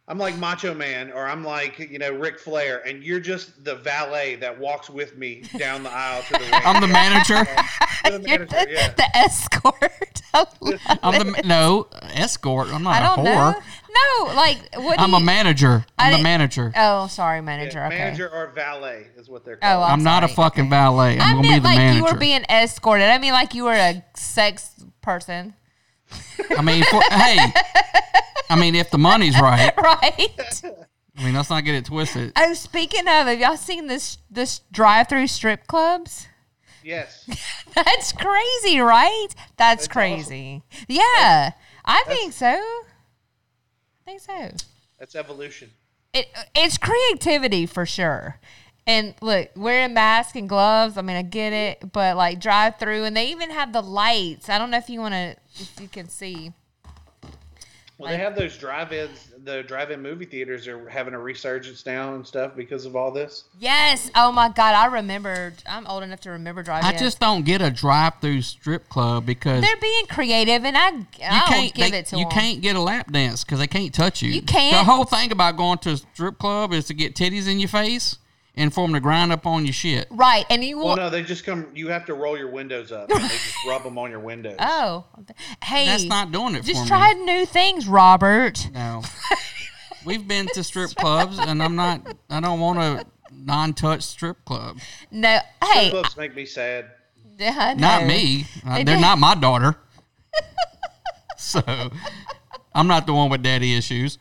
I'm like Macho Man or I'm like, you know, Ric Flair and you're just the valet that walks with me down the aisle to the ring.
I'm the manager.
You're the
You're
manager,
the,
yeah.
the escort. I love
I'm
it.
the no escort. I'm not
I
a
don't
whore.
know. No, like what? do
I'm a
you-
manager.
I
I'm the
didn't-
manager.
Oh, sorry,
Yeah,
manager. okay.
Manager or valet is what they're
Oh,
called.
I'm
I'm not a
sorry,
fucking
okay.
valet. I'm
I
gonna
meant
be the
like
manager.
you were being escorted. I mean, like you were a sex person,
I mean, for, hey, I mean, if the money's right,
right?
I mean, let's not get it twisted.
oh, speaking of, have y'all seen this this drive-through strip clubs?
yes.
That's crazy, right? That's, crazy. Yeah, I think so. I think so.
That's evolution.
it it's creativity for sure. And look, wearing masks and gloves. I mean, I get it, but like drive through, and they even have the lights. I don't know if you want to, if you can see.
Well, they have those drive-ins. The drive-in movie theaters are having a resurgence now and stuff because of all this.
Yes. Oh my God, I remember. I'm old enough to remember driving.
I just don't get a drive-through strip club because
they're being creative, and I
you
I don't
can't
give
they-
it to
you
'em.
can't get a lap dance because they can't touch you.
You can't.
The whole thing about going to a strip club is to get titties in your face and for them to grind up on your shit.
Right, and you
Well,
will.
no, they just come. You have to roll your windows up. And they just rub them on your windows.
Oh, hey,
That's not doing it for
Just
me.
try new things, Robert.
No, we've been to strip clubs and I'm not. I don't want a non-touch strip club.
No, hey,
Books make me sad.
I
Not
know.
me. Uh,
They
they're
do.
not my daughter. so I'm not the one with daddy issues.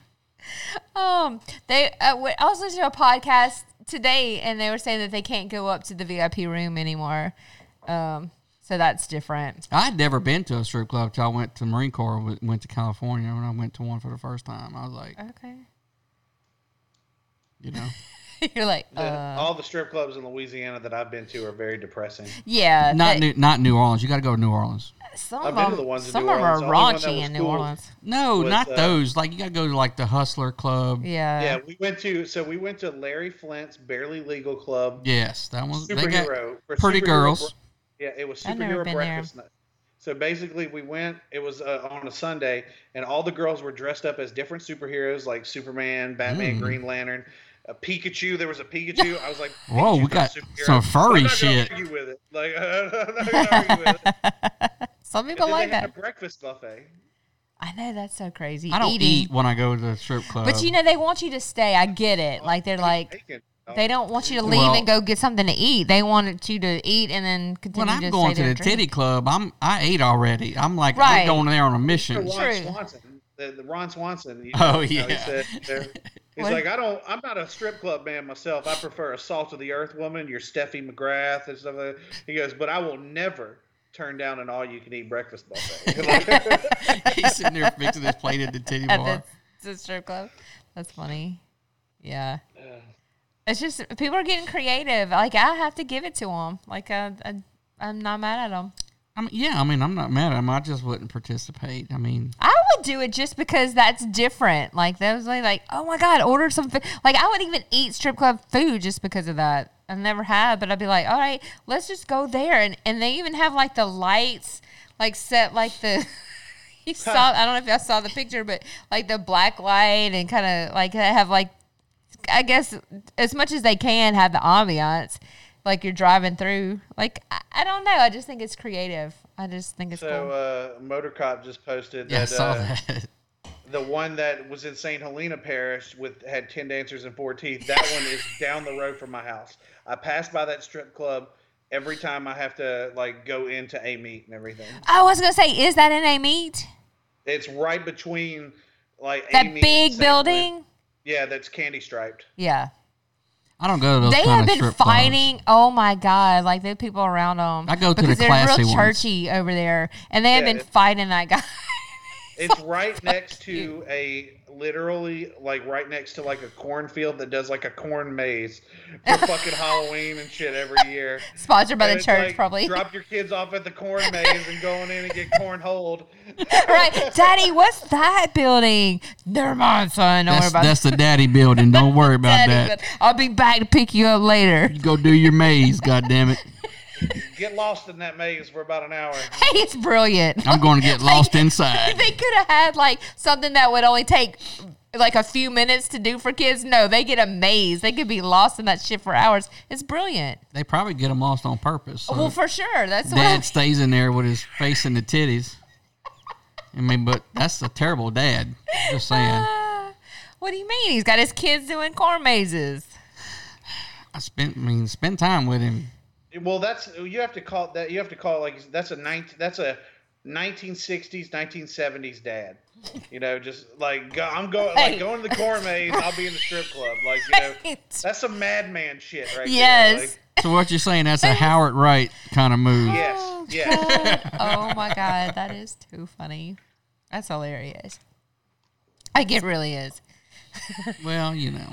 Um, they. Uh, w- I was listening to a podcast today, and they were saying that they can't go up to the VIP room anymore. Um, so that's different.
I'd never been to a strip club till I went to the Marine Corps. w- Went to California when I went to one for the first time. I was like,
Okay.
you know,
You're like,
The-
uh,
all the strip clubs in Louisiana that I've been to are very depressing.
yeah.
not
they-
new, not New Orleans. You got to go to New Orleans.
Some
I've
of
been to
them,
the ones in
some
New
of them are
Orleans. The only one that
raunchy
was
in New
cool-
Orleans.
No,
Was,
not
uh,
those. Like you got to go to like the Hustler Club.
Yeah.
yeah, we went to so we went to Larry Flint's Barely Legal Club.
Yes, that was they got
superhero or
pretty
superhero
girls.
bre- yeah, it was
I've never
superhero
been
breakfast night. So basically, we went. It was uh, on a Sunday, and all the girls were dressed up as different superheroes, like Superman, Batman,
Mm.
Green Lantern, a Pikachu. There was a Pikachu. I was like,
Whoa, we
Pikachu's not a
got
superhero.
some furry
I'm not gonna
shit.
Argue with it. Like, I'm not gonna argue with it.
Some people
But
like
they had a
that.
breakfast buffet.
I know that's so crazy.
I don't
Eating.
eat uh, when I go to the strip club.
But you know they want you to stay. I get it. Like they're like
Bacon.
they don't want you to leave
Well-
and go get something to eat. They wanted you to eat and then continue.
when I'm
to stay
going to
there
the
and drink.
titty club, I'm I ate already. I'm like
Right.
I'm going there on a
For
mission.
Ron
True.
Swanson, the, the Ron Swanson. You
Oh,
you he
yeah.
said, there- he's
What?
like, I don't. I'm not a strip club man myself. I prefer a salt of the earth woman. Your Steffi McGrath and stuff. Like that. He goes, but I will never turn down an all you can eat breakfast buffet.
He's sitting there fixing his plate at the titty
at
bar.
the, the strip club. That's funny. Yeah. It's just people are getting creative. Like I have to give it to them. Like I, I I'm not mad at them.
I mean, yeah, I mean, I'm not mad at him. I just wouldn't participate. I mean,
I would do it just because that's different. Like that was like, like oh my god, order some food. Like I would even eat strip club food just because of that. I never had, but I'd be like, all right, let's just go there. And and they even have like the lights, like set like the. You saw. I don't know if y'all saw the picture, but like the black light and kind of like they have like, I guess as much as they can have the ambiance, like you're driving through. Like I, I don't know. I just think it's creative. I just think it's cool.
So uh, Motor Cop just posted
yeah, I
that,
saw
uh,
that.
the one that was in St. Helena Parish with had ten dancers and four teeth. That one is down the road from my house. I pass by that strip club every time I have to like go into a meet and everything.
I was gonna say, is that in a meet?
It's right between like
That
A Meet and
big
St.
building?
Helena. Yeah, that's candy striped.
Yeah.
I don't go to those
They
kind
have
of
been
strip clubs.
fighting. Oh my god! Like the people around them.
I go to the
because they're
classy
real
ones.
churchy over there, and they have
Yeah,
been
it-
fighting that guy.
It's right next to a literally like right next to like a cornfield that does like a corn maze for fucking Halloween and shit every year.
Sponsored by
And
the
it's
church,
like,
probably.
Drop your kids off at the corn maze and going in and get cornholed.
right, Daddy? What's that building? Never mind, son. Don't
That's,
worry about
that's the daddy building. Don't worry about
Daddy,
that.
but I'll be back to pick you up later.
You go do your maze, goddammit.
Get lost in that maze for about an hour.
it's brilliant.
I'm going to get lost inside.
they could have had like something that would only take like a few minutes to do for kids. No, they get a maze. They could be lost in that shit for hours. It's brilliant.
They probably get them lost on purpose. So
well, for sure. That's what I'm
dad stays in there with his face in the titties. I mean, but that's a terrible dad. Just saying.
Ah, What do you mean? He's got his kids doing corn mazes.
I spent, I mean, spend time with him.
Well, that's you have to call it that. You have to call it like that's a 19, That's a 1960s, 1970s dad. You know, just like go, I'm going
Hey.
like going to the corn maze. I'll be in the strip club. Like you know,
Right.
that's some madman shit right there.
Yes.
Like,
So what you're saying? That's a Howard Wright kind of move.
yes. Yes.
oh my god, that is too funny. That's hilarious. Like it really is.
Well, you know,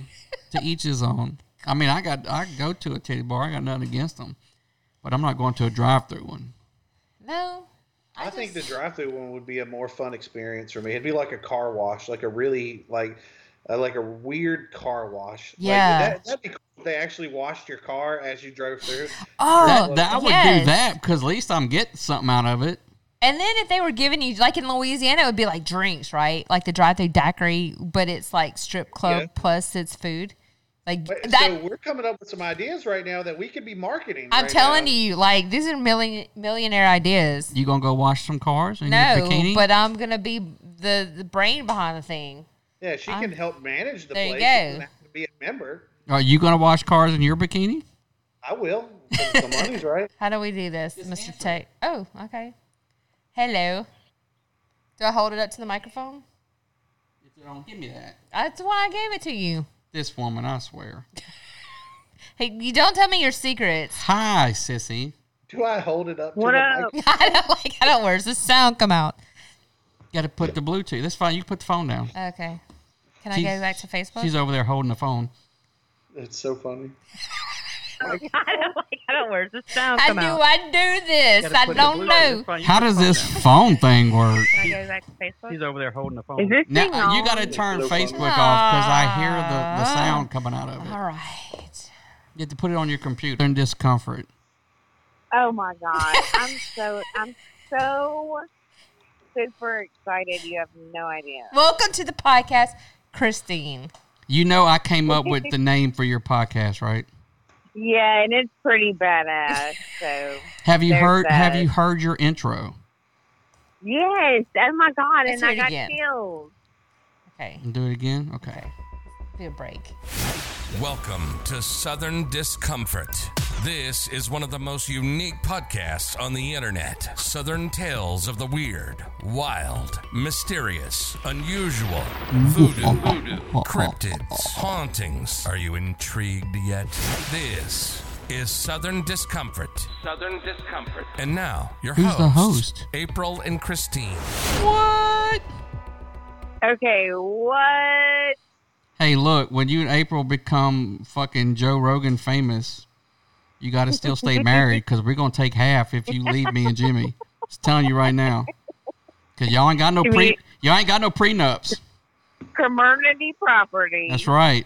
to each his own. I mean, I got I go to a titty bar. I got nothing against them, but I'm not going to a drive-through one.
No.
I think the drive-through one would be a more fun experience for me. It'd be like a car wash, like a really like uh, like a weird car wash.
Yeah.
like, that, that'd be cool. if They actually washed your car as you drove through.
Oh,
That, that- I would
yes.
do that because at least I'm getting something out of it.
And then if they were giving you like in Louisiana, it would be like drinks, right? Like the drive-through daiquiri, but it's like strip club
Yeah.
plus it's food. Like
But-
that.
so we're coming up with some ideas right now that we could be marketing.
I'm
right
telling
now.
you, like these are million millionaire ideas.
You gonna go wash some cars in your
No,
bikini?
but I'm gonna be the, the brain behind the thing.
Yeah, she can help manage the
There you
place.
go.
doesn't have to be a member.
Are you gonna wash cars in your bikini?
I will. if The money's right.
How do we do this, Mr. Tate? Oh, okay. Hello. Do I hold it up to the microphone?
Give me that.
That's why I gave it to you.
This woman, I swear.
Hey, you don't tell me your secrets.
Hi, sissy.
Do I hold it up? What to up? The mic?
I don't like. I don't. Where's the sound come out?
Got to put the Bluetooth. That's fine. You can put the phone down.
Okay. Can I
She's-
go back to Facebook?
She's over there holding the phone.
It's so funny.
I don't where's the sound
I
come
knew
out.
I'd do this. I don't know.
How does this phone thing work?
Can I go back to Facebook?
He's over there holding the phone.
Is this thing
Now
on?
you got to turn Facebook off because I hear the, the sound coming out of
All
it.
right.
You have to put it on your computer and discomfort.
Oh my god! I'm so I'm so super excited. You have no idea.
Welcome to the podcast, Christine.
You know I came up with the name for your podcast, right?
Yeah, and it's pretty badass. So
Have you
There's
heard Have
that.
you heard your intro?
yes, oh my god!
Let's
And
do
I
it
got
again.
chills.
Okay.
Do it again. Okay.
Be a break.
Welcome to Southern Discomfort. This is one of the most unique podcasts on the internet. Southern tales of the weird, wild, mysterious, unusual, voodoo, cryptids, hauntings. Are you intrigued yet? This is Southern Discomfort. Southern Discomfort. And now, your
Who's
hosts,
the host?
April and Christine.
What?
Okay, what?
Hey, Hey, look, when you and April become fucking Joe Rogan famous, you got to still stay married because we're going to take half if you leave me and Jimmy. Just telling you right now. Because y'all ain't got no pre,
Jimmy.
y'all ain't got no prenups.
Community property.
That's right.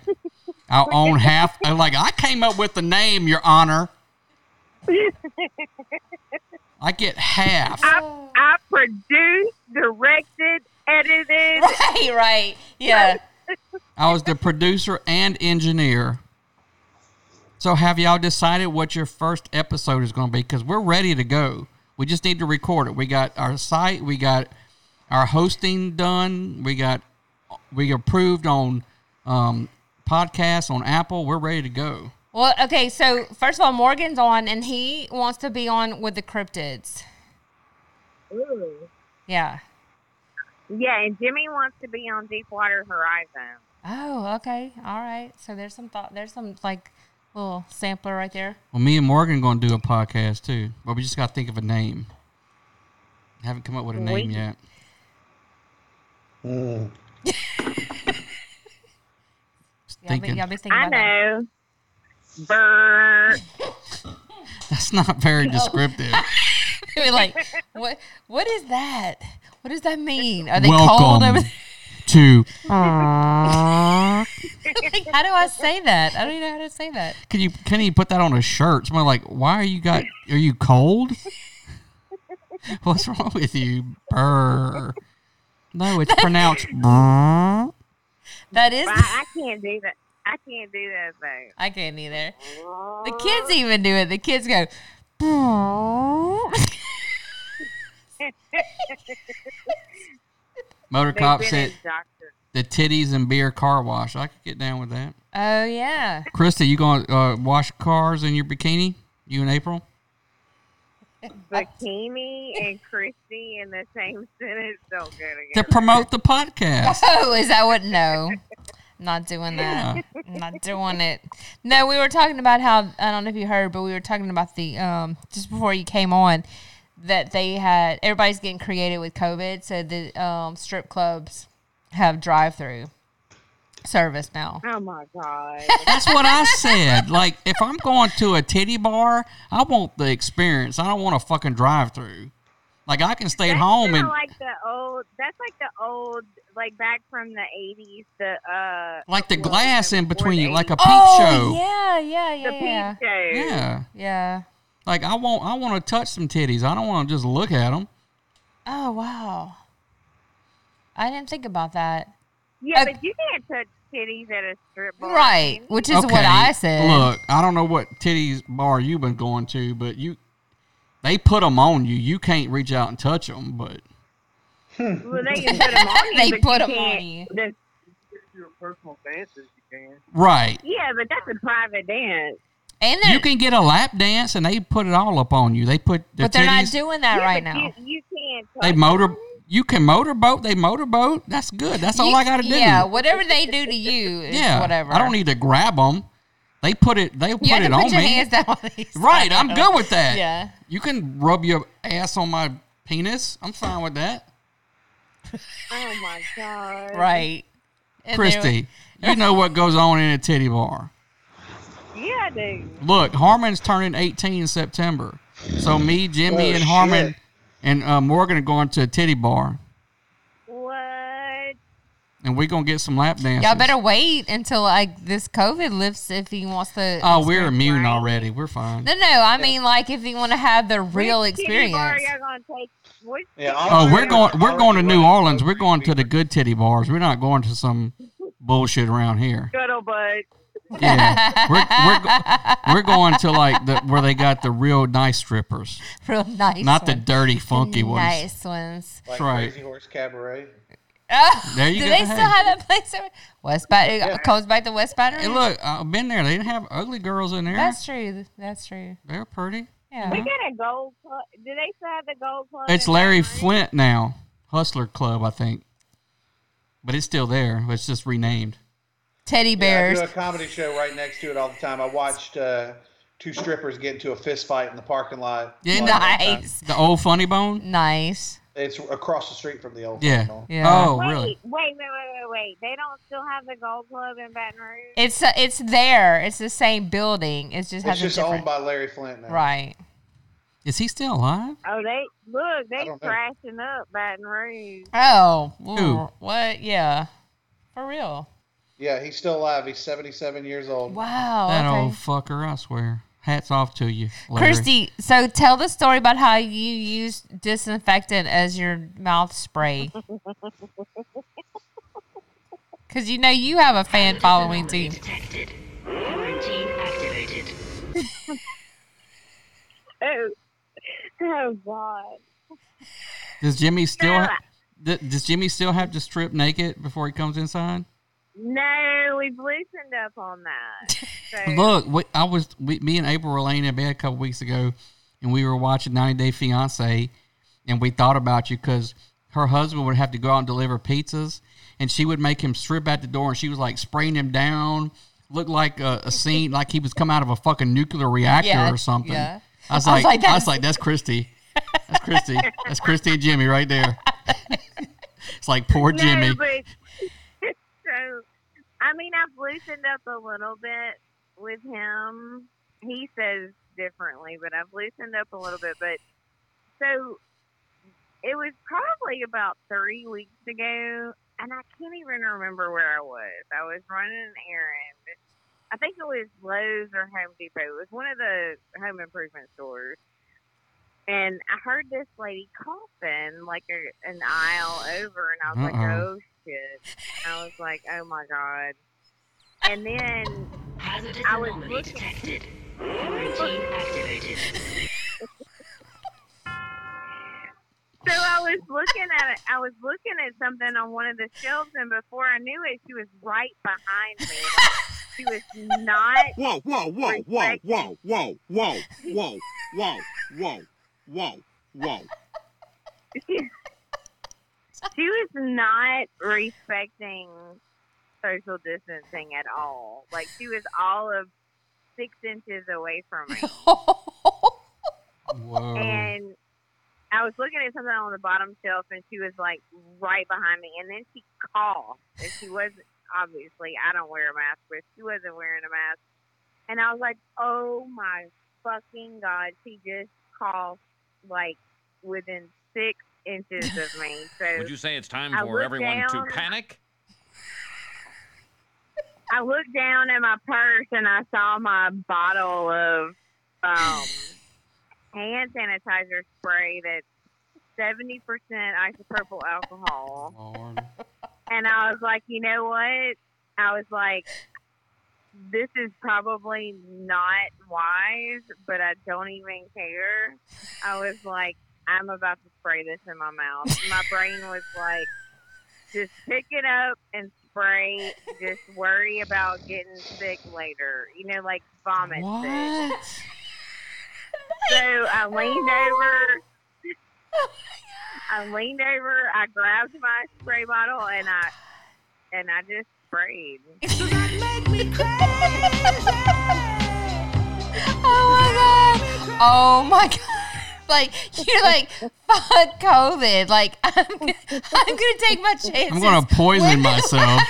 I'll own half. I'm like, I came up with the name, Your Honor. I get half.
I, I produced, directed, edited.
Right, right. Yeah.
I was the producer and engineer. So have y'all decided what your first episode is going to be? Because we're ready to go. We just need to record it. We got our site. We got our hosting done. We got we approved on um, podcasts on Apple. We're ready to go.
Well, okay, so first of all, Morgan's on and he wants to be on with the cryptids.
Ooh.
Yeah.
Yeah, and Jimmy wants to be on Deepwater Horizon.
Oh, okay. All right. So there's some thought there's some like little sampler right there.
Well, me and Morgan going to do a podcast too, but we just got to think of a name. Haven't come up with a name
Wait.
yet.
Mm.
Just
Y'all be,
thinking.
y'all be thinking
I
about that.
know. Burr.
That's not very descriptive.
Be like, what what is that? What does that mean? Are they cold over
Welcome
there?
to.
Like, how do I say that? I don't even know how to say that.
Can you can you put that on a shirt? Someone like, why are you got? Are you cold? What's wrong with you? Brr. No, it's pronounced. brr.
That is
But I can't do that. I can't do that though.
I can't either. The kids even do it. The kids go. "Brrr."
Motor
They've
cop
been
said
indoctr-
the titties and beer car wash. I could get down with that.
Oh yeah.
Krista, you gonna uh, wash cars in your bikini? You and April?
Bikini and Christy in the same sentence don't go
To
together.
promote the podcast.
Oh, is that what? No, not doing that. Not doing it. No, we were talking about how I don't know if you heard, but we were talking about the um just before you came on that they had everybody's getting creative with COVID, so the um strip clubs have drive-through service now.
Oh my god!
That's what I said. Like, if I'm going to a titty bar, I want the experience. I don't want a fucking drive through. Like, I can stay at
That's
home
kinda
and
like the old. Oh, That's like the old, like back from the eighties. The uh,
like the
well,
glass
the-
in
or the
between you, like a
80s.
peep
Oh
show.
yeah, yeah,
the
yeah,
peep
yeah.
show.
Yeah.
Yeah.
Like, I want I want to touch some titties. I don't want to just look at them.
Oh wow. I didn't think about that.
Yeah,
Okay.
but you can't touch titties at a strip bar.
Right, which is what I said.
Look, I don't know what titties bar you've been going to, but you they put them on you. You can't reach out and touch them, but
Well, they can put them on you.
They
but
put
you
'em on
can't-
you.
the-
right.
Yeah, but that's a private dance.
And they're,
you can get a lap dance, and they put it all up on you. They put their
but they're not
titties-
doing that
Yeah,
right
but
now.
You, you can't.
They
touch
motor.
them.
You can motorboat. They motorboat. That's good. That's all
You-
I got to do.
Yeah, whatever they do to you, is
Yeah,
whatever.
I don't need to grab them. They put it. They put
You have
it
to
on
put your
me.
hands down. on these.
Right. I'm good with that.
Yeah.
You can rub your ass on my penis. I'm fine with that.
Oh my god!
Right. And they're-
Christy, you know what goes on in a titty bar.
Yeah, dude.
Look, Harmon's turning 18 in September. So me, Jimmy,
Oh,
and Harmon
shit.
and uh, Morgan are going to a titty bar,
What?
and we're gonna get some lap dances.
Y'all better wait until like this COVID lifts if he wants to.
Oh, we're immune
right?
already. We're fine.
no, no. I mean, like if you want to have the real
Which kitty
experience.
bar y'all gonna take? Which
Yeah,
kitty
Oh,
Already-
we're going. We're going to
already
New
running
Orleans.
low
We're going to
fever.
the good titty bars. We're not going to some bullshit around here.
scuttlebutt?
Yeah, we're we're, go- we're going to like the where they got the real nice strippers,
Real nice.
not the
ones.
dirty funky ones.
Nice ones.
Like
right.
Crazy Horse Cabaret.
Oh,
There you
do
go.
they still
Hey.
have that place? Over? West Baton. It goes back to West Baton.
Hey,
Rouge?
look, I've been there. They didn't have ugly girls in there.
That's true. That's true.
They're pretty.
Yeah.
We got a gold club. Do they still have the gold club?
It's
in
Larry
Lawrence?
Flint now, Hustler Club, I think, but it's still there. It's just renamed.
Teddy bears.
Yeah, I do a comedy show right next to it all the time. I watched uh, two strippers get into a fist fight in the parking lot.
Yeah,
Like, all the time.
nice.
The old Funny Bone.
Nice.
It's across the street from the old.
Yeah.
Capitol.
Oh,
wait,
really?
Wait, wait, wait, wait, wait. They don't still have the Gold Club in Baton Rouge.
It's uh, it's there. It's the same building. It just has
It's
a
just
different.
owned by Larry Flint now.
right.
Is he still alive?
Oh, they look.
I
They
don't know.
crashing up Baton Rouge.
Oh.
Who?
ooh, What? Yeah. For real.
Yeah, he's still alive. He's 77 years old.
Wow.
that
Oh, okay.
old fucker, I swear. Hats off to you, Larry.
Christy, so tell the story about how you used disinfectant as your mouth spray. Because you know you have a fan following too.
Detected. Quarantine activated.
Oh, oh God.
Does Jimmy still ha- th- does Jimmy still have to strip naked before he comes inside?
No, we've loosened up on that. So,
Look, we, I was we, me and April were laying in bed a couple weeks ago, and we were watching 90 Day Fiance, and we thought about you because her husband would have to go out and deliver pizzas, and she would make him strip at the door, and she was like spraying him down, looked like a, a scene like he was come out of a fucking nuclear reactor
Yeah,
or something.
yeah.
I was
I
like,
was
I
like,
was like, that's Christy, that's Christy, that's Christy and Jimmy right there. it's like poor
no,
Jimmy.
but- so, I mean, I've loosened up a little bit with him. He says differently, but I've loosened up a little bit. But so it was probably about three weeks ago, and I can't even remember where I was. I was running an errand. I think it was Lowe's or Home Depot. It was one of the home improvement stores. And I heard this lady coughing like a, an aisle over, and I was like,
Uh-oh.
oh shit. I was like, oh my God. And then
Hazardous
I was
anomaly
looking-
detected. Quarantine activated.
So I was looking at it. I was looking at something on one of the shelves, and before I knew it, she was right behind me. Like, she was not.
Whoa, whoa, whoa, whoa, whoa, whoa, whoa, whoa, whoa, whoa, whoa, whoa.
She was not respecting social distancing at all. Like she was all of six inches away from me.
Whoa.
and I was looking at something on the bottom shelf, and she was like right behind me, and then she coughed, and she wasn't obviously. I don't wear a mask, but she wasn't wearing a mask, and I was like, "Oh my fucking god!" She just coughed like within six inches of me. So
Would you say it's time
I
for
looked
everyone to
down.
panic?
I looked down at my purse, and I saw my bottle of um, hand sanitizer spray that's seventy percent isopropyl alcohol.
Lord.
And I was like, you know what? I was like, this is probably not wise, but I don't even care. I was like, I'm about to spray this in my mouth. My brain was like, just pick it up and spray. Just worry about getting sick later. You know, like vomit sick.
What?
So I leaned over. I leaned over. I grabbed my spray bottle and I and I just sprayed.
Oh my god! Oh my god! Like you're like fuck COVID. Like I'm, gonna- I'm gonna take my chances.
I'm gonna poison myself.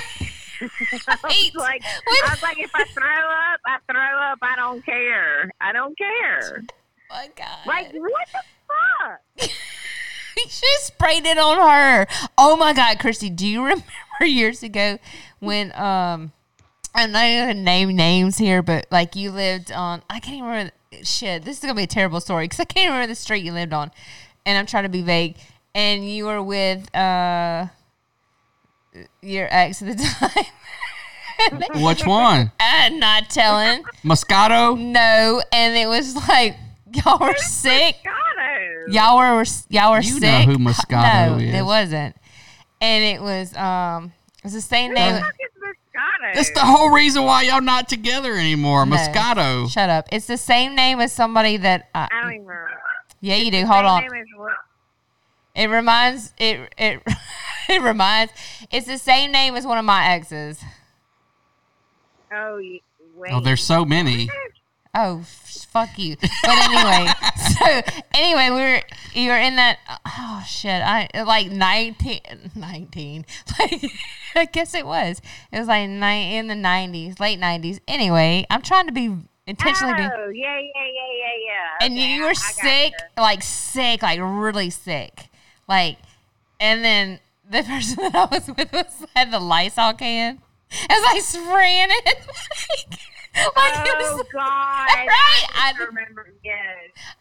Eight.
Like I was like, if I throw up, I throw up. I don't care. I don't care.
Oh my god!
Like what the fuck?
He just sprayed it on her. Oh my God, Christy, do you remember years ago when um I'm not even gonna name names here, but like you lived on I can't even remember shit. This is gonna be a terrible story because I can't remember the street you lived on, and I'm trying to be vague. And you were with uh your ex at the time.
Which one?
I'm not telling.
Moscato?
No, and it was like y'all were sick.
Moscato.
Y'all were y'all were
You know
sick.
who Moscato
no,
is.
it wasn't. And it was um it was the same
Who the
name.
fuck is Moscato?
That's the whole reason why y'all not together anymore.
No.
Moscato.
Shut up. It's the same name as somebody that I,
I don't even remember.
Yeah, you do. Hold
His
on.
name is Wil-
It reminds it it it reminds it's the same name as one of my exes.
Oh, y- wait.
Oh, there's so many.
Oh, f- fuck you. But anyway, so anyway, we were you were in that. Oh shit! I like 19, 19. Like I guess it was. It was like ni- in the nineties, late nineties. Anyway, I'm trying to be intentionally be.
Oh, yeah, yeah, yeah, yeah, yeah.
And you, you were sick, like sick, like really sick, like. And then the person that I was with was had the Lysol can. I was like spraying it. like, like it was
Oh God!
Right?
I just remember. Yes.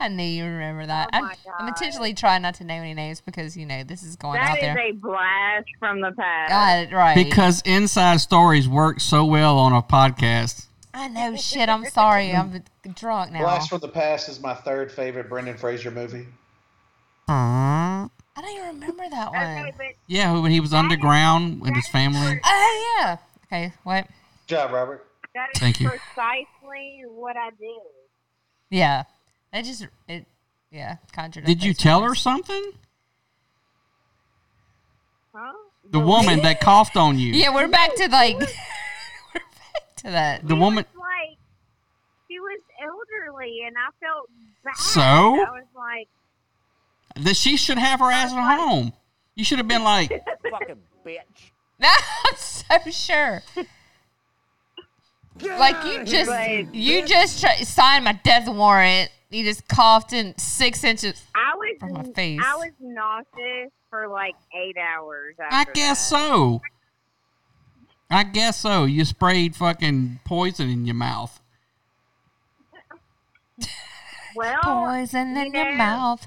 I knew you remember
Oh
that. I'm, I'm intentionally trying not to name any names because you know this is going
That
out
is
there.
a blast from the past.
God, right?
Because inside stories work so well on a podcast.
I know shit. I'm sorry. I'm drunk now.
Blast from the Past is my third favorite Brendan Fraser movie.
I don't even remember that one.
Yeah, when he was underground with his family.
Oh yeah. Okay. What?
Good job, Robert.
That is
Thank you.
precisely what I did.
Yeah. I just it. Yeah. Conjured. up
Did you
those
tell her
memories.
something?
Huh?
The woman that coughed on you.
Yeah, we're back to like. we're back to that.
The woman.
Like she was elderly, and I felt bad.
So?
I was like,
That she should have her ass at home. You should have been like,
"Fucking bitch."
I'm so sure. Like you just you just try, signed my death warrant. You just coughed in six inches.
I was
From my face.
I was nauseous for like eight hours.
I
After
guess so. I guess so. You sprayed fucking poison in your mouth.
that. Well,
Poison in
you
your
know,
mouth.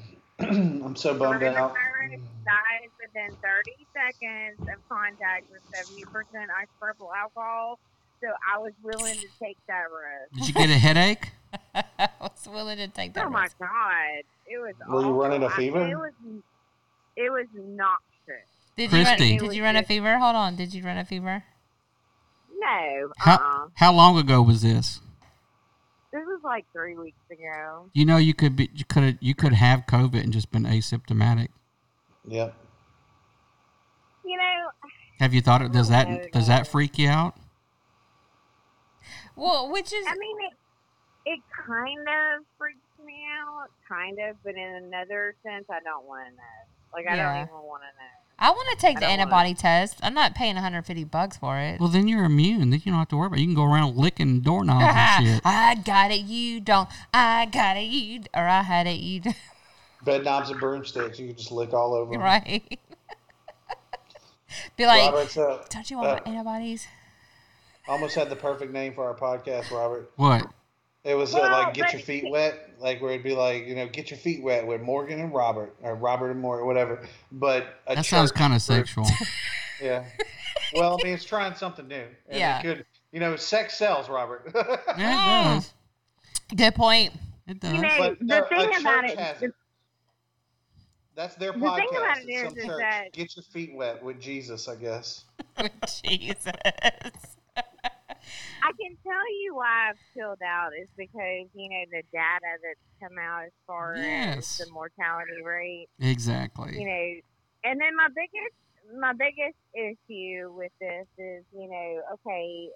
I'm so bummed out.
Coronavirus
Mm.
dies within 30 seconds of contact with 70% isopropyl alcohol, so I was willing to take that risk.
Did you get a headache?
I was willing to take that.
Oh my
risk.
god, it was.
Were you
awful.
running a
I-
fever?
it was. It was noxious.
Did
Christy.
you run, did you run a fever? Hold on. Did you run a fever?
No, uh-uh.
Uh-huh.
How, how long ago was this?
this was like three weeks ago.
You know, you could be, you could, you could have COVID and just been asymptomatic.
Yep.
You know,
Have you thought of does
Oh,
that does that freak you out?
Well, which is
I mean, it, it kind of freaks me out, kind of, but in another sense, I don't want to know. Like, I
Yeah.
don't even want to know.
I want to take
I
the
don't wanna-
antibody test. I'm not paying 150 bucks for it.
Well, then you're immune. Then you don't have to worry about. It. You can go around licking doorknobs and shit.
I got it. You don't. I got it. You d- or I had it. You d-
Bed knobs and broomsticks. You can just lick all over. 'em.
right. Be like,
Robert's up.
don't you want
Uh,
my antibodies?
Almost had the perfect name for our podcast, Robert.
What?
It was uh,
Well,
like get
but-
your feet wet, like where it'd be like you know get your feet wet with Morgan and Robert or Robert and Morgan, whatever. But a
That sounds
church
kind
group-
of sexual.
Yeah. Well, I mean, it's trying something new. And it
Yeah.
could you know sex sells, Robert.
yeah, it does.
Good point.
It
You
does.
know,
But
the
no,
thing
a
about
church
it,
has
the-
it. That's their
The thing
podcast.
about
It's
it is-
some
is
church.
that-
Get your feet wet with Jesus, I guess.
Jesus.
I can tell you why I've chilled out is because you know the data that's come out as far
Yes.
as the mortality rate, you
Exactly.
know, and then my biggest my biggest issue with this is you know okay,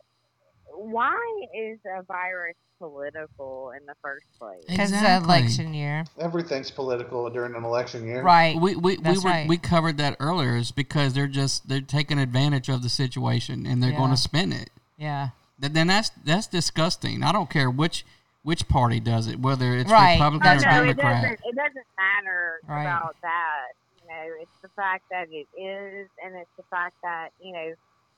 why is a virus political in the first place?
Because it's
Exactly.
election year.
Everything's political during an election year.
Right.
We we, we
That's
were
right.
we covered that earlier. Is because they're just they're taking advantage of the situation and they're going
Yeah.
to spin it.
yeah.
Th- Then that's that's disgusting. I don't care which which party does it, whether it's
Right,
Republican
that's
or
right.
no, it
Democrat.
doesn't. It doesn't matter
Right.
about that. You know, it's the fact that it is, and it's the fact that you know,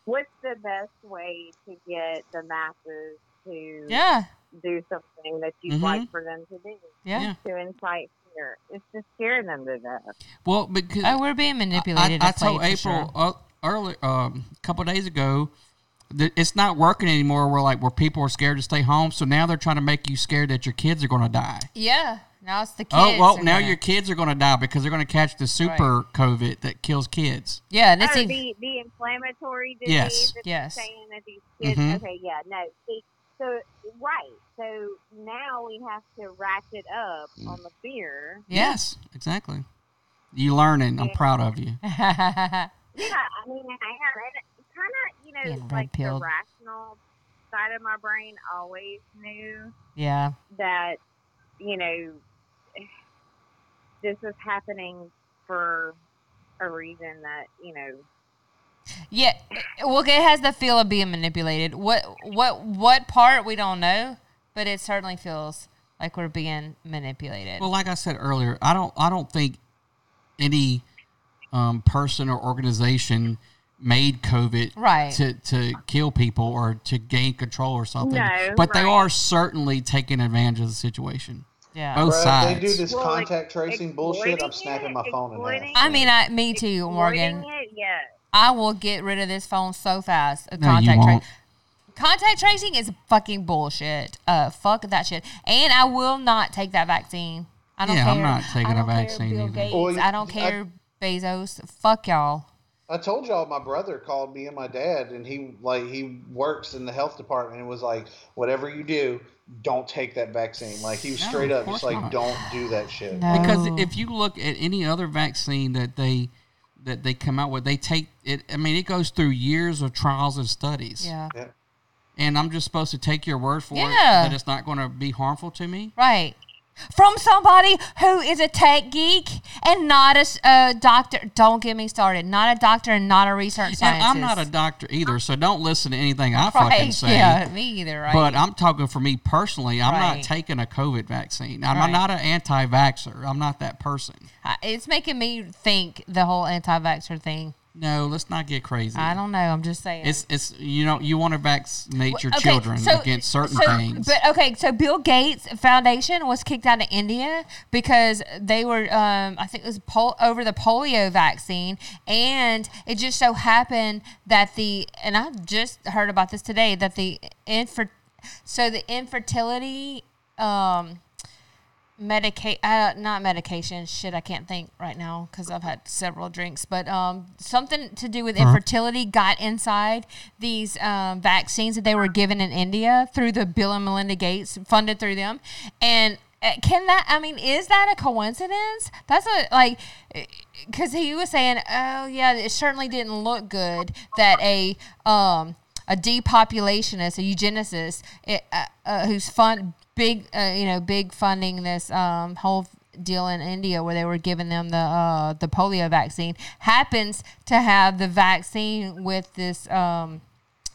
what's the best way to get the masses to
Yeah. Mm-hmm.
do something that you'd
Mhm.
like for them to do
Yeah.
to incite fear? It's to scare them to death.
Well, because
Oh, we're being manipulated.
I, I
and played
told
for sure.
April uh, earlier, um, a couple days ago, that it's not working anymore. Where like where people are scared to stay home, so now they're trying to make you scared that your kids are going to die.
Yeah. Now it's the kids.
oh well,
are
now
gonna-
your kids are going to die because they're going to catch the super COVID that kills kids.
Yeah. And it's
oh,
even-
the, the inflammatory disease.
Yes.
that they're
Yes. Mm-hmm.
Saying that these kids.
Mhm.
Okay, yeah, no. See, so right. So now we have to ratchet up
Mm.
on the fear.
Yeah.
Yes, exactly. You learning? I'm proud of you.
Yeah, I mean, I am. And kind of, you know,
Being
like the
red-pilled.
rational side of my brain always knew
Yeah.
that, you know, this is happening for a reason that, you know,
Yeah. Well, it has the feel of being manipulated. What what what part we don't know, but it certainly feels like we're being manipulated.
Well, like I said earlier, I don't I don't think any um, person or organization made COVID
Right.
to to kill people or to gain control or something.
No,
but they
right.
are certainly taking advantage of the situation.
Yeah.
both
Bro,
sides.
They do this
Well, like,
contact tracing bullshit. I'm
exploiting
snapping
it,
my phone in half.
exploiting
I mean, I me too, Morgan.
exploiting it, yeah.
I will get rid of this phone so fast.
No, you won't.
Contact tracing is fucking bullshit. Uh, fuck that shit. And I will not take that vaccine. I don't
Yeah,
care.
I'm not taking
I
a
don't care,
vaccine
Bill
either.
Gates.
Well,
I don't
I-
care, Bezos. Fuck y'all.
I told y'all my brother called me and my dad, and he like he works in the health department and was like, "Whatever you do, don't take that vaccine." Like he was
No,
straight
of
up
course
just like,
not.
"Don't do that shit."
No.
Because
Oh.
if you look at any other vaccine that they that they come out with, they take it. I mean, it goes through years of trials and studies.
Yeah.
Yeah.
And I'm just supposed to take your word for it
Yeah.
that it's not going to be harmful to me.
Right. From somebody who is a tech geek and not a s- a doctor. Don't get me started. Not a doctor and not a research
And
scientist.
I'm not a doctor either, so don't listen to anything I fucking
right.
say.
Yeah, me either. Right.
But I'm talking for me personally. I'm
Right.
not taking a COVID vaccine. I'm
Right.
not an anti-vaxxer. I'm not that person.
I- it's making me think the whole anti-vaxxer thing.
No, let's not get crazy.
I don't know. I'm just saying.
It's it's you know you want to vaccinate your
Okay,
children
so-
against certain
so-
things.
But uh, okay, so Bill Gates Foundation was kicked out of India because they were, um, I think it was pol- over the polio vaccine, and it just so happened that the and I just heard about this today that the infer, so the infertility, um, medica- uh, not medication shit i can't think right now because i've had several drinks but um, something to do with infertility got inside these um, vaccines that they were given in india through the bill and melinda gates funded through them and uh, can that i mean is that a coincidence that's a like because he was saying oh yeah it certainly didn't look good that a um a depopulationist, a eugenicist, it, uh, uh, who's fund big, uh, you know, big funding this um, whole deal in India where they were giving them the uh, the polio vaccine, happens to have the vaccine with this um,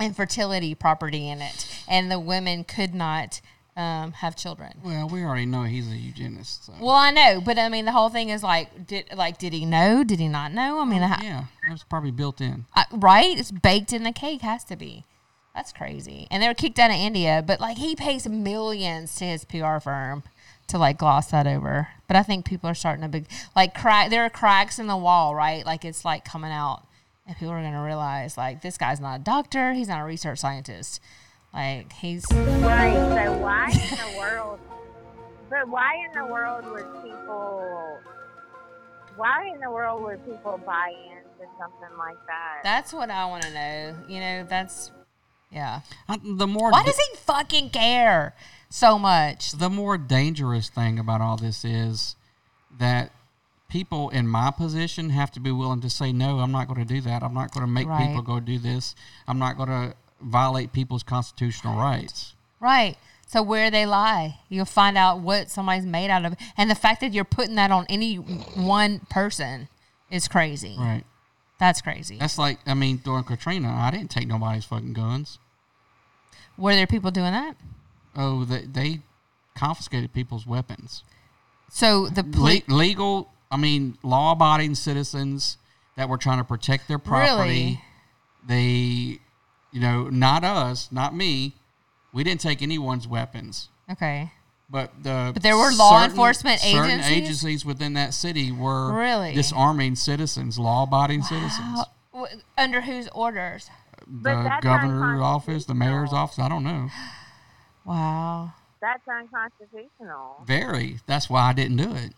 infertility property in it, and the women could not um, have children.
well, we already know he's a eugenist. So.
Well, I know, but I mean, the whole thing is like, did like, did he know? Did he not know? I mean, I-
yeah, that's probably built in.
I, right? It's baked in the cake, has to be. That's crazy. And they were kicked out of India, but like he pays millions to his PR firm to like gloss that over. But I think people are starting to big like crack. There are cracks in the wall, right? Like it's like coming out, and people are gonna realize like this guy's not a doctor. He's not a research scientist. Like he's
Right. So why in the world? But why in the world would people? Why in the world would people buy into something like that?
that's what I want to know. You know, that's yeah.
I, the more
Why does he fucking care so much?
the more dangerous thing about all this is that people in my position have to be willing to say no. I'm not going to do that. I'm not going to make
Right.
people go do this. I'm not going to violate people's constitutional rights.
Right. So where they lie, you'll find out what somebody's made out of, and the fact that you're putting that on any one person is crazy.
Right.
That's crazy.
That's like I mean during Katrina, I didn't take nobody's fucking guns.
Were there people doing that?
Oh, they, they confiscated people's weapons.
So the
Le-
police.
legal, I mean, law-abiding citizens that were trying to protect their property. They, you know, not us, not me. We didn't take anyone's weapons,
Okay.
but the
But there were law enforcement
certain
agencies?
agencies within that city were
Really?
disarming citizens, law-abiding citizens.
Wow. W- Under whose orders?
But
The
that's
governor's office, the mayor's office. I don't know.
Wow.
That's unconstitutional.
Very. That's why I didn't do it.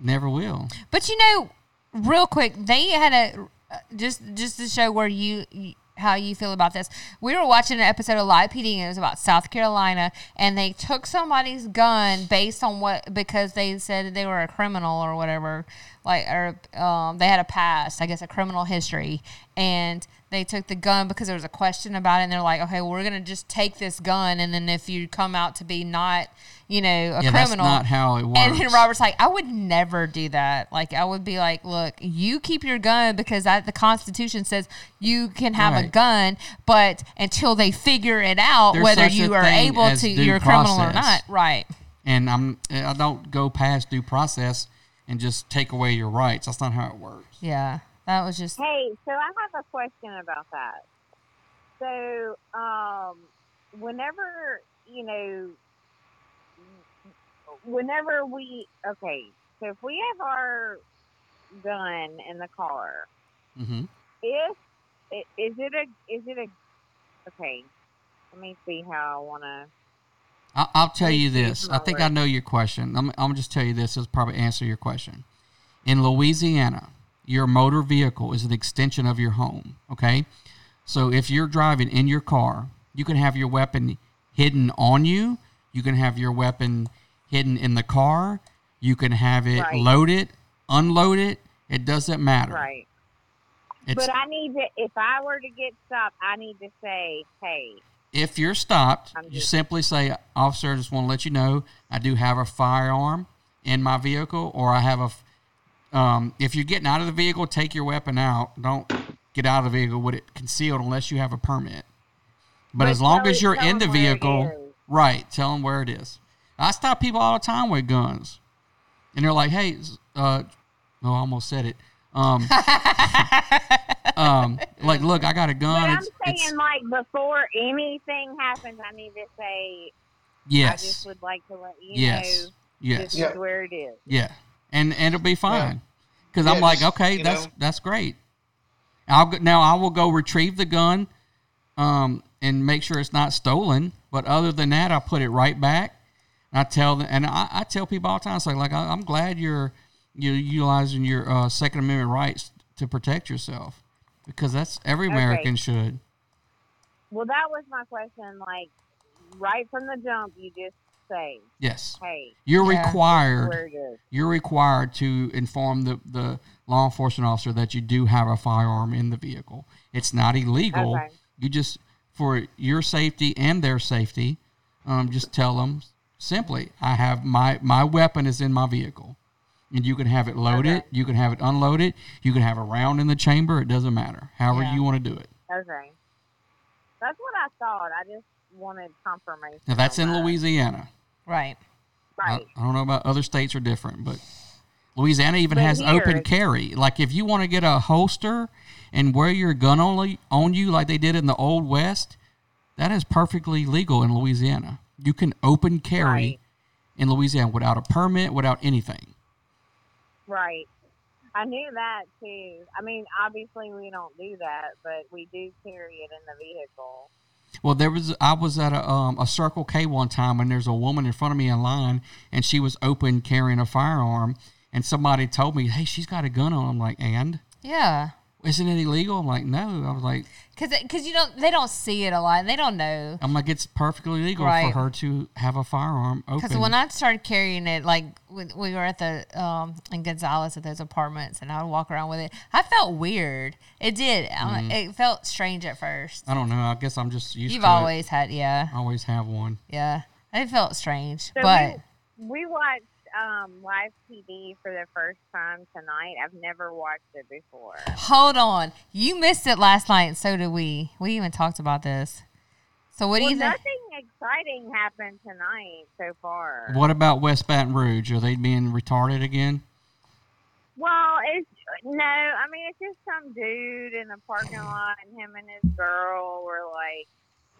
Never will.
But you know, real quick, they had a uh, just just to show where you you- how you feel about this. We were watching an episode of Live PD, and it was about South Carolina, and they took somebody's gun based on what because they said they were a criminal or whatever, like or um, they had a past, I guess, a criminal history, and they took the gun because there was a question about it and they're like okay well, we're going to just take this gun and then if you come out to be not you know a
Yeah,
criminal
that's not how it
and then
works.
robert's like i would never do that like i would be like look you keep your gun because I, the constitution says you can have a
Right.
gun but until they figure it out
There's
whether
such a
you are
thing
able
as
to
due
you're a criminal or not
process.
right
and I'm I don't go past due process and just take away your rights. That's not how it works.
yeah that was just
Hey, so I have a question about that. So, um, whenever you know, whenever we okay, so if we have our gun in the car,
Mm-hmm.
if i- is it a is it a okay? Let me see how I want to.
I, I'll tell you this. I think I know your question. I'm, I'm just tell you this. This will probably answer your question. In Louisiana, your motor vehicle is an extension of your home. Okay, so if you're driving in your car, you can have your weapon hidden on you. You can have your weapon hidden in the car. You can have it
Right.
loaded, unloaded. It doesn't matter.
Right.
It's-
but I need to. If I were to get stopped, I need to say, "Hey,
If you're stopped,
I'm
you
just-
simply say, "Officer, I just want to let you know I do have a firearm in my vehicle, or I have a." f- Um, if you're getting out of the vehicle, take your weapon out. Don't get out of the vehicle with it concealed unless you have a permit. But,
But
as long
tell
as
it-
you're
tell
in the
'em where it
vehicle, right? Tell them where it is. I stop people all the time with guns, and they're like, "Hey, s- uh, no, I almost said it." Um, um, like, look, I got a
But
gun.
I'm
It's-
saying,
it's-
like, before anything happens, I need to say,
Yes.
I just would like to let you
Yes.
know
Yes.
this
Yeah.
is where it is.
Yeah, and and it'll be fine. Because
Yeah,
I'm like,
just,
okay,
you
that's
know.
that's great. I'll go, now I will go retrieve the gun, um, and make sure it's not stolen. But other than that, I put it right back. I tell them, and I, I tell people all the time, it's like, like I, I'm glad you're you're utilizing your uh, Second Amendment rights to protect yourself, because that's every
Okay.
American should.
Well, that was my question. Like, right from the jump, you just say,
Yes.
Hey,
You're
this is where
required.
it is.
You're required to inform the, the law enforcement officer that you do have a firearm in the vehicle. It's not illegal.
Okay.
You just for your safety and their safety, um, just tell them simply, I have my my weapon is in my vehicle, and you can have it loaded, you can have it unloaded, you can have a round in the chamber. It doesn't matter. However
Yeah.
you want to do it.
Okay, that's what I thought. I just wanted confirmation.
Now that's in Louisiana.
right
Right.
I don't know about other states are different, but Louisiana even
But
has
here
open
it's-
carry. Like if you want to get a holster and wear your gun only on you like they did in the old west, that is perfectly legal in Louisiana. You can open carry
Right.
in Louisiana without a permit, without anything.
Right. I knew that too. I mean, obviously we don't do that, but we do carry it in the vehicle.
Well, there was I was at a um, a Circle K one time, and there's a woman in front of me in line, and she was open carrying a firearm, and somebody told me, "Hey, she's got a gun on." I'm like, "And
yeah
isn't it illegal?" I'm like, "No." I was like,
because you don't they don't see it a lot they don't know
I'm like, it's perfectly legal
Right.
for her to have a firearm open.
Because when I started carrying it, like when we were at the um in Gonzales at those apartments, and I would walk around with it, I felt weird. It did. I-
Mhm.
It felt strange at first.
I don't know. I guess I'm just used
You've
to it.
always had, yeah,
I always have one.
yeah. It felt strange,
So
but
we, we watched um, live TV for the first time tonight. I've never watched it before.
hold on, you missed it last night, and so did we. We even talked about this. So what
well,
do you think?
Nothing exciting happened tonight so far.
What about West Baton Rouge? Are they being retarded again?
Well, it's no. I mean, it's just some dude in the parking lot, and him and his girl were like,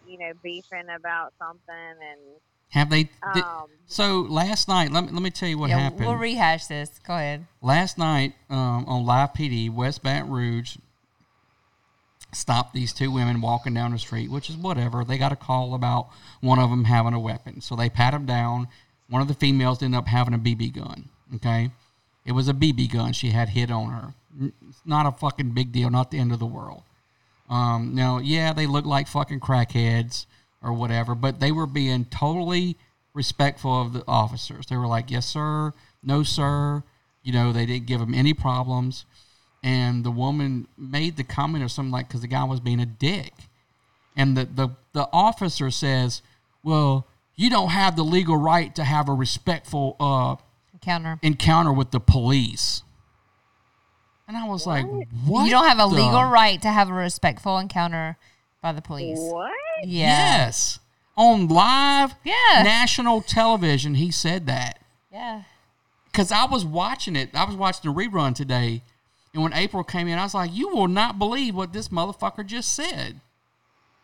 you know, beefing about something, and
Have they? di-
Um,
so last night, let me, let me tell you what
Oh. yeah,
happened.
we'll rehash this. Go ahead.
last night um, on live PD, West Baton Rouge stopped these two women walking down the street, which is whatever. They got a call about one of them having a weapon, so they pat them down. One of the females ended up having a BB gun. Okay, it was a BB gun she had hit on her. N- It's not a fucking big deal. Not the end of the world. Um, now, yeah, they look like fucking crackheads or whatever, but they were being totally respectful of the officers. They were like, "Yes, sir. No, sir." You know, they didn't give them any problems. and the woman made the comment or something like because the guy was being a dick and the, the the officer says well you don't have the legal right to have a respectful uh
Encounter.
encounter with the police and i was like what
you don't have a
the-
legal right to have a respectful encounter by the police.
What?
Yeah.
yes on live
Yeah.
national television he said that
Yeah.
because I was watching it. I was watching the rerun today, and when April came in, I was like, "You will not believe what this motherfucker just said."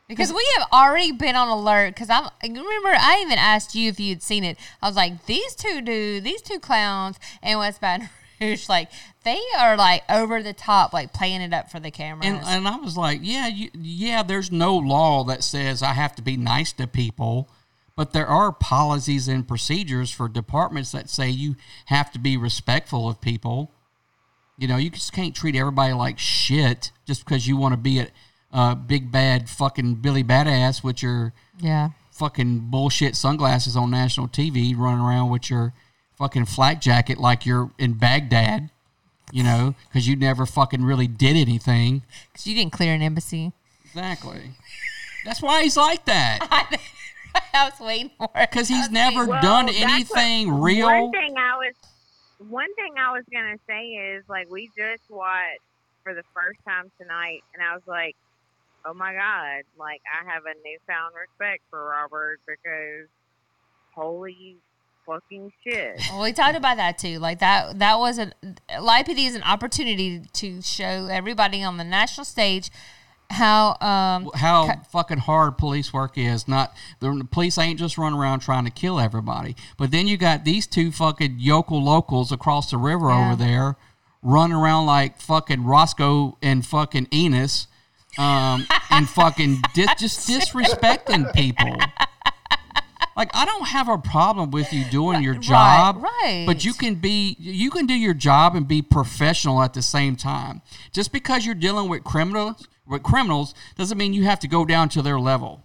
Because we have already been on alert. Because I'm I remember I even asked you if you'd seen it. I was like, these two dudes, these two clowns, and West Baton Rouge, like they are like over the top, like playing it up for the cameras.
And and I was like, "Yeah, you, yeah." There's no law that says I have to be nice to people, but there are policies and procedures for departments that say you have to be respectful of people. You know, you just can't treat everybody like shit just because you want to be a uh, big bad fucking Billy badass with your
yeah.
fucking bullshit sunglasses on national TV, running around with your fucking flak jacket like you're in Baghdad, you know, because you never fucking really did anything.
Because you didn't clear an embassy.
Exactly. That's why he's like that.
I was waiting for it.
Because he's never
Well,
done
that's what-
anything real.
One thing I was, one thing I was gonna say is like we just watched for the first time tonight, and I was like, oh my god, like I have a newfound respect for Robert because holy fucking shit.
Well, we talked about that too. Like that, that was a LIPD is an opportunity to show everybody on the national stage how um
How fucking hard police work is. Not the police ain't just running around trying to kill everybody. But then you got these two fucking yokel locals across the river over there running around like fucking Roscoe and fucking Enos, um, and fucking dis- just disrespecting people. Like I don't have a problem with you doing your job,
right.
But you can be, you can do your job and be professional at the same time. Just because you're dealing with criminals, with criminals, doesn't mean you have to go down to their level.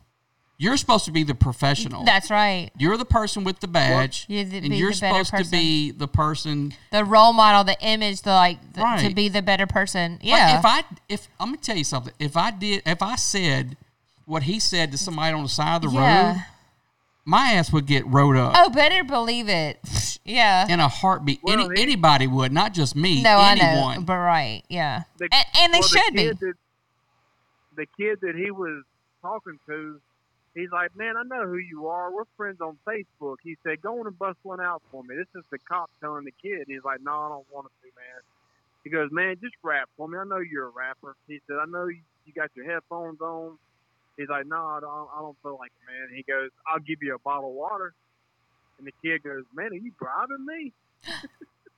You're supposed to be the professional.
That's right.
you're the person with the badge,
You're the-
and
be
you're
the better
supposed to be the person.
The role model, the image, the like, the, to
Right.
be the better person.
Like,
Yeah.
if I if I'm gonna tell you something, if I did, if I said what he said to somebody on the side of the
Yeah.
road, my ass would get rode up.
oh, better believe it. yeah.
in a heartbeat. Any, anybody would, not just me.
no, I know.
anyone.
But right. Yeah.
The-
and, and they
well, the
should be.
kid That, the kid that he was talking to, he's like, "Man, I know who you are. We're friends on Facebook." He said, "Go on and bust one out for me." This is the cop telling the kid. He's like, "No, I don't want to be, man." He goes, "Man, just rap for me. I know you're a rapper." He said, "I know you, you got your headphones on." He's like, "No, I don't, I don't feel like it, man." He goes, "I'll give you a bottle of water." And the kid goes, "Man, are you bribing me?"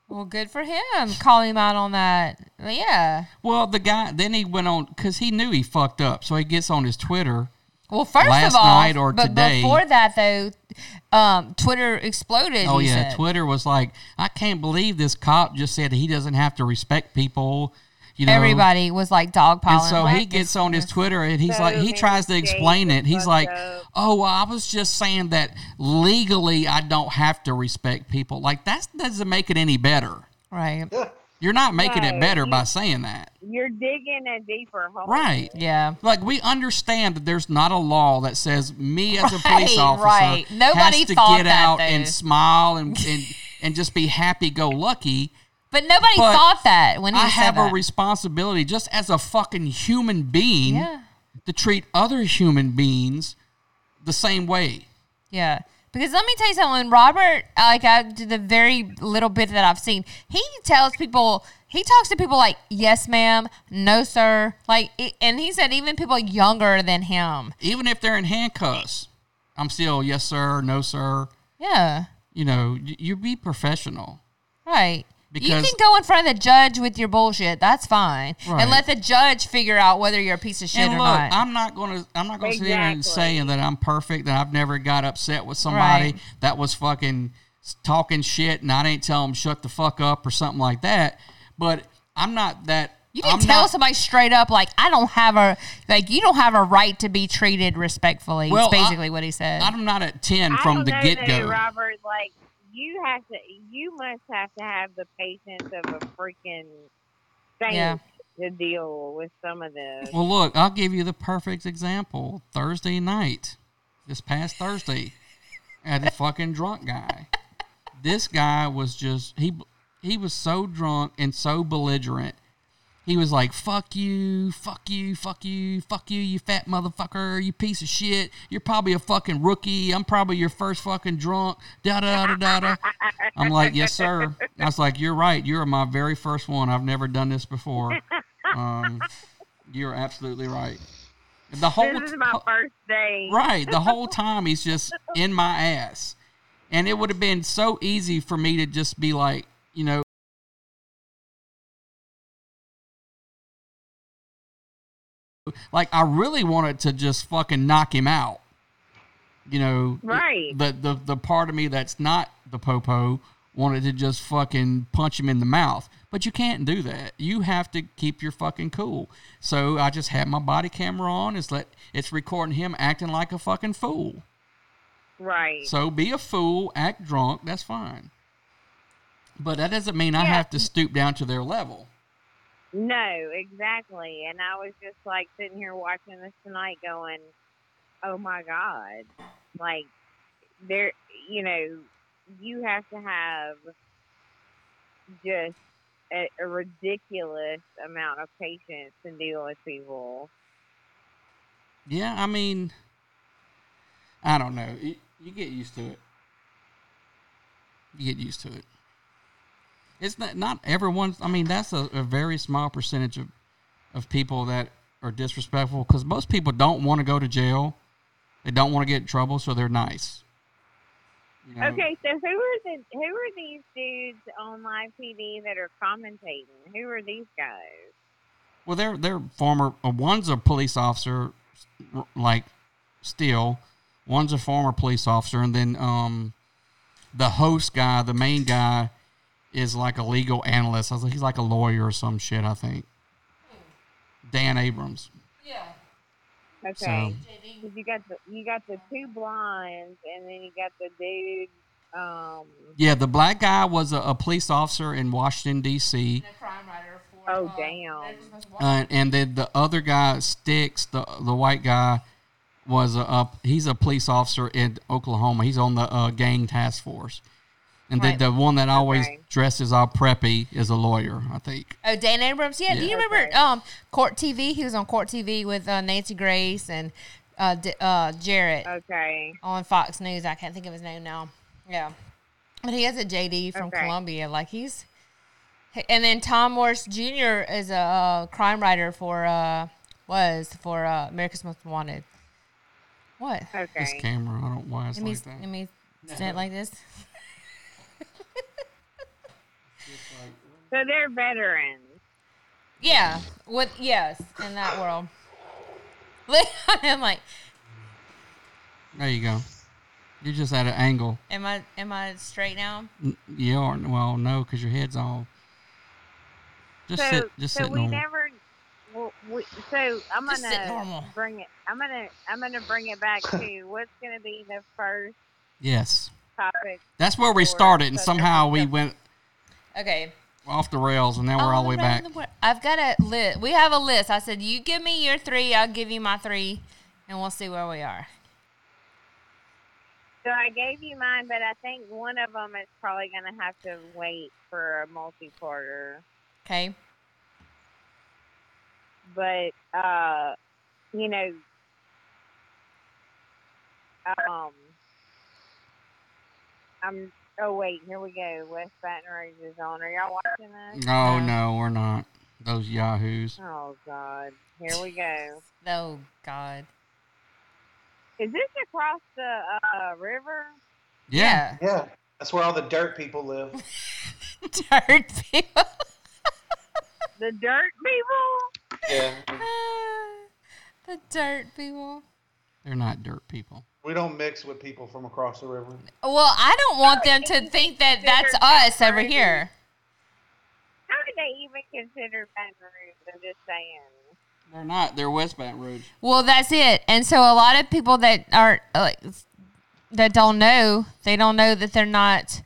Well, good for him. Calling him out on that. Yeah.
Well, the guy then he went on because he knew he fucked up, so he gets on his Twitter.
Well, first
last
of all,
night or
but
today.
before that though, um, Twitter exploded.
oh
you
yeah,
said.
Twitter was like, I can't believe this cop just said he doesn't have to respect people. You know,
Everybody was like
And
dogpiling.
so
like,
he gets on his Twitter and he's
So
like, he
many
tries to explain it. He's like, oh, well, I was just saying that legally I don't have to respect people. Like, that doesn't make it any better.
Right.
You're not making
Right.
it better by
You-
saying that.
You're digging a deeper hole.
Right.
Yeah.
Like we understand that there's not a law that says me as a police
Right,
officer
right. Nobody
has to
thought
get
that,
out
though.
and smile and, and and just be happy go lucky.
But nobody
But
thought that when he
I
said
have
that.
a responsibility just as a fucking human being
Yeah.
to treat other human beings the same way.
Yeah. Because let me tell you something, when Robert, uh, like I did the very little bit that I've seen, he tells people, he talks to people like, yes, ma'am, no, sir. Like, it, and he said even people younger than him.
Even if they're in handcuffs. I'm still yes sir, no sir.
Yeah.
You know, y- you be professional.
Right. you
Because-
can go in front of the judge with your bullshit. That's fine.
Right.
And let the judge figure out whether you're a piece of shit
and
or
look,
not.
I'm not gonna I'm not gonna sit here and say that I'm perfect, that I've never got upset with somebody
Right.
that was fucking s- talking shit, and I didn't tell them shut the fuck up or something like that. But I'm not that.
you can
I'm
tell
not-
somebody straight up, like, I don't have a, like, you don't have a right to be treated respectfully.
Well, I-
it's basically what he said.
I'm not at ten
I
from
don't
the
know, though,
get go.
Robert, like you have to, you must have to have the patience of a freaking Same
Yeah.
the deal with some of those.
Well, look, I'll give you the perfect example. Thursday night, this past Thursday, at a fucking drunk guy. This guy was just he he was so drunk and so belligerent. He was like, "Fuck you, fuck you, fuck you, fuck you, you fat motherfucker, you piece of shit. You're probably a fucking rookie. I'm probably your first fucking drunk." Da da da da da. I'm like, "Yes, sir." I was like, "You're right. You're my very first one. I've never done this before." Um, you're absolutely right. The whole
this is my first day.
right, the whole time he's just in my ass, and it would have been so easy for me to just be like, you know, like I really wanted to just fucking knock him out. You know,
Right.
The the the part of me that's not the popo wanted to just fucking punch him in the mouth, but you can't do that. You have to keep your fucking cool. So I just had my body camera on. It's let it's recording him acting like a fucking fool.
Right.
So be a fool, act drunk. That's fine. But that doesn't mean I
Yeah.
have to stoop down to their level.
No, exactly. And I was just like sitting here watching this tonight going, oh my God. Like, there, you know, you have to have just a, a ridiculous amount of patience to deal with people.
Yeah, I mean, I don't know. You, you get used to it. You get used to it. It's not not everyone's. I mean, that's a, a very small percentage of of people that are disrespectful because most people don't want to go to jail. They don't want to get in trouble, so they're nice. You know?
Okay, so who are the who are these dudes on live TV that are commentating? Who are these guys?
Well, they're they're former. Uh, one's a police officer, r- like still. One's a former police officer, and then um, the host guy, the main guy, is like a legal analyst. I was like, he's like a lawyer or some shit. I think. Dan Abrams.
Yeah.
Okay, 'Cause you got the you got the two blondes, and then you got the dude. Um,
Yeah, the black guy was a, a police officer in Washington D.C.
oh damn!
Uh, and then the other guy, Sticks, the the white guy, was a, a he's a police officer in Oklahoma. He's on the uh, gang task force. And then
Right.
the one that always
Okay.
dresses all preppy is a lawyer, I think.
Oh, Dan Abrams. Yeah. Do
Yeah.
you remember um, Court TV? He was on Court TV with uh, Nancy Grace and uh, D- uh, Jarrett.
Oh. Okay.
On Fox News. I can't think of his name now. Yeah. But he has a JD from
Okay.
Columbia. Like he's. And then Tom Morse Jr. is a uh, crime writer for uh, was for uh, America's Most Wanted. What?
Oh.
This camera, I don't know why it's
let me,
like that.
Let me stand like this.
So they're veterans.
Yeah. With yes, in that world. Look, I'm like,
There you go. You're just at an angle.
am I am I straight now?
N- You are well, no, because your head's all. Just
so,
sit, just
so
sit
we
normal.
never. Well, we, so I'm
Just sit
gonna
normal.
bring it. I'm gonna I'm gonna bring it back to what's gonna be the first
yes,
topic.
that's where we
for
started, and
Southern
somehow we went
Okay.
off the rails, and now
Oh,
we're all the way back.
around the wor- I've got a list. We have a list. I said, you give me your three, I'll give you my three, and we'll see where we are.
So I gave you mine, but I think one of them is probably going to have to wait for a multi-parter.
Okay.
But uh, you know, um, I'm. Oh wait, here we go. West Baton Rouge is on. Are y'all watching this?
No, no, we're not. Those yahoos.
Oh God, here we go.
Oh God.
Is this across the uh, river?
Yeah.
Yeah. That's where all the dirt people live.
dirt people.
the dirt people.
Yeah.
The dirt people.
They're not dirt people.
We don't mix with people from across the river.
Well, I don't want them to think that that's us over here.
How do they even consider Baton Rouge? I'm just saying.
They're not. They're West Baton Rouge.
Well, that's it. And so a lot of people that are like that don't know, they don't know that they're not.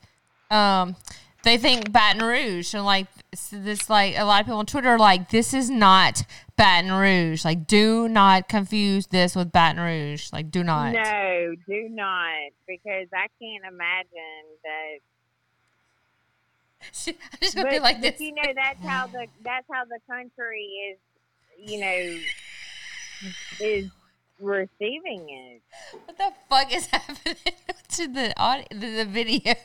Um, they think Baton Rouge and like so this like a lot of people on Twitter are like, this is not Baton Rouge. Like, do not confuse this with Baton Rouge. Like, do not.
No, do not, because I can't imagine that.
I'm just gonna be like this.
You know, that's how the that's how the country is. You know, is receiving it.
What the fuck is happening to the audio, the, the video?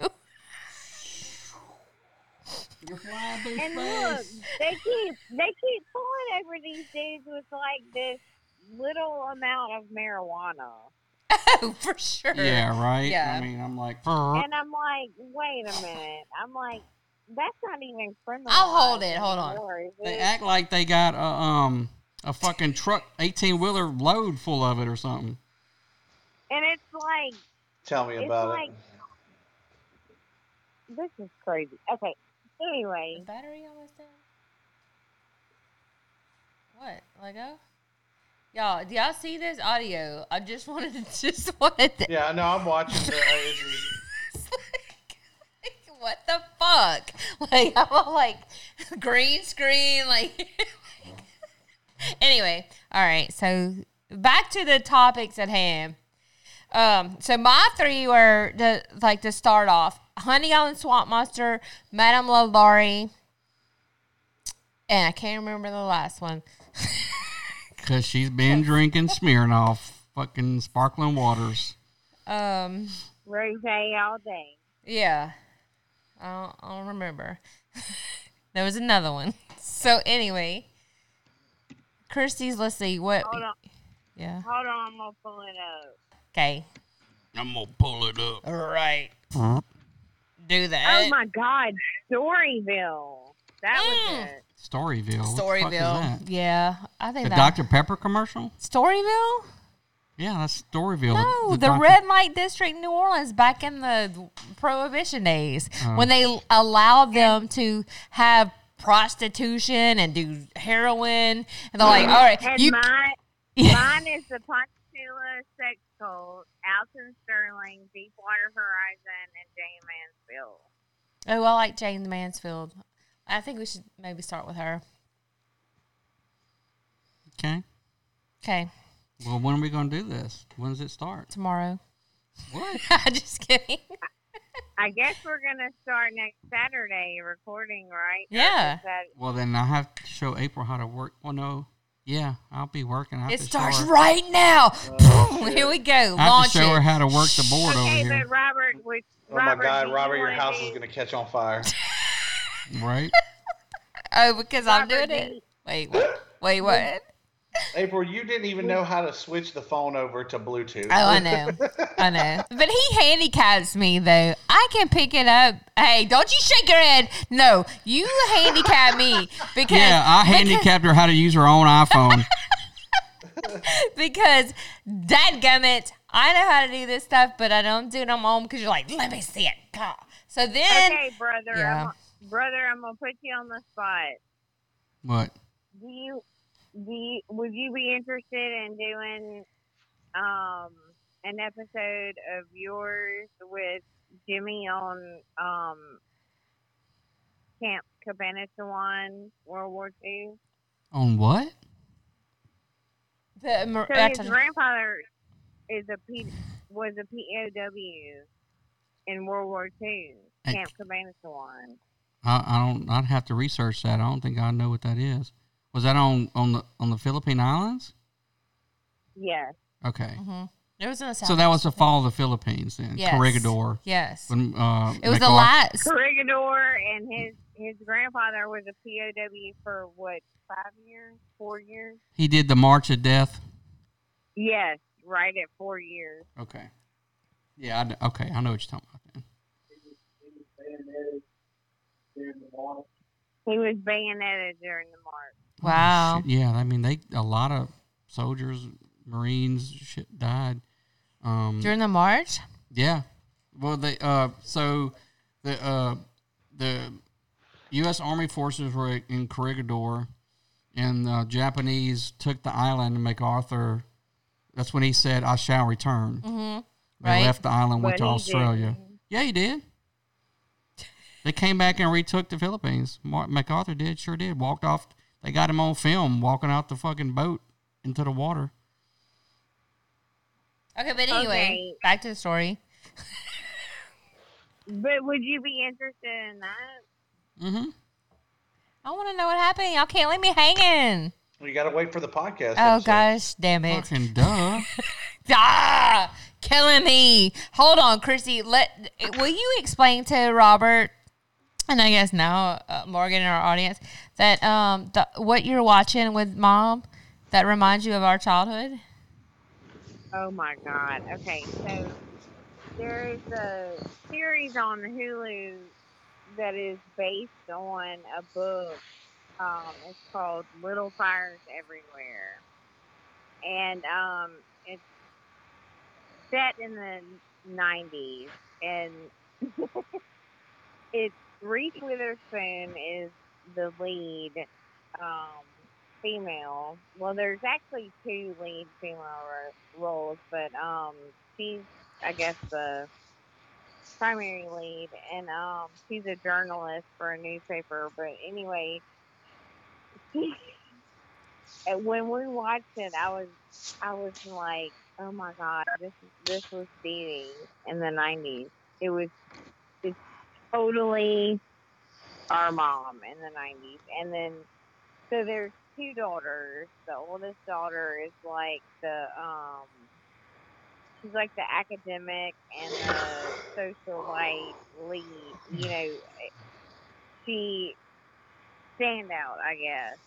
And look, they keep they keep pulling over these dudes with like this little amount of marijuana.
Oh, for sure.
Yeah, right?
Yeah.
I mean, I'm like,
Uh,
And I'm like, wait a minute. I'm like, that's not even criminal.
I'll hold it. Hold on. uh,
they act like they got a, um, a fucking truck, 18 wheeler load full of it or something.
And it's like,
Tell me
it's
about it.
like, This is crazy. Okay. Anyway,
battery almost down. What? Lego? Y'all, do y'all see this audio? I just wanted to just wanted to,
Yeah, I know. I'm watching. The, I-
what the fuck? Like I'm all like green screen, like anyway, all right, so back to the topics at hand. Um, so my three were the like to start off Honey Island Swamp Monster, Madame Lalaurie, and I can't remember the last one.
Because she's been drinking Smirnoff fucking sparkling waters.
Um,
rose all day.
Yeah. I don't, I don't remember. there was another one. So anyway, Christy's. Let's see what.
Hold on.
Yeah.
Hold on, I'm gonna pull it up.
Okay.
I'm going to pull it up.
All right. Do that.
Oh my God, Storyville. That was it.
Storyville. Oh, What the fuck is
Storyville.
that?
Mm. Yeah, I think
The
that
Dr. Pepper commercial?
Storyville.
Yeah, that's Storyville.
No, the,
Dr.
red light district, New Orleans, back in the Prohibition days,
Oh.
when they allowed them to have prostitution and do heroin, and they're like, "All right,
And
you."
mine, mine is the Ponchatoula Sex Cult, Alton Sterling, Deepwater Horizon, and Jane Mansfield.
Oh, I like Jane Mansfield. I think we should maybe start with her.
Okay.
Okay,
Well, when are we going to do this? When does it start?
tomorrow.
What?
I'm just kidding.
I guess we're gonna start next Saturday recording, right? Or
Yeah.
is that-
Well, then I have to show April how to work. Well, no. Yeah, I'll be working. I have
It
to show
starts
her-
right now. Boom, here we go.
I have Uh, to
Launch
show her
it.
how to work the board over
Okay,
here.
but Robert, which
Oh my
Robert,
God,
do you
Robert, your
wanna
house
do-
is gonna catch on fire.
Right?
Oh, because I'm
Robert,
doing it. Wait, what? Wait, what?
April, you didn't even know how to switch the phone over to Bluetooth.
Oh, I know. I know. But he handicaps me, though. I can pick it up. Hey, don't you shake your head. No, you handicap me because.
Yeah, I
because-
handicapped her how to use her own iPhone.
because dadgummit, I know how to do this stuff, but I don't do it on my own because you're like, let me see it. Gah. So then,
Okay, brother.
Yeah.
I'm, brother, I'm gonna put you on the spot.
What?
Do you, do you, would you be interested in doing um an episode of yours with Jimmy on um Camp Cabana Tawan, World War Two?
On what?
the, Mar-
So
I
his
told-
grandfather is a P, was a POW in World War Two,
Heck.
Camp Cabana Tawan.
I, I don't. I'd have to research that. I don't think I know what that is. Was that on on the on the Philippine Islands?
Yes.
Okay.
Mhm. it was in the south.
So that was the fall of the Philippines then.
Yes.
Corregidor.
Yes.
When, uh,
It was the
MacArthur-
last.
Corregidor and his his grandfather was a POW for what five years, four years?
He did the March of Death.
Yes, right at four years.
Okay. Yeah. I, kn- okay. I know what you're talking about. Then.
He was bayoneted during the march.
Wow.
Shit, Yeah. I mean, they a lot of soldiers, Marines, shit died. Um,
During the march?
Yeah. Well, they uh so the uh the U.S. Army forces were in Corregidor, and the Japanese took the island and MacArthur. That's when he said, "I shall return."
Mm-hmm.
They
Right.
left the island, went
But
to
he
Australia. Yeah, he did. They came back and retook the Philippines. Mark MacArthur did, sure did. Walked off. They got him on film walking out the fucking boat into the water.
Okay, but anyway, back to the story.
But would you be interested in that?
Mm-hmm.
I want to know what happened. Y'all can't leave me hanging.
You got to wait for the podcast.
Oh
episode.
gosh, damn it!
Fucking duh.
ah, killing me. Hold on, Chrissy. Let will you explain to Robert and I guess now uh, Morgan in our audience that um the, what you're watching with mom that reminds you of our childhood?
Oh my god. Okay, so there is a series on Hulu that is based on a book. Um, it's called Little Fires Everywhere, and um, it's set in the '90s, and it's Reese Witherspoon is the lead um, female. Well, there's actually two lead female ro- roles, but um, she's, I guess, the primary lead, and um, she's a journalist for a newspaper. But anyway, she, and when we watched it, I was, I was like, oh my god, this this was dating in the '90s. It was, it's totally our mom in the '90s, and then so there's two daughters. The oldest daughter is like the um she's like the academic and the socialite lead, you know, she standout, I guess.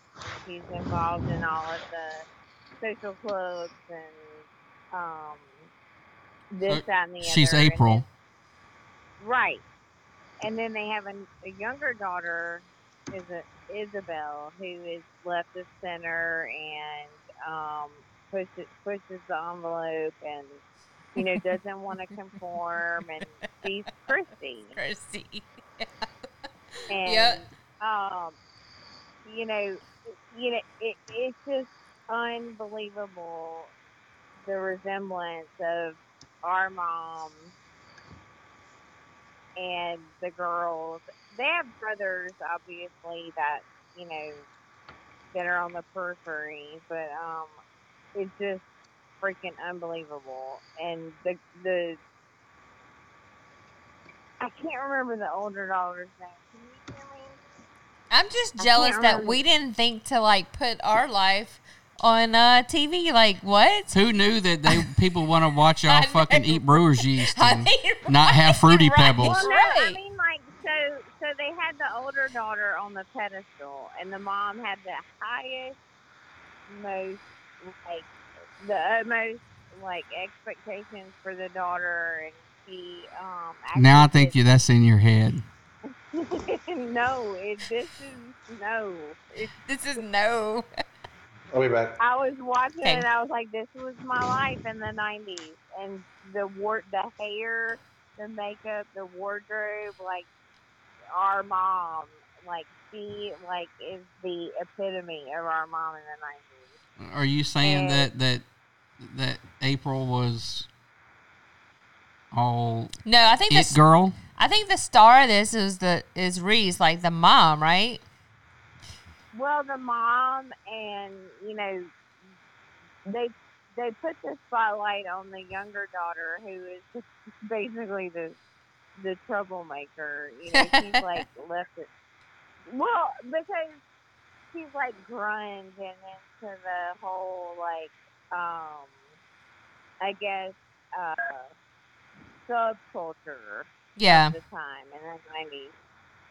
She's involved in all of the social clubs and um this, that, and the
She's
other. And
April.
Right. And then they have a, a younger daughter, is a, Isabel, who is left of center and um, pushes pushes the envelope and you know doesn't want to conform, and she's Christy.
Christy.
And,
Yep.
Um, you know, you know, it, it's just unbelievable the resemblance of our mom and the girls. They have brothers, obviously, that you know that are on the periphery, but um, it's just freaking unbelievable. And the the I can't remember the older daughter's name. Can you hear me?
I'm just
I
jealous
can't
that
remember.
we didn't think to like put our life on uh, TV. Like what?
Who knew that they people want to watch y'all fucking eat brewer's yeast
I
and
think-
not have fruity
right,
pebbles?
Well, no, I
Right.
mean, like, so, so they had the older daughter on the pedestal, and the mom had the highest, most, like, the utmost, like, expectations for the daughter, and she, um, actually
Now I think you that's in your head.
did- no, it, this is no. It,
This is no.
I'll be back.
I was watching it,
Okay.
and I was like, this was my life in the '90s, and the wart, the hair, the makeup, the wardrobe, like our mom, like she, like is the epitome of our mom in the '90s.
Are you saying
Uh,
that that that April was all
No, I think
it
this.
girl?
I think the star of this is the is Reese, like the mom, right?
Well, the mom and you know they they put the spotlight on the younger daughter who is basically the the troublemaker. You know, she's like left it. Well, because she's like grunge and into the whole like um I guess uh subculture
Yeah.
the time in the nineties.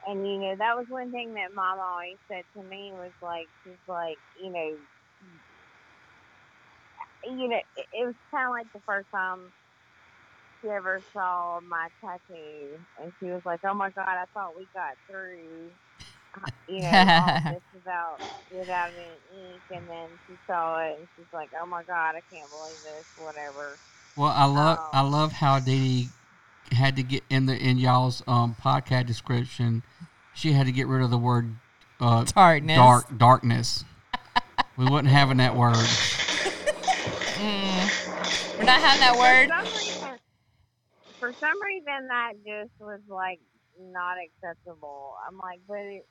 And you know, that was one thing that mom always said to me was like she's like, you know you know, it, it was kinda like the first time she ever saw my tattoo and she was like, Oh my god, I thought we got through uh, you know, all this without without any ink and then she saw it and she's like, Oh my god, I can't believe this, whatever.
Well, I love
Oh.
I love how Dee Dee had to get in the in y'all's um, podcast description. She had to get rid of the word uh,
Darkness.
Dark darkness. we wasn't having that word.
We're not having that word.
For some reason, for some reason, that just was like not acceptable. I'm like, but it,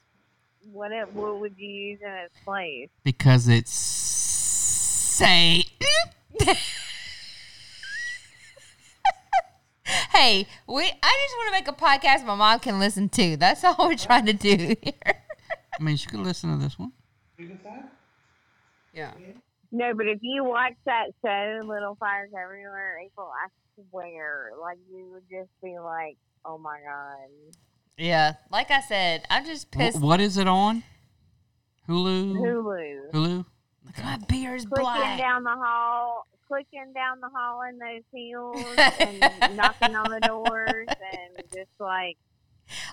what it, what would you use in its place?
because it's say
Hey, we. I just want to make a podcast my mom can listen to. That's all we're trying to do here.
I mean, she could listen to this one.
Yeah.
No, but if you watch that show, Little Fires Everywhere, April, I swear, like you would just be like, oh my god.
Yeah. Like I said, I'm just
Wh-
pissed.
what is it on? Hulu.
Hulu.
Hulu.
My beer's
Clicking
black.
down the hall, clicking down the hall in those heels and knocking on the doors and just like,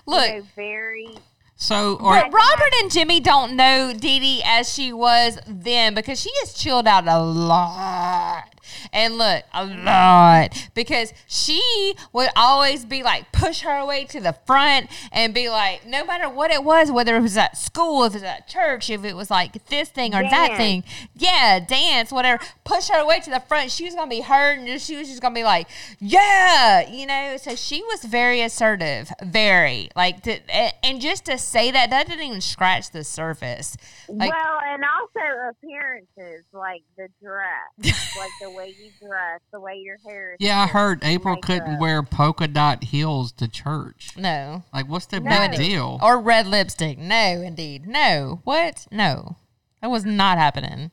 Look.
you know, very
So, or
But Robert and Jimmy don't know Dee Dee as she was then because she has chilled out a lot. And look, a lot. Because she would always be like, push her way to the front and be like, no matter what it was, whether it was at school, if it was at church, if it was like this thing or that
Dance.
thing, yeah, dance, whatever, push her way to the front. She was going to be heard and she was just going to be like, yeah, you know. So she was very assertive, very like, to, a- and just to say that, that didn't even scratch the surface. Like,
well, and also appearances, like the dress, like the way you dress, the way your hair is.
Yeah, I
styled,
heard April
makeup.
couldn't wear polka dot heels to church.
no.
Like, what's the
No,
big
indeed.
deal?
Or red lipstick. No, indeed. No. What? No. That was not happening.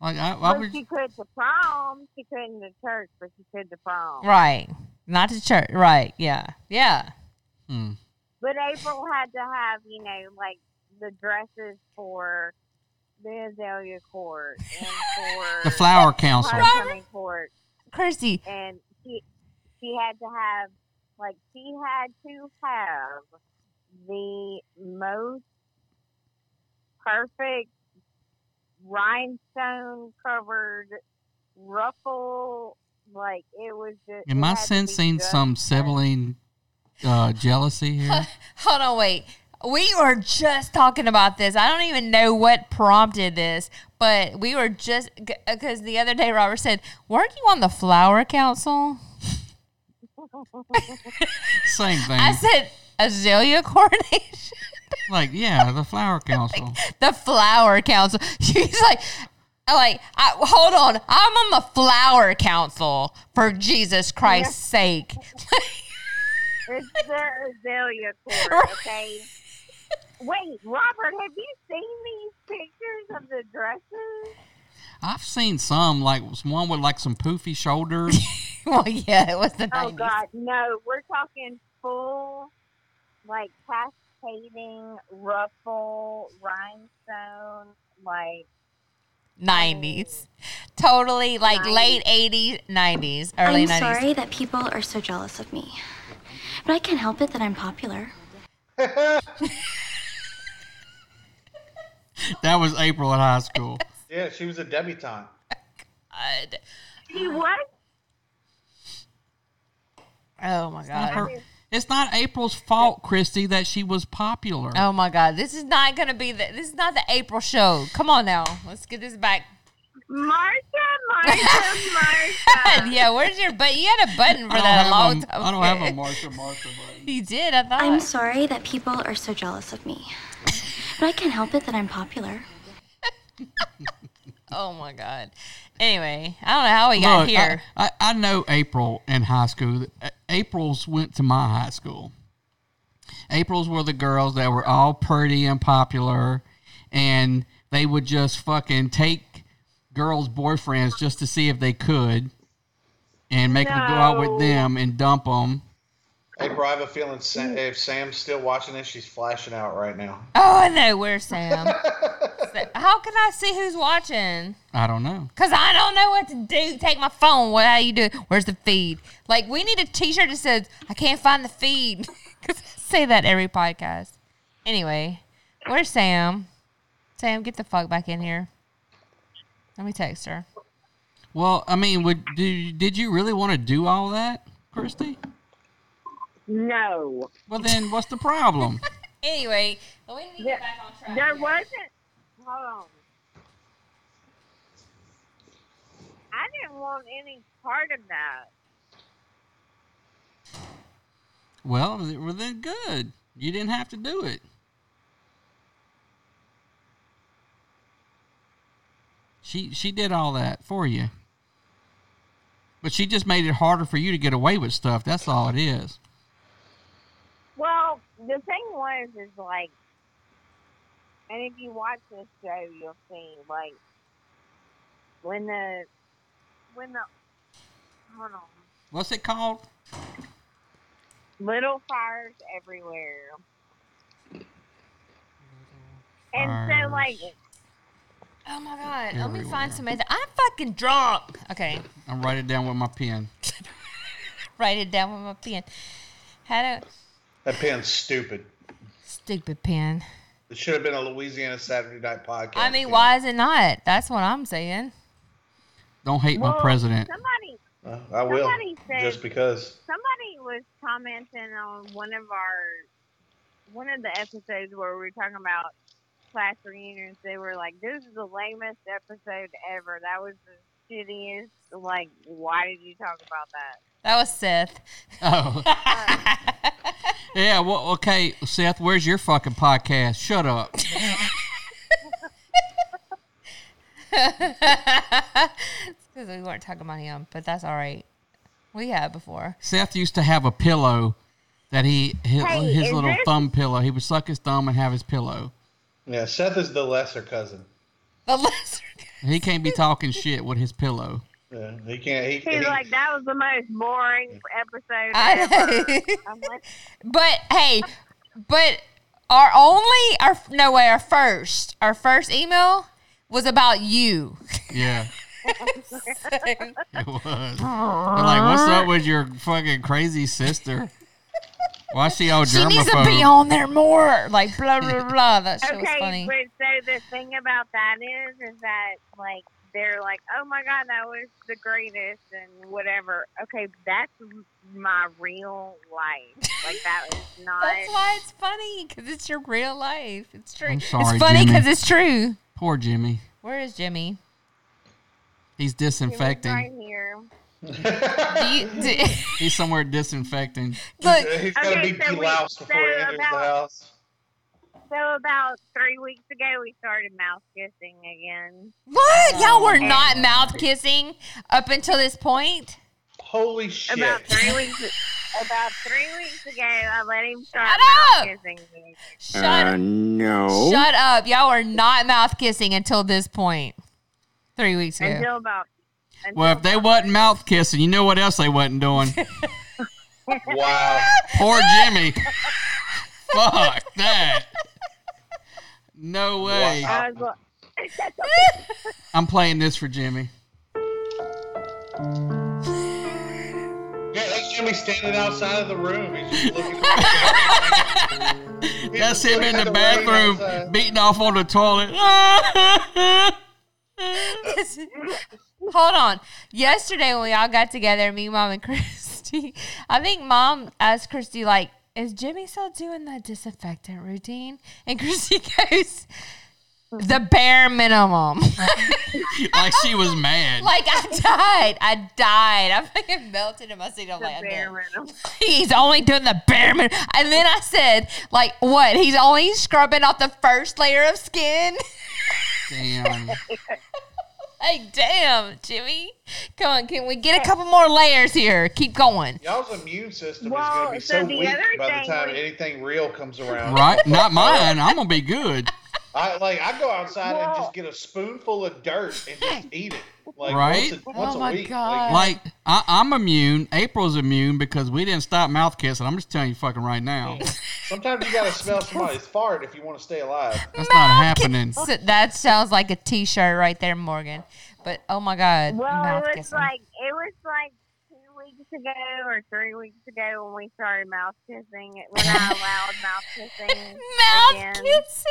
Like, I, I
Well,
was,
she could to prom. She couldn't to church, but she could to prom.
Right. Not to church. Right. Yeah. Yeah.
hmm.
But April had to have, you know, like the dresses for the Azalea Court and for
The Flower Council.
Homecoming Court,
Kirsty.
and she she had to have like she had to have the most perfect rhinestone covered ruffle. Like it was just.
am I
it had to be
sensing
just
some sibling uh, jealousy here?
Hold on, wait. We were just talking about this. I don't even know what prompted this, but we were just because the other day Robert said, "Weren't you on the flower council?"
Same thing.
I said, "Azalea coronation,
like, yeah, the Flower Council.
the flower council." She's like, "I like, I, hold on, I'm on the flower council for Jesus Christ's sake."
It's the Azalea Court, okay? Wait, Robert, have you seen these pictures of the dresses?
I've seen some, like one with like some poofy shoulders.
well, yeah, it was the
Oh,
90s.
God, no. We're talking full, like, cascading, ruffle, rhinestone, like,
90s. Totally like late 80s, 90s, early
I'm
90s.
sorry that people are so jealous of me, but I can't help it that I'm popular.
that was April in high school.
Yeah, she was a debutante.
God.
She was?
Oh my
Not her-
god.
it's not April's fault, Christy, that she was popular.
Oh my god. This is not going to be the this is not the April show. Come on now. Let's get this back.
Marcia, Marcia, Marcia.
yeah, where's your but you had a button for
I don't
that
have
a long
a-
time.
I don't have a
ago.
Marsha Marsha button.
You did, I thought.
I'm sorry that people are so jealous of me, but I can't help it that I'm popular.
Oh my god. Anyway, I don't know how we got
Look, I-
here.
I, I, know April in high school. A- April's went to my high school. April's were the girls that were all pretty and popular, and they would just fucking take girls' boyfriends just to see if they could, and make them go out with them and dump them.
April, I have a feeling
Mm.
Sam, if Sam's still watching this, she's flashing out right now.
oh, I know where Sam. Sa- how can I see who's watching?
I don't know.
Cause I don't know what to do. Take my phone. What how you do? Where's the feed? Like we need a T-shirt that says "I can't find the feed." 'Cause I say that every podcast. Anyway, where's Sam? Sam, get the fuck back in here. Let me text her.
Well, I mean, would do, did you really want to do all that, Christy?
No.
Well, then what's the problem?
Anyway, we need to get back on track.
There wasn't. Hold on. I didn't want any part of that.
Well, th- well, then good. You didn't have to do it. She she did all that for you. But she just made it harder for you to get away with stuff. That's all it is.
Well, the thing was, is like, and if you watch this show, you'll see like when the when the hold on
What's it called?
little fires everywhere, and
Fires.
so like
Oh my god, let me
Everywhere.
find some other. I'm fucking drunk. Okay,
I write it down with my pen.
write it down with my pen. Had a
That pen's stupid.
stupid pen.
It should have been a Louisiana Saturday Night podcast.
I mean, why is it not? That's what I'm saying.
Don't hate my
Well,
president.
Somebody,
Uh, I will.
somebody said
Just because.
somebody was commenting on one of our one of the episodes where we were talking about class reunions. They were like, "This is the lamest episode ever. That was the shittiest. Like, why did you talk about that?"
That was Seth.
Oh.
Uh,
yeah, well, okay, Seth, where's your fucking podcast? Shut up.
Because we weren't talking about him, but that's all right. We have before.
Seth used to have a pillow that he, his,
Hey,
his
is
little
this-
thumb pillow, he would suck his thumb and have his pillow.
Yeah, Seth is the lesser cousin.
The lesser.
He can't be talking shit with his pillow.
Yeah, he can't. He,
He's
he-
like, "That was the most boring episode
I-
ever." I'm like,
But hey, but our only, our no way, our first, our first email was about you.
Yeah,
So-
it was. But like, what's up with your fucking crazy sister? Why is she all
she
germaphobe?
needs to be on there more. Like blah blah blah. That shit was
okay,
funny.
but so the thing about that is, is that like they're like, oh my god, that was the greatest and whatever. Okay, that's my real life. Like that is not.
That's why it's funny because it's your real life. It's true.
I'm sorry,
it's funny
Jimmy.
because it's true.
Poor Jimmy.
Where is Jimmy?
He's
It was right
disinfecting.
here.
Do you, do,
He's somewhere disinfecting.
look,
he's gotta
Okay,
be
so we-
deloused before he
so
enters the
about-
house.
So about three weeks ago, we started mouth kissing again.
what? Y'all were not mouth kissing up until this point.
Holy shit!
About three weeks. About three weeks ago, I let him start
Shut
mouth
up!
kissing again.
Shut up. No. Shut up. Y'all were not mouth kissing until this point. Three weeks ago.
Until about. Until
Well, if they wasn't mouth kissing, you know what else they wasn't doing?
wow.
Poor Jimmy. Fuck that. No way.
I was like,
I'm playing this for Jimmy.
Yeah, that's Jimmy standing outside of the room. He's just looking. He's
That's
just
him
looking
in
at
the
rain
bathroom
outside.
beating off on the toilet.
Hold on. Yesterday when we all got together, me, mom, and Christy, I think mom asked Christy like, "Is Jimmy still doing the disinfectant routine?" And Christy goes, "The bare minimum."
like she was mad.
like I died. I died. I fucking melted in my seat. I'm like,
"That's
"I'm
the
done."
bare minimum."
he's only doing the bare minimum. And then I said, like, what? He's only scrubbing off the first layer of skin.
Damn.
like, damn, Jimmy. Come on, can we get a couple more layers here? Keep going.
Y'all's immune system is
Well,
gonna be
so
so,
the
weak
other
by the
thing
time
we-
anything real comes around.
Right? Not mine. I'm gonna be good.
I like I go outside and
Well-
just get a spoonful of dirt and just eat it. Like
Right?
once a, once
Oh
a
my
week.
God.
Like I, I'm immune. April's immune because we didn't stop mouth kissing. I'm just telling you fucking right now.
sometimes you gotta smell somebody's fart if you want to stay alive.
That's not happening.
So that sounds like a t shirt right there, Morgan. But oh my God.
Well,
mouth
it was
kissing.
like it was like two weeks ago or three weeks ago when we started mouth kissing. When I allowed mouth kissing.
mouth
again.
kissing.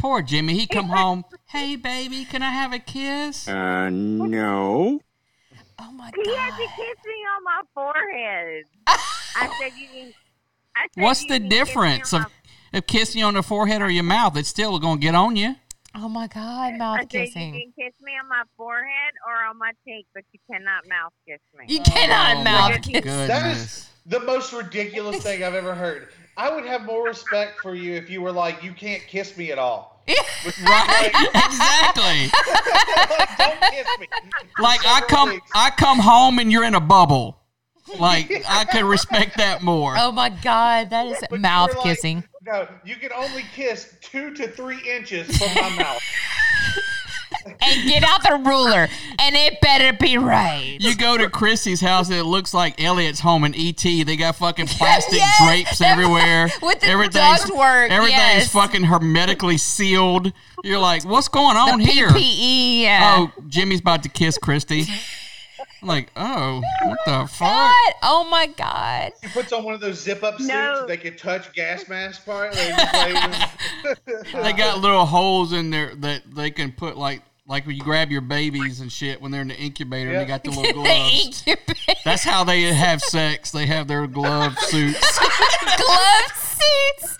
Poor Jimmy. He come home. Hey baby, can I have a kiss?
Oh my
He had to
God.
kiss me on my forehead. I said you. Can, I said,
What's
"You
the
can kiss me on
difference
my
of, of kissing you on the forehead or your mouth? It's still gonna get on you.
Oh my God,
I
mouth
said,
kissing.
You can kiss me on my forehead or on my cheek, but you cannot mouth kiss me.
You cannot
Oh,
mouth
my
kiss.
That is the most ridiculous thing I've ever heard. I would have more respect for you if you were like, you can't kiss me at all.
right? exactly. Like I come, I come home and you're in a bubble. Like I could respect that more.
Oh my God, that is mouth kissing.
No, you can only kiss two to three inches from my mouth.
And get out the ruler, and it better be right.
You go to Chrissy's house and it looks like Elliot's home in ET. They got fucking plastic drapes everywhere.
With the
everything's,
ductwork,
everything's
yes.
fucking hermetically sealed. You're like, what's going
The
on here?
PPE. Yeah.
Oh, Jimmy's about to kiss Christy. I'm like, oh, what the fuck?
God. Oh my God.
She puts on one of those zip up suits
No.
they can touch gas mask part. They just like-
They got little holes in there that they can put like like when you grab your babies and shit when they're in the incubator. and They got the little Oh, gloves. That's how they have sex. They have their glove suits.
Glove suits.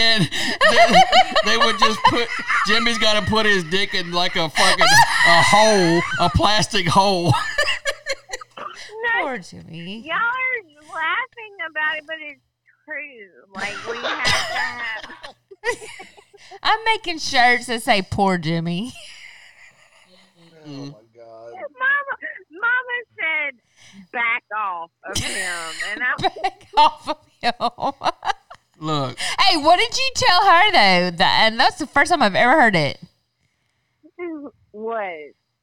and they, they would just put Jimmy's got to put his dick in like a fucking a hole, a plastic hole.
Poor Jimmy.
Y'all are laughing about it, but it's true. Like we have to have.
I'm making shirts that say "Poor Jimmy." Mm.
Oh,
Mama, Mama said, "Back off of him," and I'm
Back off of him.
Look,
hey, what did you tell her though? That, and that's the first time I've ever heard it
what?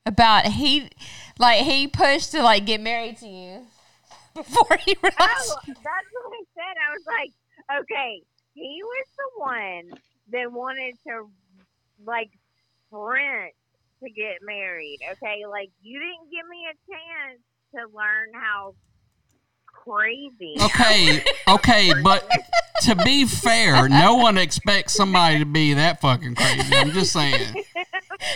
about he, like he pushed to like get married to you before he realized.
Oh, that's what I said. I was like, okay, he was the one that wanted to like sprint to get married. Okay, like you didn't give me a chance to learn how crazy.
Okay, okay, but to be fair, no one expects somebody to be that fucking crazy. I'm just saying.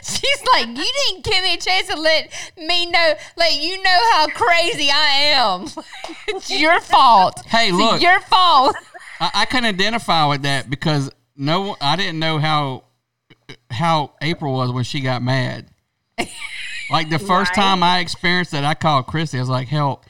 She's like, you didn't give me a chance to let me know, let you know how crazy I am. it's your fault.
Hey,
It's
look.
your fault.
I, I can identify with that because no, I didn't know how how April was when she got mad. Like the first
Right.
time I experienced that, I called Christy. I was like, "Help!"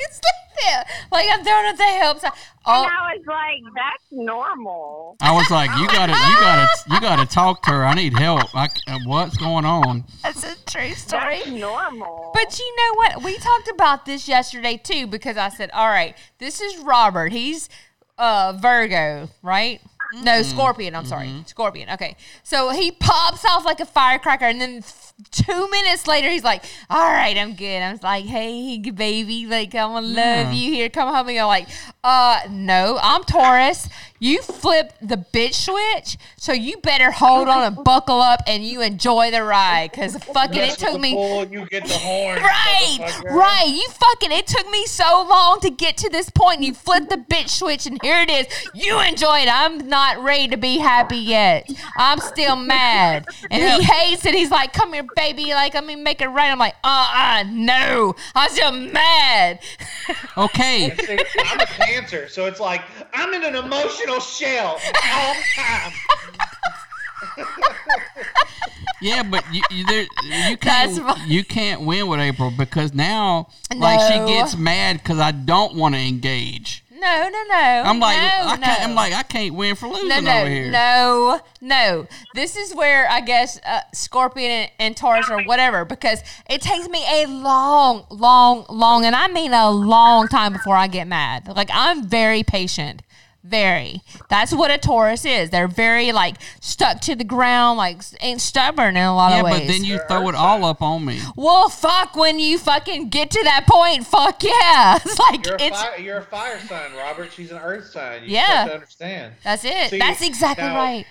it's like that. Like I'm throwing up the help oh, sign.
And I was like, that's normal.
I was like, "You gotta, you gotta, you gotta talk to her. I need help. I, c- uh, what's going on?"
That's a true story.
That's normal.
But you know what? We talked about this yesterday too because I said, "All right, this is Robert. He's uh Virgo, right? No,
Mhm.
Scorpion. I'm sorry, Scorpion. Okay, so he pops off like a firecracker, and then f- two minutes later, he's like, "All right, I'm good." I was like, "Hey, baby, like I'm gonna
Yeah.
love you here. Come home." And you're like, "Uh, no, I'm Taurus. You flip the bitch switch, so you better hold on and bucking up and you enjoy the ride because fucking
Mess
it
with
took
the
me
bull, you get the horn.
right
motherfucker.
right you fucking it took me so long to get to this point and you flipped the bitch switch and here it is you enjoy it i'm not ready to be happy yet i'm still mad and he hates it he's like come here baby like let me make it right i'm like uh-uh no i'm still mad
Okay,
And see, I'm a cancer, so it's like I'm in an emotional shell all the time.
yeah, but you, you, there, you
That's
can't, you can't win with April because now, like, she
No.
gets mad because I don't want to engage.
no no no
I'm like,
no,
I can't,
no.
I'm like, I can't win for losing
no, no,
over here.
No, no. This is where I guess uh, Scorpion and, and Taurus or whatever, because it takes me a long, long, long, and I mean a long time before I get mad. Like I'm very patient. Very. That's what a Taurus is. They're very like stuck to the ground, like s- and stubborn in a lot
yeah,
of ways.
but then you throw it all up on me.
well, fuck when you fucking get to that point. Fuck yeah! It's like
You're a,
it's
fire, you're a fire sign, Robert. She's an earth sign. You
Yeah.
just have to understand.
that's it.
See,
that's exactly
now,
right.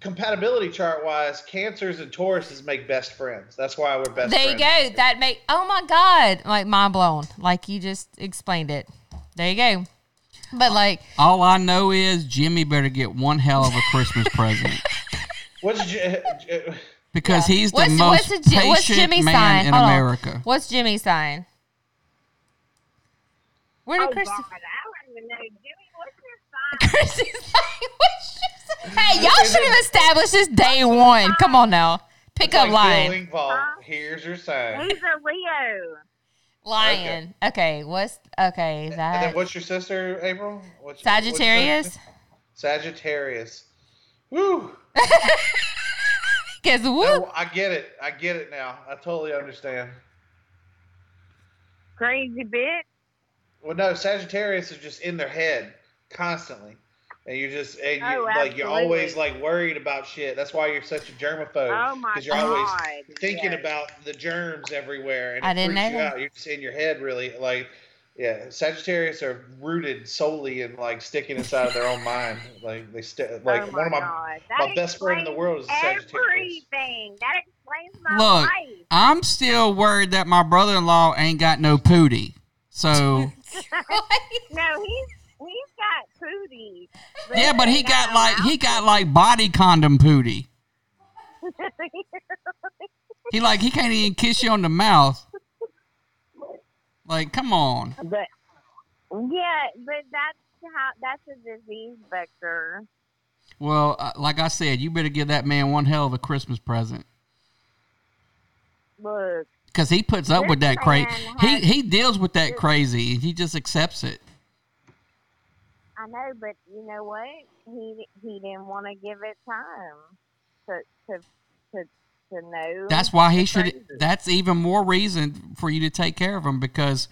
Compatibility chart wise, cancers and Tauruses make best friends. That's why we're best
there
friends.
you go. That make oh my god, like mind blown. Like you just explained it. There you go. But like
All I know is Jimmy better get one hell of a Christmas present
What's J- J-
because he's the
what's what's,
most
the, Ji-
patient
what's Jimmy's
man
sign?
in
Hold on.
America.
What's Jimmy's sign? Where did
oh,
Christy?
God, I don't even know. Give me what's your sign?
Christy's like, what's your sign? Hey, Hey, y'all should have established this day one. Come on now. Pick up
Like Bill
line.
Engvall, Here's your sign.
He's a Leo.
Lion. Okay, what's okay,
And then
that
what's your sister, April? What's, what's your-
Sagittarius?
Sagittarius. Woo!
Guess
woo! I get it. I get it now. I totally understand.
Crazy bitch.
Well, no, Sagittarius is just in their head constantly, and you're just and you,
Oh,
like you're always
absolutely.
like worried about shit. That's why you're such a germaphobe.
Oh, my
you're always
God,
thinking
yes.
about the germs everywhere, and
I
it
didn't
freaks
know
you
that.
out. You're just in your head, really. Like, yeah, Sagittarius are rooted solely in like sticking inside of their own mind. Like they st- like
oh
one
my
of my
God.
my
That
best friend in the world is a
explains
Sagittarius.
Everything. That explains my
Look,
life.
I'm still worried that my brother-in-law ain't got no pooty. So
no, he's he's got um, pooties.
yeah, but he got like he got like body condom pooty. He like he can't even kiss you on the mouth. Like, come on.
but yeah, but that's how that's a disease vector.
Well, uh, like I said, you better give that man one hell of a Christmas present
Look,
because he puts up with
This
that crazy.
man
He
has-
he deals with that crazy. and He just accepts it.
I know, but you know what? He he didn't want to give it time to to to, to know.
That's why he
the
should.
phrases.
That's even more reason for you to take care of him because,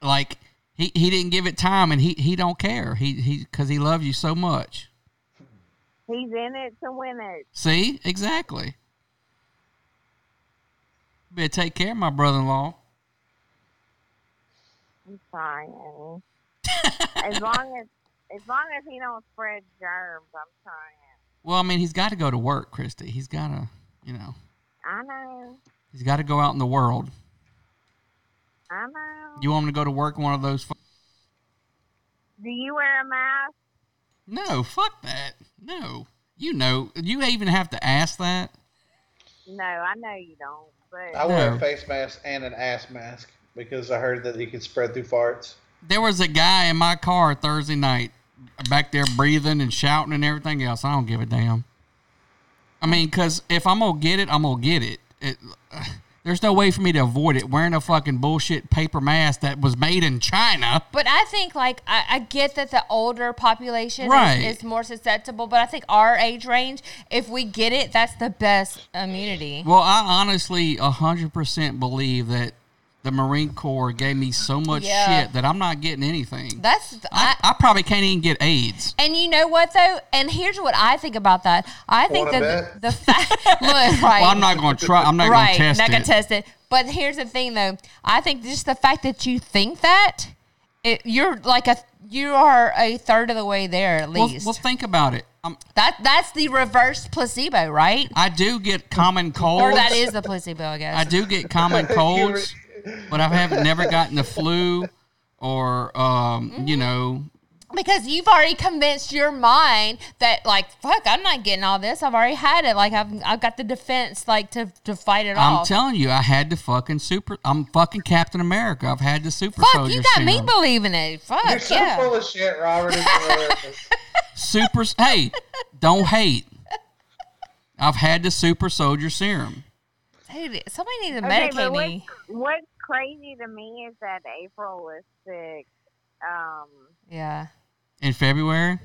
like, he, he didn't give it time and he he don't care. He he because he loves you so much.
He's in it to win it.
See exactly. Better take care of my brother-in-law.
He's trying. as long as as long as he don't spread germs, I'm trying.
Well, I mean, he's got to go to work, Christy. He's got to, you know,
I know.
he's got to go out in the world.
I know.
You want him to go to work in one of those? fu-
Do you wear a mask?
No, fuck that. No, you know, you even have to ask that.
No, I know you don't. But
I wear
Oh.
a
No.
face mask and an ass mask because I heard that you can spread through farts.
There was a guy in my car Thursday night, back there breathing and shouting and everything else. I don't give a damn. I mean, cause if I'm gonna get it, I'm gonna get it. it there's no way for me to avoid it. Wearing a fucking bullshit paper mask that was made in China.
But I think like I, I get that the older population
Right.
is, is more susceptible, but I think our age range, if we get it, that's the best immunity.
Well, I honestly 100% believe that the Marine Corps gave me so much
Yeah.
shit that I'm not getting anything.
That's
I, I probably can't even get AIDS.
And you know what though? And here's what I think about that. I think
Wanna
that the, the fact look right.
Well, I'm not going to try. I'm not
right,
going to test
not
it.
gonna test it. But here's the thing though. I think just the fact that you think that it, you're like a you are a third of the way there at
Well,
least.
well, think about it. i
that that's the reverse placebo, right?
I do get common colds.
Or that is the placebo, I guess.
I do get common colds, but I have never gotten the flu or, um, you
Mm-hmm.
know,
because you've already convinced your mind that like fuck i'm not getting all this i've already had it like i've, I've got the defense like to, to fight it
I'm
off
telling you, I had the fucking super. I'm fucking Captain America. I've had the super
fuck
soldier
you got me
serum.
believing it fuck
You're so
yeah
full of shit, Robert. It's hilarious.
Super. hey, don't hate. I've had the super soldier serum.
Dude, somebody needs to
okay,
medicate
but
me
what's, what's crazy to me is that April is sick. Um,
yeah
in February,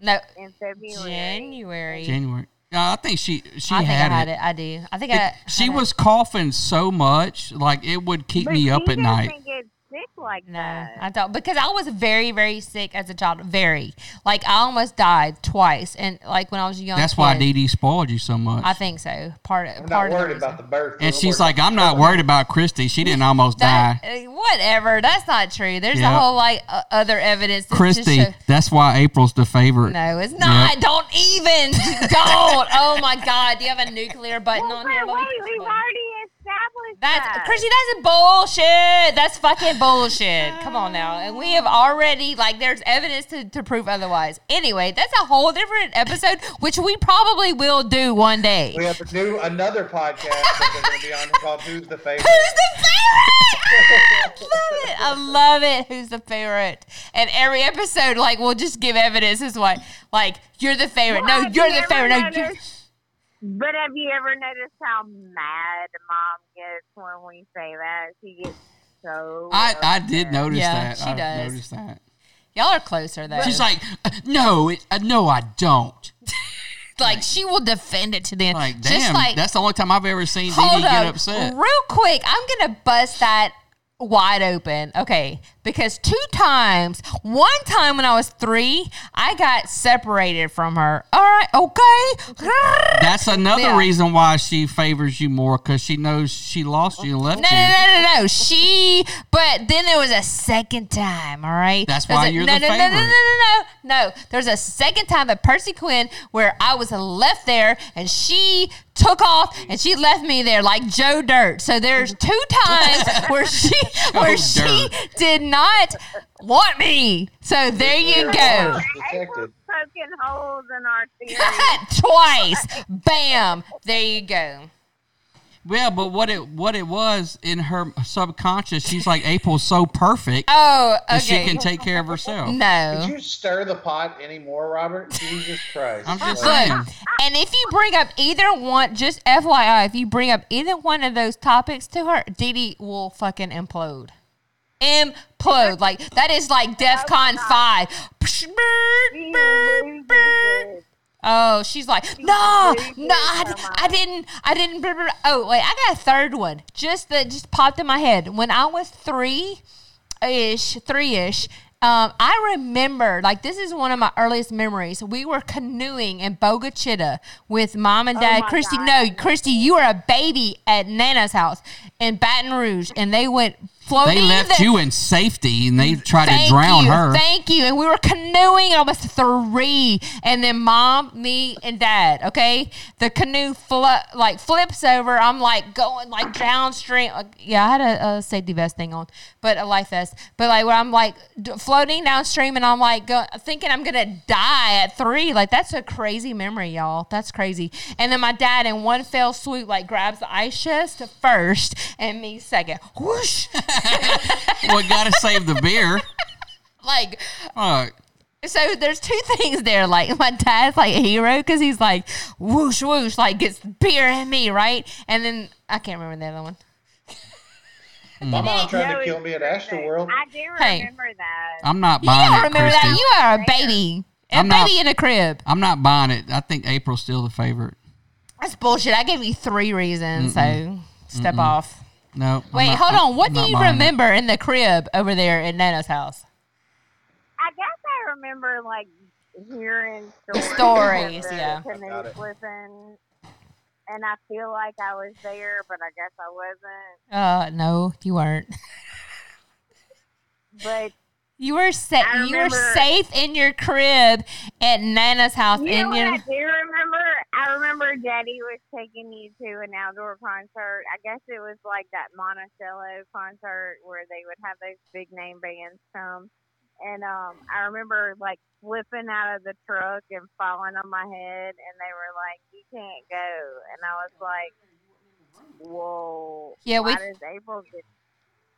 no
in February.
january
January. Uh, I think she she
i think
had,
i had
it.
it. i do i think
It-
i
she was coughing so much, like it would keep
But
me up
she
at night.
get sick like
no, I don't because I was very, very sick as a child. Very, like I almost died twice, and like when I was a young.
That's why
kid.
DD spoiled you so much.
I think so. Part of
I'm
part of
not
the
worried
reason.
about the birth.
and she's like, I'm not worried about Christy. She didn't almost die.
Uh, whatever. That's not true. There's
Yeah.
a whole like uh, other evidence. that just
Christy,
show-
that's why April's the favorite.
no, it's not.
Yep.
Don't even. Don't. Oh my God. Do you have a nuclear button on here?
Wait, we've already established
That's Chrissy. That's bullshit. That's fucking bullshit. Come on now, and we have already like there's evidence to, to prove otherwise. Anyway, that's a whole different episode, which we probably will do one day.
We have a new another podcast that we're going to be on called "Who's the Favorite."
I Ah, love it. Who's the favorite? And every episode, like we'll just give evidence as why, like you're the favorite.
Well,
no,
have
you're
you
the
ever
favorite. No, you're,
noticed- But have you ever noticed how mad mom gets when we say that? She gets so.
I, I did
upset.
notice
Yeah,
that.
she
I
does.
noticed that.
y'all are closer though.
She's like, uh, no, it, uh, no, I don't.
like she will defend it to the end.
Like,
Just
damn,
like-
that's the only time I've ever seen Dee Dee
Hold
get
up,
upset.
real quick. I'm gonna bust that wide open. Okay, because two times, one time when I was three, I got separated from her. All right, okay.
That's another
Yeah.
reason why she favors you more because she knows she lost you and left
No,
you.
no, no, no, no. She, but then there was a second time. All right.
That's
There's
why
a-
you're
no,
the
no, no, No, no,
favorite.
no, no, no. There's a second time at Percy Quinn where I was left there, and she took off, and she left me there like Joe Dirt. So there's two times where she, where
Joe
she did not want me. So there you go.
Detective.
Poking holes in our theory.
Twice. Bam. There you go.
Yeah, but what it what it was in her subconscious, she's like April's so perfect
Oh, okay.
that she can take care of herself.
no.
Did you stir the pot anymore, Robert? Jesus Christ!
I'm just
Like,
saying.
And if you bring up either one, just FYI, if you bring up either one of those topics to her, Dee Dee will fucking implode. Implode. Like, that is like DEF CON 5. Psh, brr, brr, brr. Oh, she's like, no, no, I, d- I didn't, I didn't. brr, brr." Oh, wait, I got a third one. Just that just popped in my head. When I was three, ish, three ish. Um, I remember, like, this is one of my earliest memories. We were canoeing in Boca Chita with mom and dad. Christy, no, Christy, you were a baby at Nana's house in Baton Rouge, and they went floating.
They left
the-
you in safety and they tried to
Thank
drown
you,
her.
Thank you. And we were canoeing. I was three, and then mom, me, and dad. Okay, the canoe fl- like flips over. I'm like going like downstream. Like, Yeah, I had a, a safety vest thing on, but a life vest. But like where I'm like d- floating downstream, and I'm like go- thinking I'm gonna die at three. Like that's a crazy memory, y'all. That's crazy. And then my dad in one fell swoop like grabs the ice chest first, and me second. Whoosh!
well, gotta save the beer.
like.
Fuck.
So there's two things there. Like my dad's like a hero because he's like whoosh whoosh, like gets beer in me, right? And then I can't remember the other one.
my mom tried
No,
to
it's
kill me at Astroworld.
I do remember
Hey.
that.
I'm not
You don't
buying it,
remember
Christy.
that? You are a baby, a
I'm not-
baby in a crib.
I'm not buying it. I think April's still the favorite.
That's bullshit. I gave you three reasons, so step off.
No. I'm
Wait,
not-
hold on. What
I'm
do
not
you
buying it.
remember in the crib over there in Nana's house?
I guess I remember like hearing stories,
Stories,
of the
yeah.
Got
canoe
it.
flipping, and I feel like I was there, but I guess I
Uh,
wasn't.
no, you weren't.
But
You were set.
I
You were
remember-
safe in your crib at Nana's house.
You know
in
what
your,
I do remember? I remember Daddy was taking you to an outdoor concert. I guess it was like that Monticello concert where they would have those big name bands come. And um, I remember like flipping out of the truck and falling on my head, and they were like, "You can't go," and I was like, "Whoa!"
Yeah,
why
we-
does April get?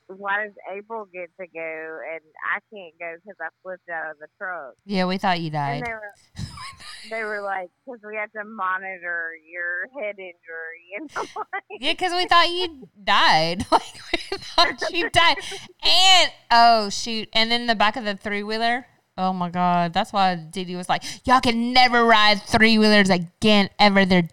Why does April get to go and I can't go because I flipped out of the truck?
yeah, we thought you
And
died.
they were, they were like, because we had to monitor your head injury. And I'm like,
Yeah, because we thought you died. Like we thought you died. And oh shoot! And then the back of the three wheeler. Oh my god, that's why Didi was like, "Y'all can never ride three wheelers again, ever. They're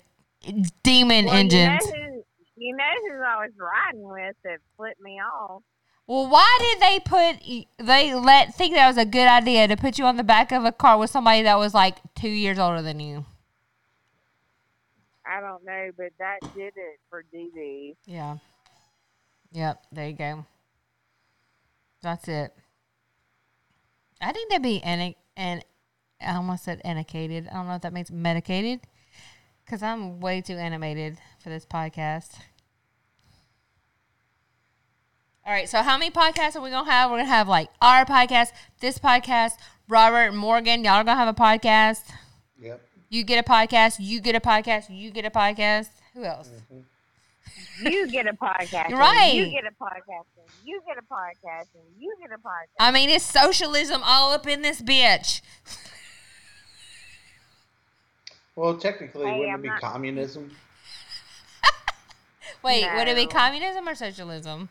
demon
well,
engines."
You know, who, you know who I was riding with that flipped me off?
Well, why did they put they let think that was a good idea to put you on the back of a car with somebody that was like two years older than you?
I don't know, but that did it for Dee Dee.
Yeah. Yep. There you go. That's it. I think that'd be an and I almost said annotated. I don't know if that means medicated, because I'm way too animated for this podcast. All right. So how many podcasts are we gonna have? We're gonna have like our podcast, this podcast, Robert and Morgan. Y'all are gonna have a podcast.
Yep.
You get a podcast. You get a podcast. You get a podcast. Who else?
You get a podcast.
You're right.
You get a podcast. and You get a podcast. and You get a podcast.
I mean, it's socialism all up in this bitch.
Well, technically,
Hey,
wouldn't
I'm
it be
not-
communism?
Wait, would it be
No.
communism or socialism?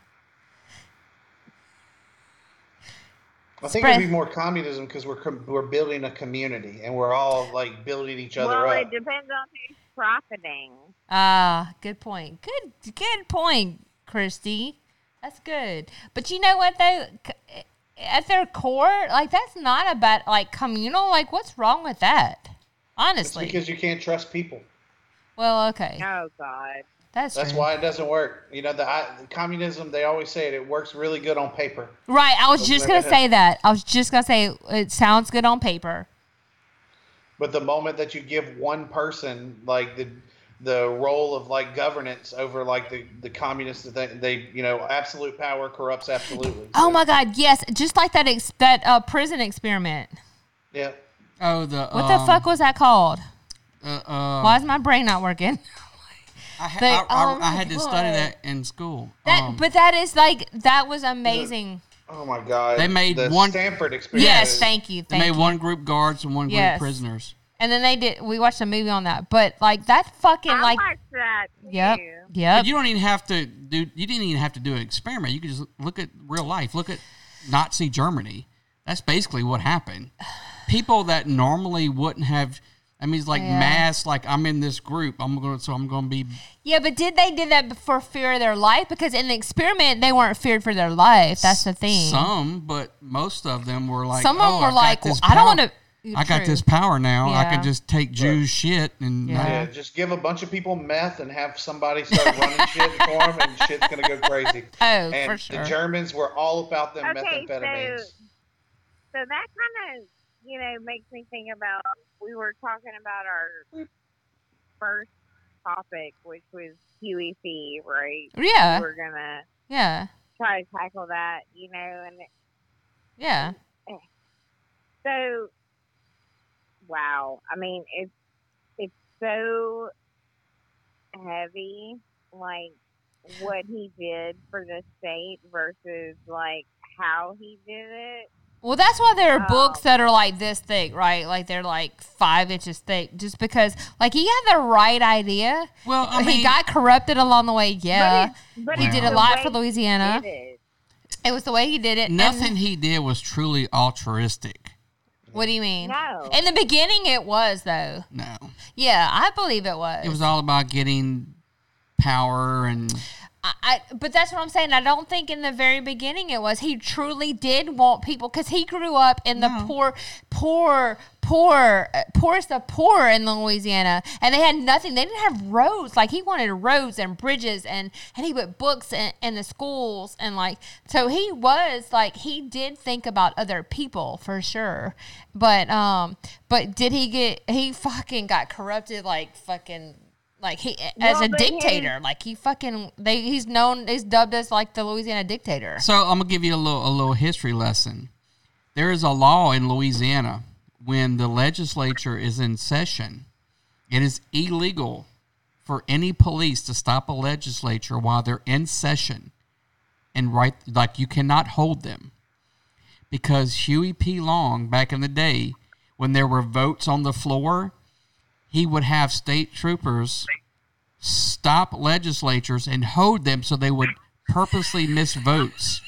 I think
Spread-
it'd be more communism because we're com- we're building a community and we're all like building each other
well,
up.
it depends on who's profiting.
Ah, good point. Good, good point, Christy. That's good. But you know what though, C- at their core, like that's not about like communal. Like, what's wrong with that?
It's
Honestly.
because you can't trust people.
well, okay.
Oh God.
That's
That's
true.
why it doesn't work. You know, the, I, communism. They always say it. It works really good on paper.
Right. I was just gonna say that. I was just gonna say it sounds good on paper.
But the moment that you give one person like the the role of like governance over like the the communists that they, they you know absolute power corrupts absolutely.
Oh my God! Yes, just like that ex- that uh, prison experiment.
Yeah.
Oh, the
What the fuck was that called?
Uh, um,
Why is my brain not working?
I, ha-
They-
I, I-
oh
I
my
had to study
God.
that in school.
That,
Um,
but that is like that was amazing.
Oh my god.
They made
the
one-
Stanford experience.
Yes, thank you,
they
thank
made
you.
one group guards and one
Yes.
group prisoners.
And then they did. We watched a movie on that, but like that fucking
I
like
watched that.
yep,
too.
yep.
But you don't even have to do. You didn't even have to do an experiment. You could just look at real life. Look at Nazi Germany. That's basically what happened. People that normally wouldn't have. I mean, it's like
Yeah.
mass. Like I'm in this group. I'm going. to So I'm going to be.
yeah, but did they did that for fear of their life? Because in the experiment, they weren't feared for their life. That's the thing.
Some, but most of them were like.
Some of 'em
oh,
were
I've got
like,
this
"Well, I don't
power-
wanna-"
I got
True.
this power now. I
Yeah.
can just take Jews' shit and.
Yeah, just give a bunch of people meth and have somebody start running shit for them, and shit's gonna go crazy.
Oh,
and
for
The
sure.
Germans were all about them
Okay,
methamphetamines.
so so that kind of you know makes me think about we were talking about our first topic, which was QEC, right?
Yeah.
we were gonna
yeah,
try to tackle that, you know, and
yeah.
so wow, I mean it's it's so heavy, like what he did for the state versus like how he did it.
Well, that's why there are
Oh.
books that are like this thick, right? Like they're like five inches thick, just because like he had the right idea.
Well, I
he
mean-
got corrupted along the way. Yeah,
But
he
it's
did
the
a lot
way
for
he
Louisiana.
did it.
It was the way he did it. and-
Nothing he did was truly altruistic.
What do you mean?
No.
In the beginning, it was though.
No.
Yeah, I believe it was.
It was all about getting power and
I, I, but that's what I'm saying. I don't think in the very beginning it was. He truly did want people because he grew up in the poor, poor, poor, uh, poorest of poor in Louisiana, and they had nothing. They didn't have roads. Like he wanted roads and bridges, and and he put books in, in the schools, and like so he was like he did think about other people for sure. But um, but did he get? He fucking got corrupted like fucking like he as
Well,
a
but his-
dictator. Like he fucking they he's known he's dubbed as like the Louisiana dictator.
So I'm gonna give you a little a little history lesson. There is a law in Louisiana when the legislature is in session, it is illegal for any police to stop a legislature while they're in session and right like you cannot hold them. Because Huey P. Long back in the day, when there were votes on the floor, he would have state troopers stop legislatures and hold them so they would purposely miss votes.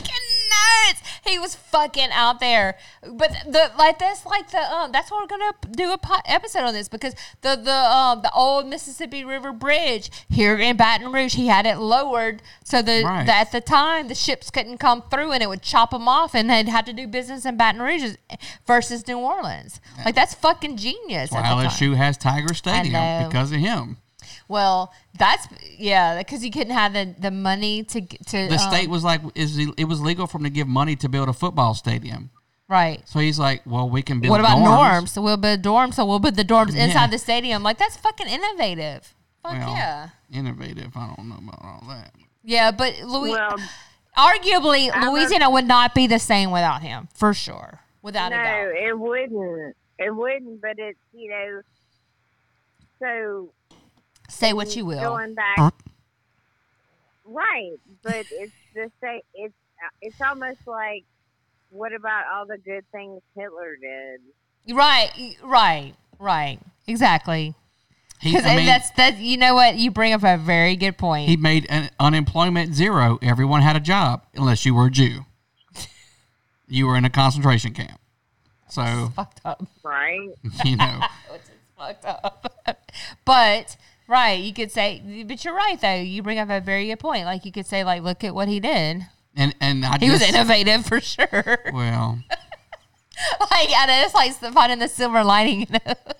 Nuts! He was fucking out there. But the like that's like the um that's why we're gonna do a po- episode on this because the the um the old Mississippi River Bridge here in Baton Rouge he had it lowered so the,
Right.
the at the time the ships couldn't come through and it would chop them off and they'd had to do business in Baton Rouge versus New Orleans. Like that's fucking genius.
That's why
at the time.
LSU has Tiger
know.
Stadium because of him.
Well, that's yeah, because he couldn't have the, the money to g- to
The
um,
state was like, is it was legal for him to give money to build a football stadium.
right.
So he's like, well, we can build.
What about
dorms.
dorms? We'll build dorms, so we'll put the dorms inside
Yeah.
the stadium. Like that's fucking innovative. Fuck
Well,
yeah.
Innovative. I don't know about all that.
Yeah, but Louis,
Well,
arguably
I'm a-
Louisiana would not be the same without him, for sure. Without
no,
a doubt.
it wouldn't. It wouldn't, but it's, you know, so
Say what you will.
Going back, right? But it's the same. It's it's almost like, what about all the good things Hitler did?
Right, right, right. Exactly.
He-
Because
I mean-
that's that. You know what? You bring up a very good point.
He made an unemployment zero. Everyone had a job unless you were a Jew. You were in a concentration camp. So
fucked up.
Right.
You know.
Which is fucked up. but right, you could say but you're right though. You bring up a very good point. Like you could say, like, look at what he did.
and and I
he was
just-
innovative for sure.
Well,
like and it's like finding the silver lining in it.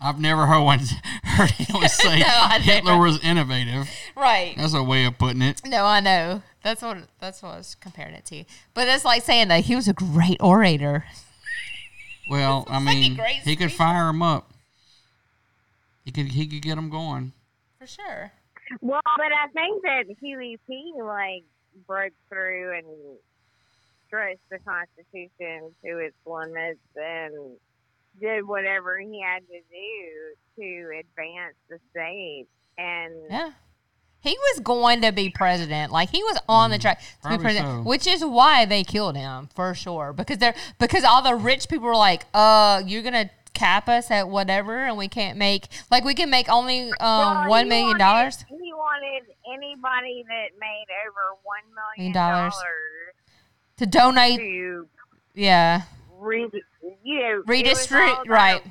I've never heard one heard anyone say
No, I
Hitler
never-
was innovative.
Right.
That's a way of putting it.
No, I know. That's what that's what I was comparing it to. But it's like saying that he was a great orator.
Well, I mean,
great
he could fire him up. He could he could get him going.
For sure.
Well, but I think that Huey P like broke through and stretched the Constitution to its limits and did whatever he had to do to advance the state. And
Yeah. He was going to be president. Like he was on
Mm,
the track to be
probably
president,
so.
which is why they killed him for sure. Because they're because all the rich people were like, "Uh, you're gonna cap us at whatever, and we can't make like we can make only um
Well,
one
he
million
wanted-
dollars."
He wanted anybody that made over one
Million
million
dollars.
dollars
To donate,
to
yeah,
re- you know, it was all
redistribute,
about
right?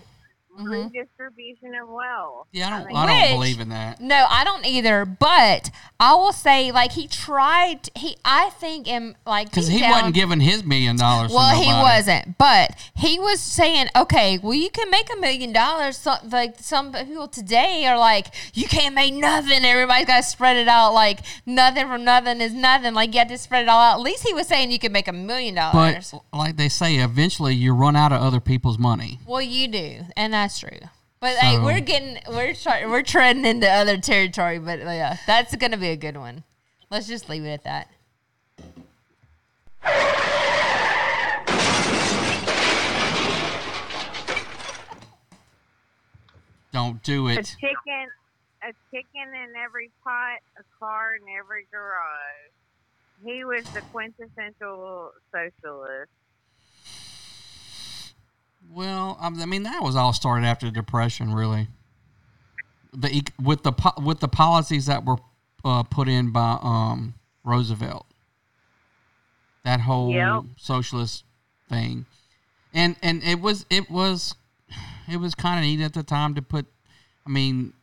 Mhm.
Redistribution of wealth.
Yeah, I don't,
mean-
I don't
Which-
believe in that.
No, I don't either. But I will say, like he tried. He, I think, him like
Because
deep
he
down-
wasn't giving his million dollars.
Well,
to
he
nobody.
wasn't, but he was saying, "Okay, well, you can make a million dollars." So- Like some people today are like, "You can't make nothing. Everybody's got to spread it out. Like nothing from nothing is nothing. Like you have to spread it all out." At least he was saying you could make a million dollars.
But like they say, eventually you run out of other people's money.
Well, you do, and that's true. But hey,
So-
we're getting we're try- we're treading into other territory. But uh, yeah, that's gonna be a good one. Let's just leave it at that.
Don't do
A
it.
chicken, a chicken in every pot, a car in every garage. He was the quintessential socialist.
Well, I I mean that was all started after the depression, really. The ec- with the po- with the policies that were uh, put in by um, Roosevelt, that whole
Yep.
socialist thing, and and it was it was it was kind of neat at the time to put, I mean,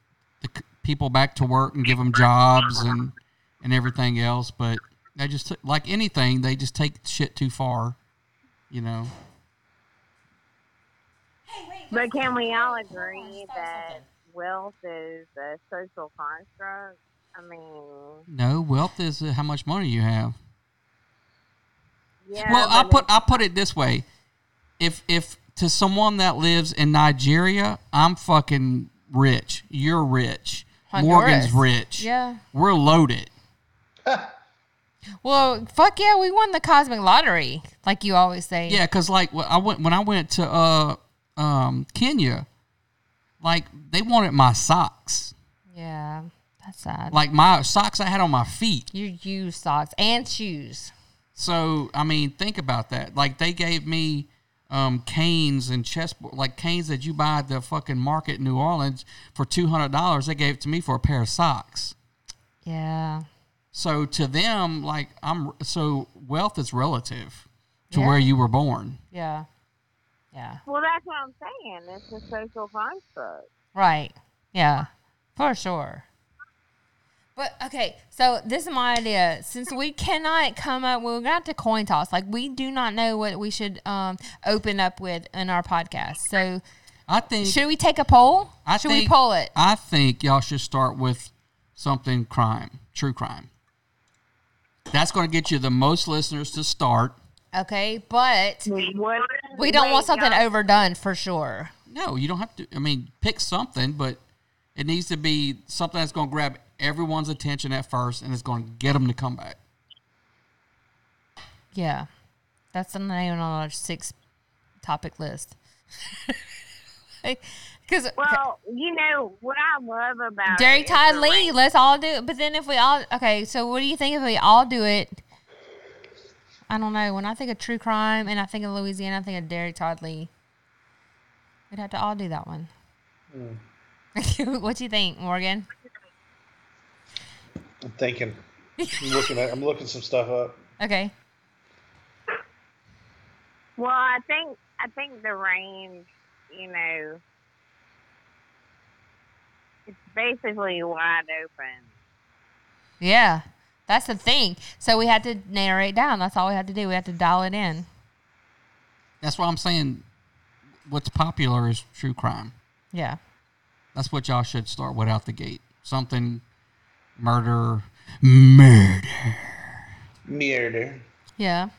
the c- people back to work and give them jobs and and everything else, but they just took, like anything, they just take shit too far, you know.
But can we all agree that wealth is a social construct? I mean,
No, wealth is uh, how much money you have.
yeah.
well, I
but
put I put it this way: if if to someone that lives in Nigeria, I'm fucking rich. You're rich. Morgan's
Honduras.
rich.
Yeah.
We're loaded.
Well, fuck yeah, we won the cosmic lottery, like you always say.
Yeah, because like when I went when I went to uh um Kenya, like they wanted my socks,
Yeah, that's sad.
like my socks I had on my feet.
you use socks and shoes.
So I mean, think about that. Like they gave me um, canes and chessboard, like canes that you buy at the fucking market in New Orleans for two hundred dollars. They gave it to me for a pair of socks.
Yeah.
So to them, like I'm so wealth is relative to
Yeah.
where you were born.
Yeah. Yeah.
Well, that's what I'm saying. It's a social construct.
Right. Yeah. For sure. But okay, so this is my idea. Since we cannot come up, we got to coin toss. Like we do not know what we should um, open up with in our podcast. So
I think
should we take a poll?
I
should we
think-
poll it?
I think y'all should start with something crime, true crime. That's going to get you the most listeners to start.
Okay, but we don't
wait,
want something
y'all.
overdone for sure.
No, you don't have to. I mean, pick something, but it needs to be something that's going to grab everyone's attention at first, and it's going to get them to come back.
Yeah. That's the name on our six topic list. Because
well, you know what I love about
Derek
it is
Todd
the
Lee,
range.
let's all do it. But then if we all, okay, so what do you think if we all do it? I don't know. When I think of true crime and I think of Louisiana, I think of Derek Todd Lee. We'd have to all do that one. what do you think, Morgan?
I'm thinking. I'm looking. At, I'm looking some stuff up.
Okay.
Well, I think I think the range, you know, it's basically wide open.
Yeah. That's the thing. So we had to narrow it down. That's all we had to do. We had to dial it in.
That's why I'm saying what's popular is true crime.
Yeah.
That's what y'all should start with out the gate. Something murder, murder.
Murder.
Yeah.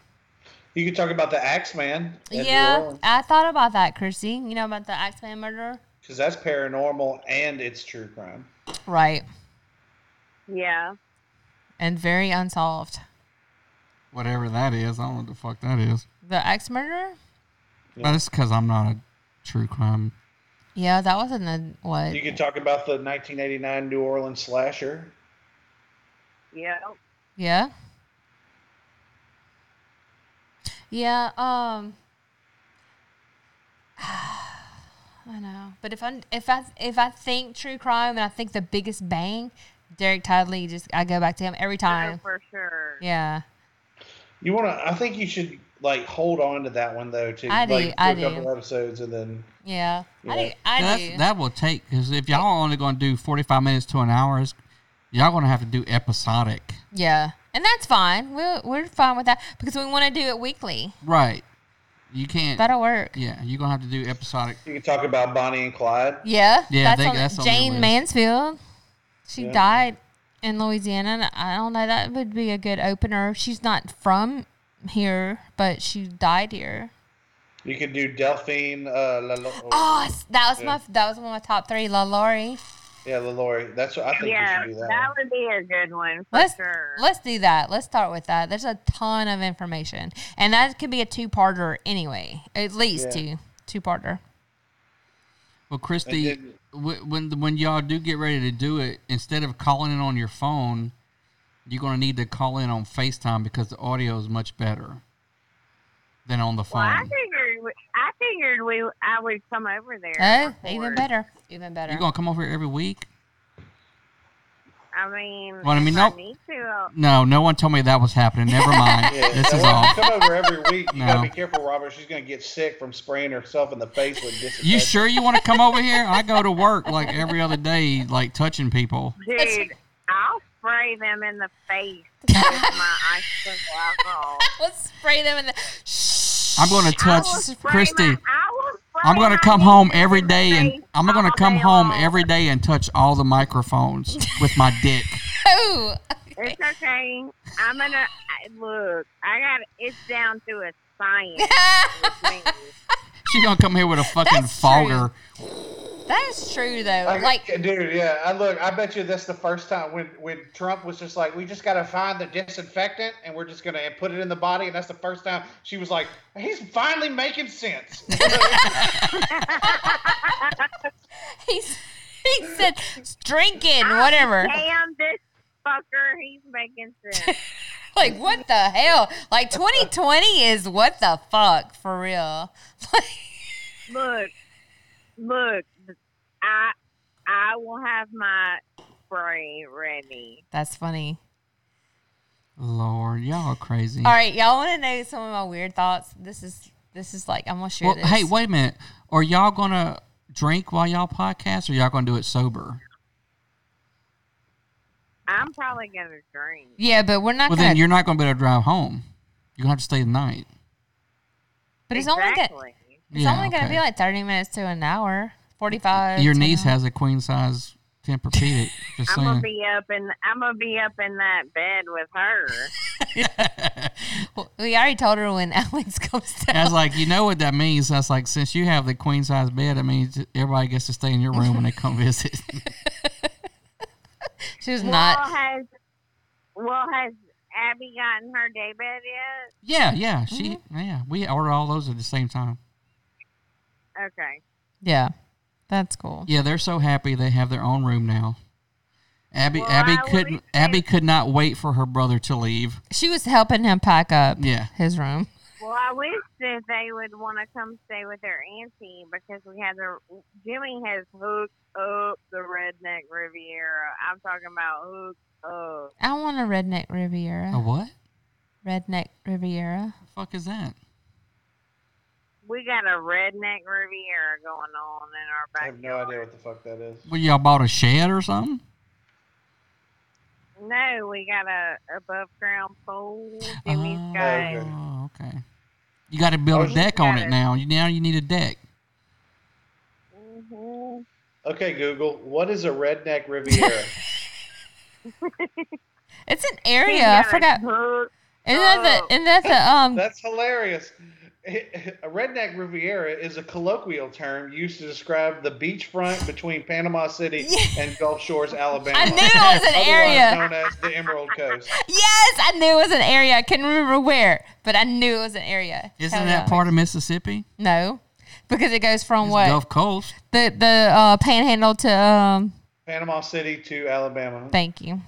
You could talk about the Axeman.
yeah. I thought about that, Chrissy. You know about the Axeman murderer?
Because that's paranormal and it's true crime.
Right.
Yeah.
And very unsolved.
Whatever that is, I don't know what the fuck that is.
The axe murderer?
But it's because I'm not a true crime.
Yeah, that wasn't the what?
You could talk about the 1989 New Orleans slasher.
Yeah.
Yeah. Yeah, um I know. But if I if I if I think true crime and I think the biggest bang, Derek Tidley just I go back to him every
Oh,
time.
for sure.
Yeah.
You want to? I think you should like hold on to that one though. Too.
I do,
Like,
I
a couple
do.
episodes and then.
Yeah. I
Yeah.
do I
That's-
do.
That will take because if y'all are only going to do 45 minutes to an hour, it's- y'all going to have to do episodic,
Yeah. And that's fine. We're we're fine with that because we want to do it weekly.
right? You can't.
That'll work.
Yeah, you're gonna have to do episodic.
You could talk about Bonnie and Clyde.
Yeah,
Yeah,
that's,
they-
on,
that's on their
Jane
list.
Mansfield. She
Yeah.
died in Louisiana. And I don't know. That would be a good opener. She's not from here, but she died here.
You could do Delphine. Uh, La, La,
Oh, s- that was
yeah.
my that was one of my top three. La Laurie.
Yeah, LaLaurie. That's what I think
Yeah,
we should do. That.
that would be a good one for
Let's
sure.
let's do that. Let's start with that. There's a ton of information, and that could be a two parter anyway. At least
Yeah.
two two parter.
Well, Christy, wh- when when y'all do get ready to do it, instead of calling in on your phone, you're gonna need to call in on Facetime because the audio is much better than on the
Well, I
phone.
figured we- I figured we I would come over there.
Oh,
and
even
record.
better. Even better.
You're gonna come over here every week?
I mean,
Well, I mean,
if
nope.
need to, I'll-
No, no one told me that was happening. Never mind.
Yeah,
This is
well,
all.
Come over every week. You
No.
gotta be careful, Robert. She's gonna get sick from spraying herself in the face with disinfectant.
You sure you want to come over here? I go to work like every other day, like touching people.
dude, I'll spray them in the face with my isopropyl alcohol.
Let's spray them in the.
I'm going to touch
I will spray
Christy.
my- I will spray
I'm going
my
to come home every day and I'm going to
all
come
day
home
long.
every day and touch all the microphones with my dick.
Oh,
It's okay. I'm gonna I- look. I got it's down to a science. with me.
She's going to come here with a fucking fogger.
that's true though.
I-
Like
dude, yeah. I look. I bet you that's the first time when when Trump was just like, we just gotta find the disinfectant and we're just gonna put it in the body, and that's the first time she was like, he's finally making sense.
he's he said "It's drinking whatever.
Damn this fucker. He's making sense.
Like what the hell? Like 2020 is what the fuck for real.
look, look. I I will have my spray ready.
That's funny.
Lord, y'all are crazy.
All right, y'all want to know some of my weird thoughts? This is this is like I'm gonna share
Well,
this.
hey, wait a minute. Are y'all going to drink while y'all podcast or y'all going to do it sober?
I'm probably gonna drink.
Yeah, but we're not
well,
gonna.
then you're not going to be able to drive home. You're going to have to stay the night.
but it's only gonna
Exactly.
it's
Yeah,
only gonna be
okay.
like 30 minutes to an hour, 45.
Your
to an
niece
hour.
has a queen size Tempur-Pedic. Just
I'm
saying.
gonna be up in I'm gonna be up in that bed with her.
Well, We already told her when Alex comes down.
I was like, you know what that means? That's like, since you have the queen size bed, I mean, everybody gets to stay in your room when they come visit.
She's She was
well,
not.
Has, well, has Abby gotten her daybed yet?
Yeah, yeah. She, yeah. We ordered all those at the same time.
Okay.
Yeah, that's cool.
Yeah, they're so happy they have their own room now. Abby,
Well,
Abby
I will
couldn't. Abby could not wait for her brother to leave.
She was helping him pack up.
Yeah.
his room.
Well, I wish that they would want to come stay with their auntie because we had the Jimmy has hooked up the redneck Riviera. I'm talking about hooked up.
I want a redneck Riviera.
A what?
Redneck Riviera.
The fuck is that?
We got a redneck Riviera going on in our
I
back.
have no idea what the fuck that is.
Well, y'all bought a shed or something?
No, we got a above ground pool. Jimmy's got
Oh, okay. You got to
Oh,
build a deck on it now. You now you need a deck.
Mhm.
Okay, Google, what is a redneck Riviera?
It's an
He's
area. I
got a
forgot.
hooked
Isn't that the? Isn't that the? Um.
That's hilarious. A redneck Riviera is a colloquial term used to describe the beachfront between Panama City and Gulf Shores, Alabama.
I knew it was an
otherwise
area.
known as the Emerald Coast.
Yes, I knew it was an area. I couldn't remember where, but I knew it was an area.
Isn't
Hell
that
yeah.
part of Mississippi?
No, because it goes from what
Gulf Coast.
the the uh, Panhandle to. Um,
Panama City to Alabama.
thank you.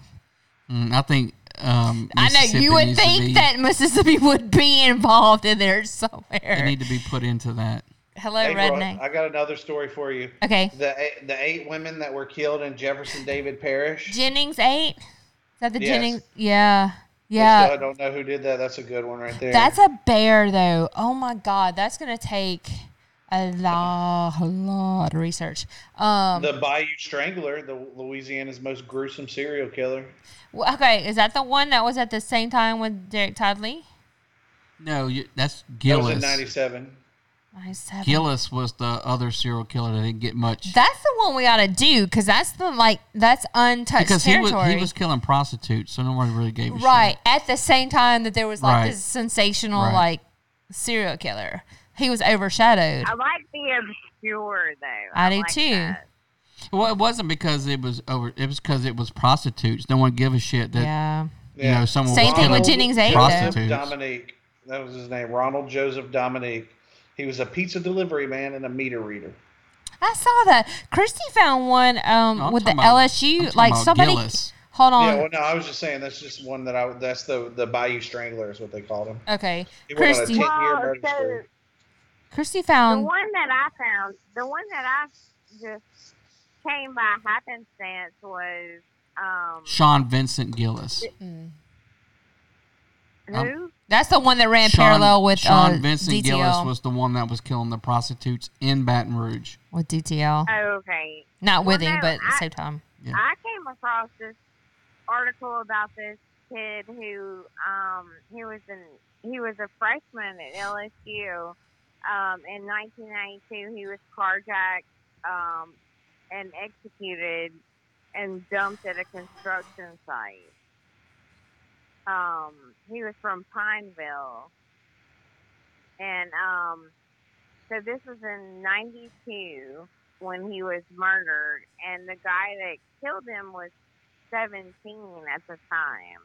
Mm, I think. Um,
I know
Mississippi
you would
needs to
think
be-
that Mississippi would be involved in there
they
somewhere.
need to be put into that.
Hello,
Hey, Roy,
redneck.
I got another story for you.
Okay.
The eight, the eight women that were killed in Jefferson David Parish.
Jennings eight. Is that the
Yes.
Jennings? Yeah.
I
Yeah.
still don't know who did that. That's a good one right there.
That's a bear, though. Oh my God, that's gonna take a lot, a lot of research. Um,
the Bayou Strangler, the Louisiana's most gruesome serial killer.
w- okay, is that the one that was at the same time with Derek Toddley?
No, you, that's
That was in
Gillis.
'97.
Ninety-seven.
Gillis was the other serial killer that didn't get much
That's the one we ought to do because that's the like that's untouched
because he was
territory.
he was killing prostitutes, so nobody really gave a shit.
right at the same time that there was like
Right.
this sensational
Right.
like serial killer. He was overshadowed.
I like the obscure though.
I, do
like
too.
that.
Well, it wasn't because it was over. It was because it was prostitutes. No one give a shit that
Yeah.
you know someone.
Same
was
thing with
killing
Jennings Ape, though.
Prostitutes.
Dominique. That was his name. Ronald Joseph Dominique. He was a pizza delivery man and a meter reader.
I saw that. Christy found one um,
No, I'm
with the
talking about-
LSU.
I'm talking
like
about
somebody.
Gillis.
Hold on.
Yeah, well, no, I was just saying that's just one that I. That's the the Bayou Strangler is what they called him.
okay.
He went on a
Christy.
ten year murder spree.
Christy
the
found.
one that I found, the one that I just came by happenstance was um
Sean Vincent Gillis.
who?
hmm, That's the one that ran
Sean-
parallel with
Sean
uh,
Vincent
DTL.
Gillis was the one that was killing the prostitutes in Baton Rouge.
With DTL.
Oh, Okay.
Not with
Well,
him,
no,
but at the
I-
same time.
I came across this article about this kid who um he was an he was a freshman at LSU. Um, in 1992, he was carjacked um, and executed and dumped at a construction site. Um, he was from Pineville, and um, so this was in '92 when he was murdered, and the guy that killed him was 17 at the time.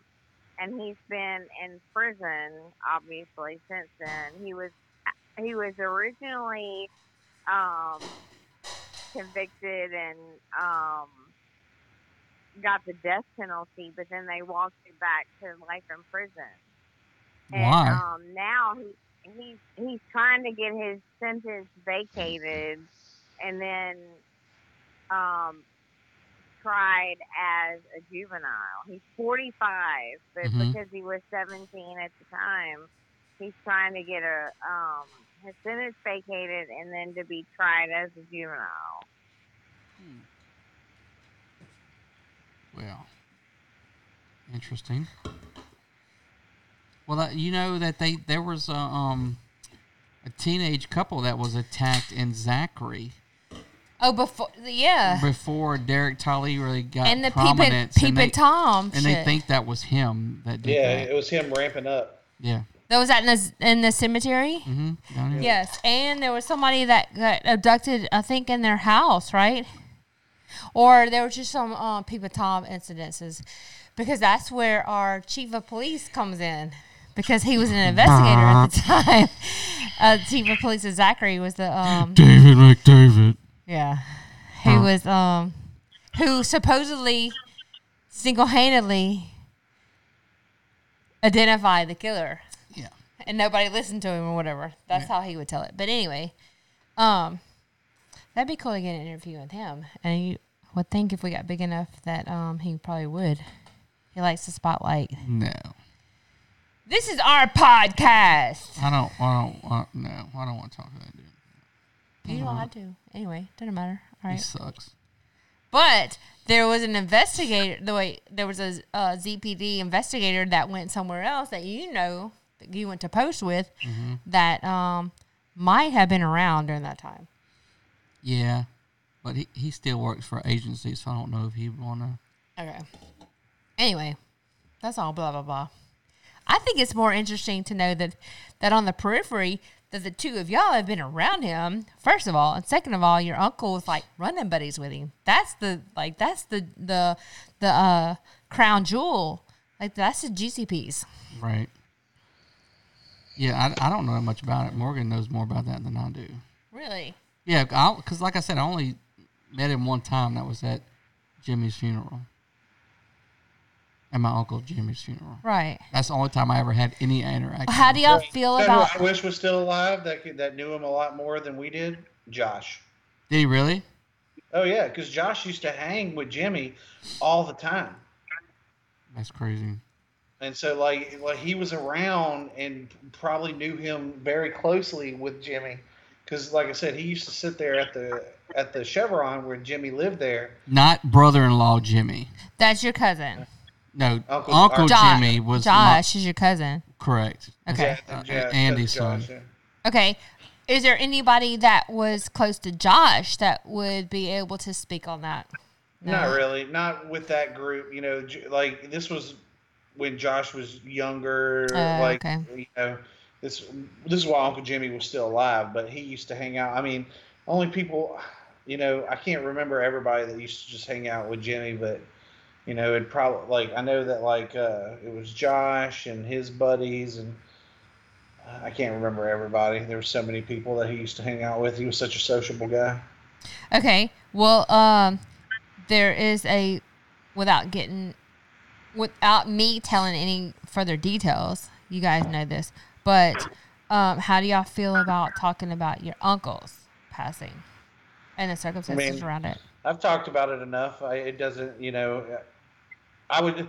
And he's been in prison, obviously, since then. He was he was originally um, convicted and um, got the death penalty, but then they walked him back to life in prison. And
Why?
um, now he, he's he's trying to get his sentence vacated, and then um, tried as a juvenile. He's 45, but
Mm-hmm.
Mhm.
because he was 17 at the time, he's trying to get a um, his sentence vacated and then to be tried as a juvenile.
Well, interesting. Well, that, you know that they there was a, um, a teenage couple that was attacked in Zachary
Oh, before. Yeah.
before Derek Tolley really got
Uh. And the Peep and-
prominence.
Peep and Tom
and they
shit.
think that was him that did
Yeah,
that.
it was him ramping up.
Yeah.
That was at in the, in the cemetery.
Mm-hmm. Down here.
Yes, and there was somebody that got abducted. I think in their house, right? Or there were just some uh, peep Tom incidences because that's where our chief of police comes in because he was an investigator at the time. Uh, chief of police Zachary was the um,
David McDavid.
yeah, who
Huh.
was um, who supposedly single-handedly identified the killer.
Yeah.
And nobody listened to him or whatever. That's how he would tell it. But anyway, um, that'd be cool to get an interview with him. And you would think if we got big enough that um he probably would. He likes the spotlight.
No,
This is our podcast.
I don't. I don't want. No, I don't want to talk to that dude.
You don't have to. Anyway, doesn't matter. All
He
right.
sucks.
But there was an investigator. The way there was a uh, ZPD investigator that went somewhere else that you know that you went to post with
Mhm.
that um, might have been around during that time.
Yeah, but he, he still works for agency, so I don't know if he would want to.
Okay. Anyway, that's all. Blah blah blah. I think it's more interesting to know that that on the periphery that the two of y'all have been around him. First of all, and second of all, your uncle was like running buddies with him. That's the like that's the the the uh, crown jewel. Like that's the juicy piece.
Right. Yeah, I, I don't know much about it. Morgan knows more about that than I do.
Really?
Yeah, because like I said, I only met him one time. That was at Jimmy's funeral. At my uncle Jimmy's funeral.
Right.
That's the only time I ever had any interaction.
How do y'all feel
You know
about?
who I wish was still alive. That could, that knew him a lot more than we did. Josh.
Did he really?
Oh yeah, because Josh used to hang with Jimmy all the time,
That's crazy.
and so like like he was around and probably knew him very closely with Jimmy, because like I said, he used to sit there at the at the Chevron where Jimmy lived there.
Not brother-in-law Jimmy.
That's your cousin.
No,
Uncle-
Uncle,
Jo-
Jimmy was my-
Josh is your cousin.
correct.
Okay.
Uh,
Yeah, that's
Andy's son.
Josh, yeah.
Okay. Is there anybody that was close to Josh that would be able to speak on that?
Not really. Not with that group. You know, J- like this was when Josh was younger.
Oh,
like
okay.
you know, this this is why Uncle Jimmy was still alive. But he used to hang out. I mean, only people. You know, I can't remember everybody that used to just hang out with Jimmy, but you know, it probably like I know that like uh, it was Josh and his buddies and. uh, I can't remember everybody. There were so many people that he used to hang out with. He was such a sociable guy.
Okay. Well, um, there is a without getting without me telling any further details. You guys know this, but um, how do y'all feel about talking about your uncle's passing and the circumstances
mean,
around it?
I've talked about it enough. I, it doesn't, you know, I would.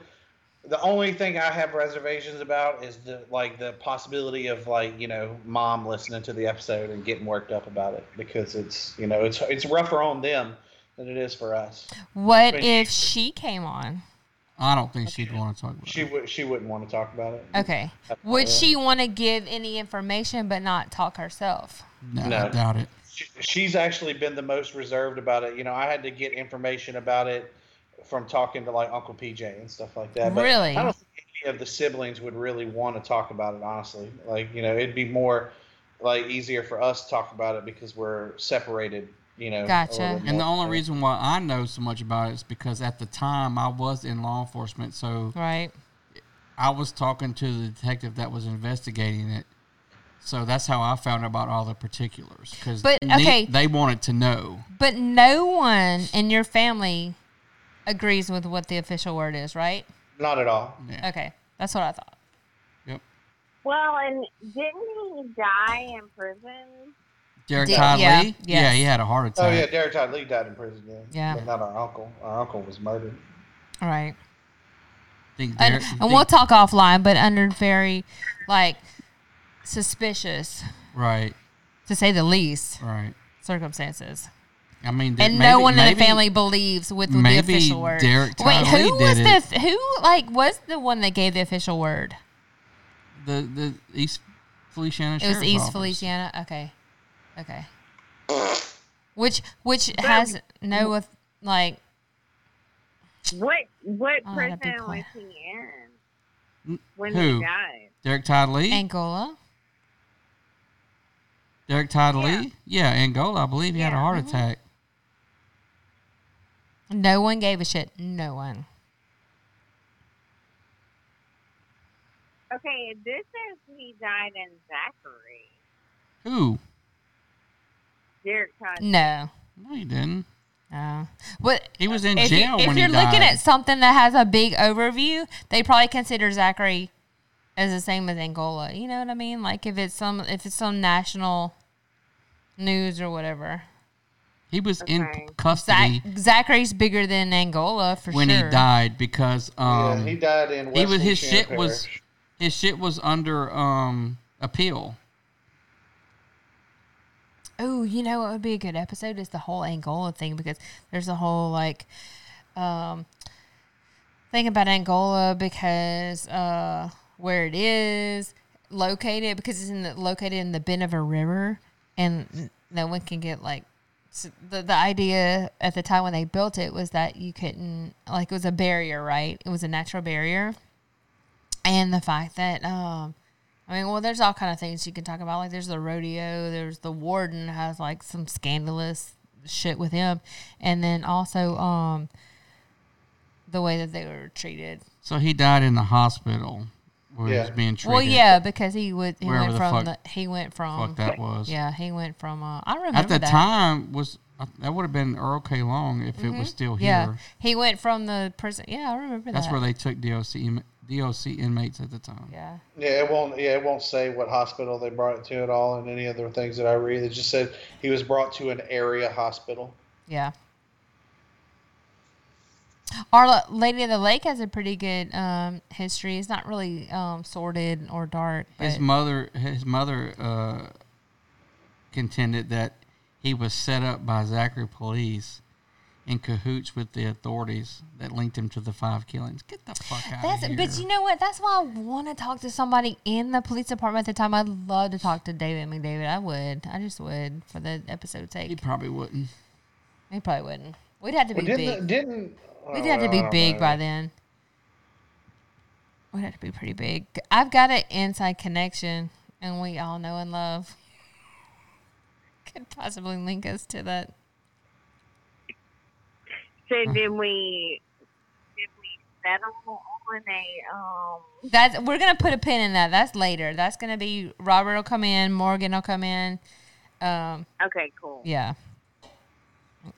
The only thing I have reservations about is the like the possibility of like you know mom listening to the episode and getting worked up about it because it's you know it's it's rougher on them than it is for us.
What
But
if she came on?
I don't think she'd want to talk about
She would she wouldn't want to talk about it.
Okay.
Uh,
Would she want to give any information but not talk herself?
No,
No.
I doubt it.
She- She's actually been the most reserved about it. You know, I had to get information about it from talking to like Uncle PJ and stuff like that. But
Really?
I don't think any of the siblings would really want to talk about it, honestly. Like, you know, it'd be more like easier for us to talk about it because we're separated, you know. a
Gotcha.
little
And the
more.
only reason why I know so much about it is because at the time I was in law enforcement, so
Right.
I was talking to the detective that was investigating it. So that's how I found out about all the particulars because
But, okay.
they wanted to know.
But no one in your family agrees with what the official word is, right?
Not at all.
Okay. That's what I thought.
Well, and didn't he die in prison?
Derek
Did-
Todd
yeah,
Lee, yeah,
yes.
he had a heart
Oh,
attack.
yeah. Derek Todd Lee died in prison. Yeah.
Yeah.
But not our uncle. Our uncle was murdered.
All right.
Think
And,
Derek,
and we'll talk offline, but under very, like, suspicious,
right,
to say the least,
right.
circumstances.
I mean, that
And no
maybe-
one in
maybe-
the family believes with the
maybe
official word.
Derek
Wait,
Todd
who
Lee
was
did
the who like was the one that gave the official word?
The the East
It
Feliciana.
was
Sheriff's
East
Office.
Feliciana. Okay, okay. Which which has no with like
What what
Oh, that'd be
prison
cool.
was he in when
Who?
he died?
Derek Todd Lee.
Angola.
Derek Todd Lee. Yeah, Angola. I believe he had a heart attack.
No one gave a shit. No one.
Okay, this says he died in Zachary.
Who?
Derek Cosby.
No.
No, he didn't.
No. What?
He was in
if
jail
you, if
when
you're
he
looking
died.
at something that has a big overview, they probably consider Zachary as the same as Angola. You know what I mean? Like if it's some if it's some national news or whatever.
he was in custody
Zachary's bigger than Angola for
when
sure.
he died because um
he died in
he was
Wesley
his
Chan
shit was his shit was under um appeal.
Oh, you know what would be a good episode is the whole Angola thing because there's a whole like um thing about Angola because uh where it is located because it's in the, located in the bend of a river and no one can get like s the the idea at the time when they built it was that you couldn't like it was a barrier, right? It was a natural barrier and the fact that um I mean, well, there's all kind of things you can talk about. Like, there's the rodeo. There's the warden has like some scandalous shit with him, and then also um, the way that they were treated.
So he died in the hospital where he was
Yeah.
being treated.
Well, yeah, because he would he
Wherever
went
the
from
fuck-
the, he went from
fuck that was.
yeah he went from uh, I remember
At the
that.
time was uh, that would have been Earl K. Long if it
Mhm.
was still here.
yeah he went from the prison yeah I remember
That's
that
where they took DOC in- DOC inmates at the time.
yeah
Yeah, it won't. Yeah, it won't say what hospital they brought it to at all, and any other things that I read. It just said he was brought to an area hospital.
yeah. Our La- Lady of the Lake has a pretty good um, history. It's not really um, sordid or dark. But
His mother, his mother uh, contended that he was set up by Zachary police in cahoots with the authorities that linked him to the five killings. Get the fuck out
That's
of here!
but you know what? That's why I want to talk to somebody in the police department at the time. I'd love to talk to David McDavid. I would. I just would for the episode's sake. He
probably wouldn't.
He probably wouldn't. We'd have to be
Well, didn't
big.
didn't uh,
We'd have to
well, I
be
don't
big
know.
by then. We'd have to be pretty big. I've got an inside connection, and we all know and love. Could possibly link us to that.
So did we did we settle on a um
That's we're gonna put a pin in that. That's later. That's gonna be Robert will come in, Morgan will come in. Um,
okay, cool.
yeah.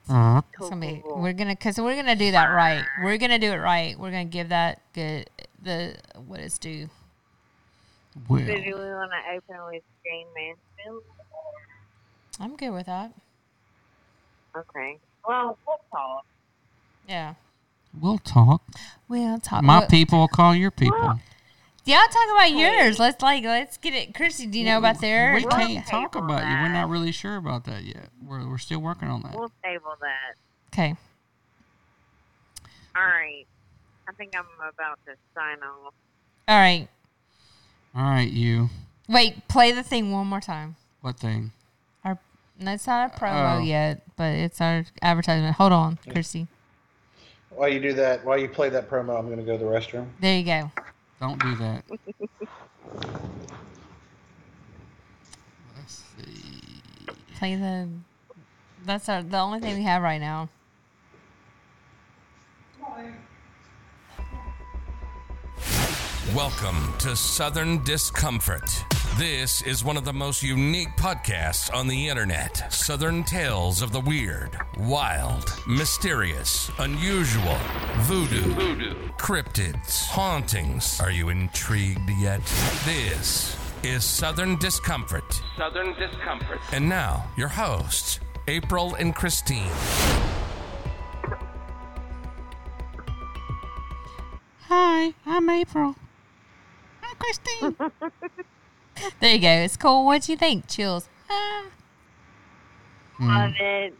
Uh-huh.
It's gonna be, we're gonna cause we're gonna do that right. We're gonna do it right. We're gonna give that good the what it's due.
So do we want to open with Jane Mansfield?
I'm good with that.
Okay. Well, we'll talk.
Yeah.
We'll talk.
We'll talk.
My
Uh, Well-
people will call your people.
Y'all talk about yours. Let's like let's get it. Chrissy, do you know about their?
We can't talk about you. We're not really sure about that yet. We're, we're still working on that.
We'll table that.
Okay.
All right. I think I'm about to sign off.
All right.
All right, you.
Wait. Play the thing one more time.
What thing?
Our that's not a promo
Oh.
yet, but it's our advertisement. Hold on, Chrissy.
While you do that, while you play that promo, I'm gonna go to the restroom.
There you go.
Don't do that.
Play the. That's our the only thing we have right now.
Welcome to Southern Discomfort. This is one of the most unique podcasts on the internet. Southern tales of the weird, wild, mysterious, unusual, voodoo, cryptids, hauntings. Are you intrigued yet? This is Southern Discomfort.
Southern discomfort.
And now, your hosts, April and Christine.
Hi, I'm April. I'm Christine.
There you go. It's cool. What you think? Chills.
Uh,
Ah.
Love it.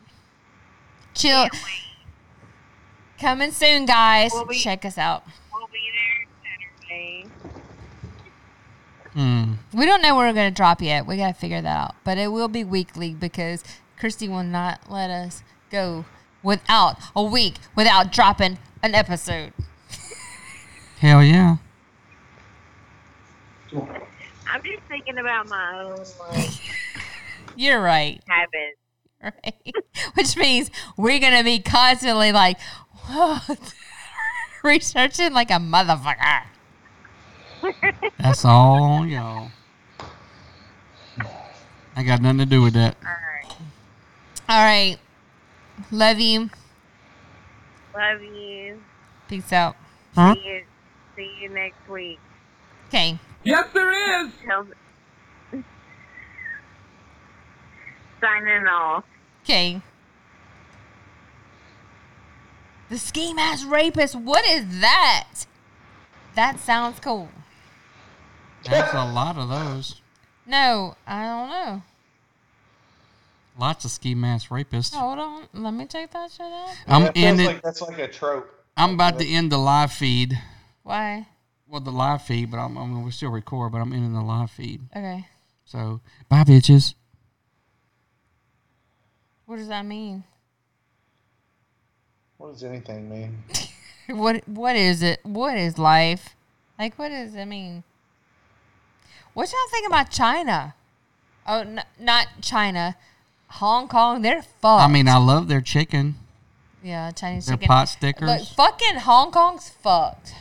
Chill. Coming soon, guys.
Will we-
Check us out.
We'll be there Saturday.
We don't know where we're going to drop yet. We got to figure that out. But it will be weekly because Christy will not let us go without a week without dropping an episode.
Hell yeah.
I'm just thinking about my own like
You're right.
habits.
right? Which means we're gonna be constantly like, whoa, researching like a motherfucker.
That's all on y'all. I got nothing to do with that.
All right, love you.
Love you.
Peace out.
See you. See you next week.
Okay.
Yes, there is. Signing off.
Okay. The scheme has rapists. What is that? That sounds cool.
That's a lot of those.
No, I don't know.
Lots of ski mask rapists.
Hold on. Let me take that shit out.
I'm
That
in
feels
it.
like- that's like a trope.
I'm about to end the live feed.
Why?
Well, the live feed, but I'm, I'm gonna still record, but I'm ending the live feed.
Okay.
So, bye, bitches.
What does that mean?
What does anything mean?
What What is it? What is life? Like, what does it mean? What y'all think about China? Oh, n- not China. Hong Kong. They're fucked.
I mean, I love their chicken.
Yeah, Chinese
Their
chicken.
pot stickers.
Look, fucking Hong Kong's fucked.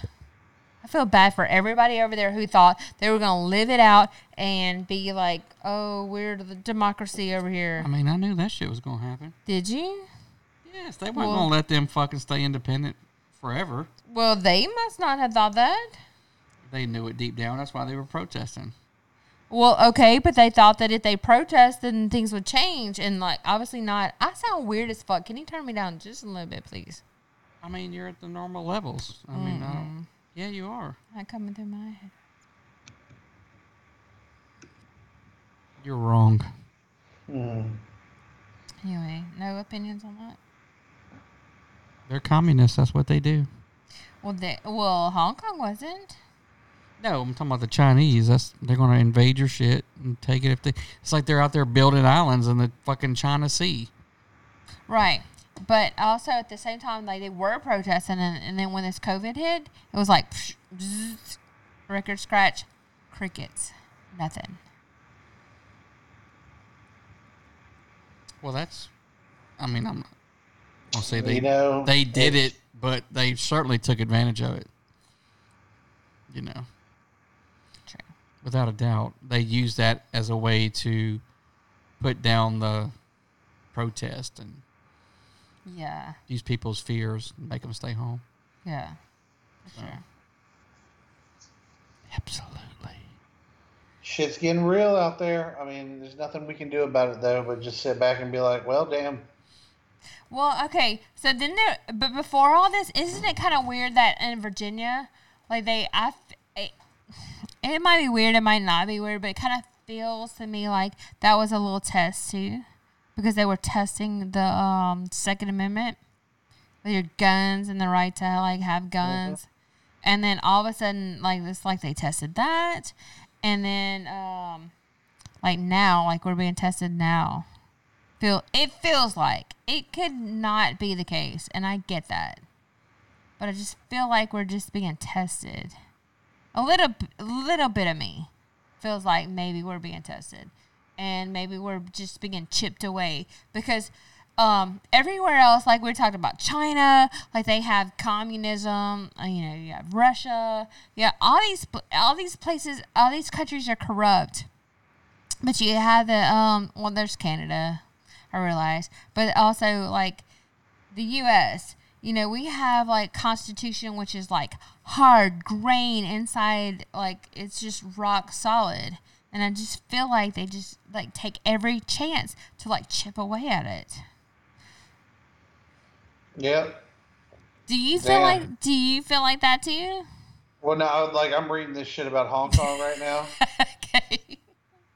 I feel bad for everybody over there who thought they were gonna live it out and be like, "Oh, we're the democracy over here."
I mean, I knew that shit was gonna happen.
Did you?
Yes, they weren't gonna let them fucking stay independent forever.
Well, they must not have thought that.
They knew it deep down. That's why they were protesting.
Well, okay, but they thought that if they protest, then things would change, and like obviously not. I sound weird as fuck. Can you turn me down just a little bit, please?
I mean, you're at the normal levels. I mean, I don't, yeah, you are.
Not coming through my head.
You're wrong.
Anyway, no opinions on that.
They're communists. That's what they do.
Well, they, well, Hong Kong wasn't.
No, I'm talking about the Chinese. That's they're going to invade your shit and take it if they. It's like they're out there building islands in the fucking China Sea.
Right. But also at the same time, like they were protesting, and, and then when this COVID hit, it was like psh, bzzz, record scratch, crickets, nothing.
Well, that's. I mean, I'm. I'll say they
You know,
they did
it's-
it, but they certainly took advantage of it. You know.
True.
Without a doubt, they used that as a way to put down the protest and
Yeah.
use people's fears and make them stay home.
Yeah. For sure.
Absolutely.
Shit's getting real out there. I mean, there's nothing we can do about it though, but just sit back and be like, well, damn.
Well, okay. So then there, but before all this, isn't it kind of weird that in Virginia, like they, I, f- it, it might be weird, it might not be weird, but it kind of feels to me like that was a little test too, because they were testing the um, Second Amendment with your guns and the right to like have guns, and then all of a sudden, like this, like they tested that, and then um, like now, like we're being tested now feel it feels like it could not be the case and i get that but i just feel like we're just being tested a little b- little bit of me feels like maybe we're being tested and maybe we're just being chipped away because um, everywhere else like we talked about china like they have communism uh, you know you have russia yeah all these pl- all these places all these countries are corrupt but you have the um well there's Canada, I realize. But also like the US, you know, we have like constitution which is like hard grain inside like it's just rock solid. And I just feel like they just like take every chance to like chip away at it.
Yep.
Do you feel
Yeah.
like do you feel like that too?
Well, no, I- like I'm reading this shit about Hong Kong right now.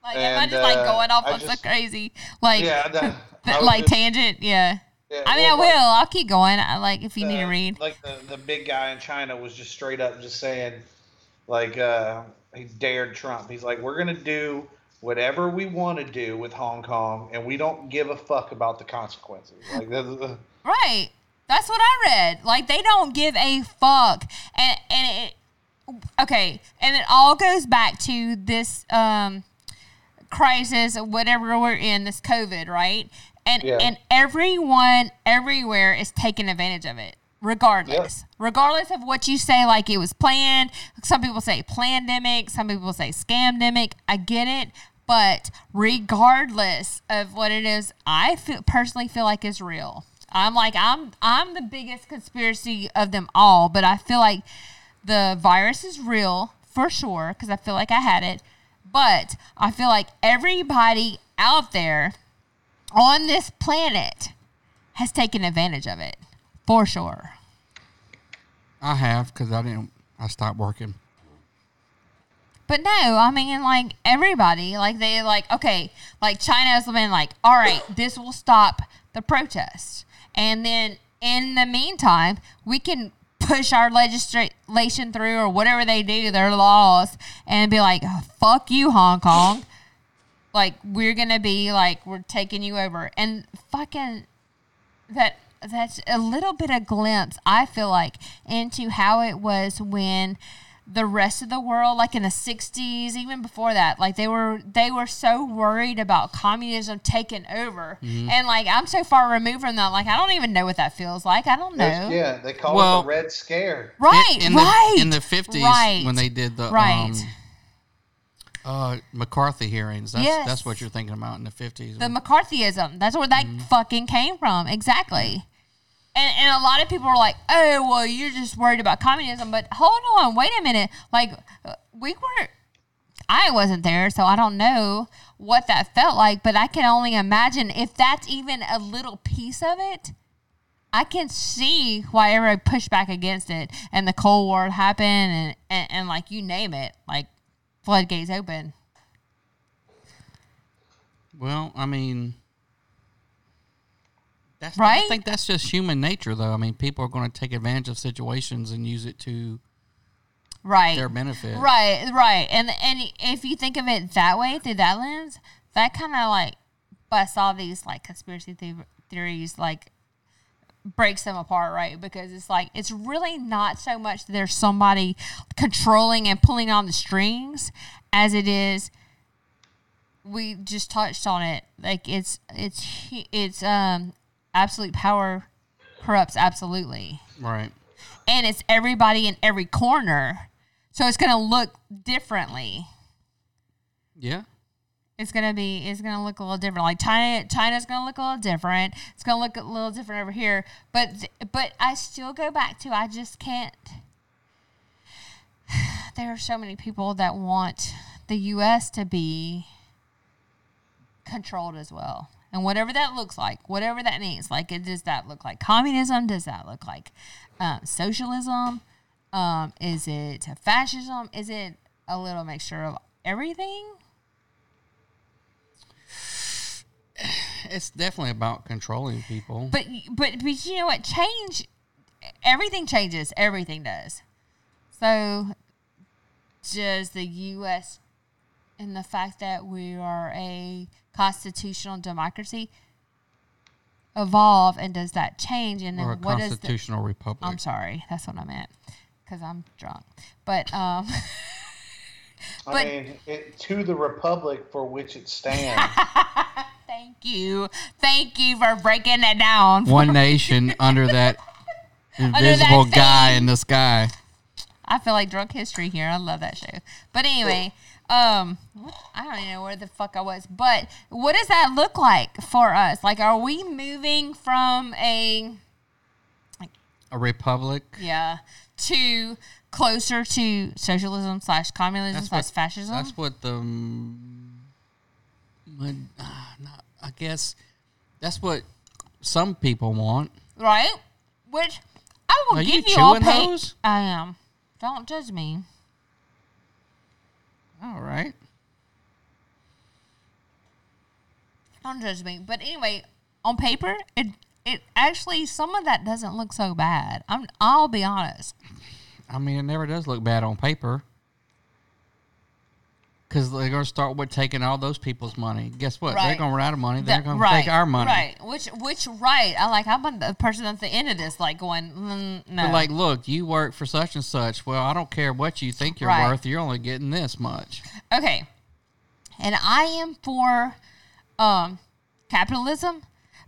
Like am I
And,
just like
uh,
going off
I
on so
just-
crazy like
yeah, no, I
th-
was
like
just-
tangent, yeah.
Yeah,
I mean,
well,
I will. I'll keep going. I like if you need to
uh,
read.
Like the, the big guy in China was just straight up just saying, like, uh, he dared Trump. He's like, we're going to do whatever we want to do with Hong Kong, and we don't give a fuck about the consequences. Like, the, the-
Right. That's what I read. Like they don't give a fuck, and and it okay, and it all goes back to this um crisis, or whatever we're in, this COVID, right? And
Yeah.
and everyone everywhere is taking advantage of it, regardless. Regardless of what you say, like it was planned. Some people say plandemic, some people say scamdemic. I get it, but regardless of what it is, I feel, personally feel like it's real. I'm like I'm I'm the biggest conspiracy of them all, but I feel like the virus is real for sure because I feel like I had it. But I feel like everybody out there on this planet has taken advantage of it for sure.
I have because I didn't. I stopped working.
But no, I mean, like everybody, like they like okay, like China has been like, all right, this will stop the protests, and then in the meantime, we can push our legislation through or whatever they do, their laws, and be like, fuck you, Hong Kong. like we're gonna be like we're taking you over and fucking that that's a little bit of glimpse i feel like into how it was when the rest of the world like in the 60s even before that like they were they were so worried about communism taking over
Mm-hmm.
Mhm.
and like i'm so far removed from that like i don't even know what that feels like i don't know
Yeah, they call
Well-
it the Red Scare.
right
in, in
right
The, in the 50s
right,
when they did the
right
um, uh, McCarthy hearings. That's,
Yes.
that's what you're thinking about in the 50s.
the McCarthyism. That's where that fucking came from. Exactly. And, and a lot of people are like, oh, well, you're just worried about communism. But hold on, wait a minute. Like, uh, we weren't, I wasn't there, so I don't know what that felt like, but I can only imagine if that's even a little piece of it. I can see why everybody pushed back against it and the Cold War happened and, and, and like you name it, like floodgates open.
well, I mean, that's, I
Right?
think that's just human nature, though. I mean, people are going to take advantage of situations and use it to
right
their benefit.
right right and and if you think of it that way through that lens that kind of like busts all these like conspiracy the- theories like breaks them apart right because it's like it's really not so much that there's somebody controlling and pulling on the strings as it is we just touched on it like it's it's hu- it's um absolute power corrupts absolutely
Right.
and it's everybody in every corner. So it's gonna look differently.
Yeah.
It's gonna be it's gonna look a little different. Like China China's gonna look a little different. It's gonna look a little different over here. But but I still go back to I just can't there are so many people that want the US to be controlled as well. And whatever that looks like, whatever that means, like it does that look like communism? Does that look like um, socialism? Um, is it fascism? Is it a little mixture of everything?
It's definitely about controlling people.
But but but you know what? Change, everything changes. Everything does. So, does the U.S. and the fact that we are a constitutional democracy evolve, and does that change? And then
Or a
what is the-
constitutional republic.
I'm sorry, that's what I meant, because I'm drunk. But um,
I mean, it, to the republic for which it stands.
thank you, thank you for breaking that down.
One nation under that
Under that
invisible guy
thing.
in the sky.
I feel like drunk history here. I love that show. But anyway, um, what- I don't even know where the fuck I was. But what does that look like for us? Like, are we moving from a
A republic.
yeah to closer to socialism slash communism slash fascism?
That's what the. mm, mon- ah, not- I guess that's what some people want.
right? Which I will
Are you
give you, all
chewing
pay-
those?
I am. Don't judge me.
All right.
Don't judge me. But anyway, on paper, it it actually some of that doesn't look so bad. I'm I'll be honest.
I mean, it never does look bad on paper. Because they're going to start with taking all those people's money. Guess what? They're
Right.
going to run out of money. They're
That-
going to
right,
take our money.
Right. Which which right? I like I'm the person at the end of this, like going mm, no.
They're like, look, you work for such and such. Well, I don't care what you think you're
Right.
worth. You're only getting this much.
okay, and I am for um capitalism.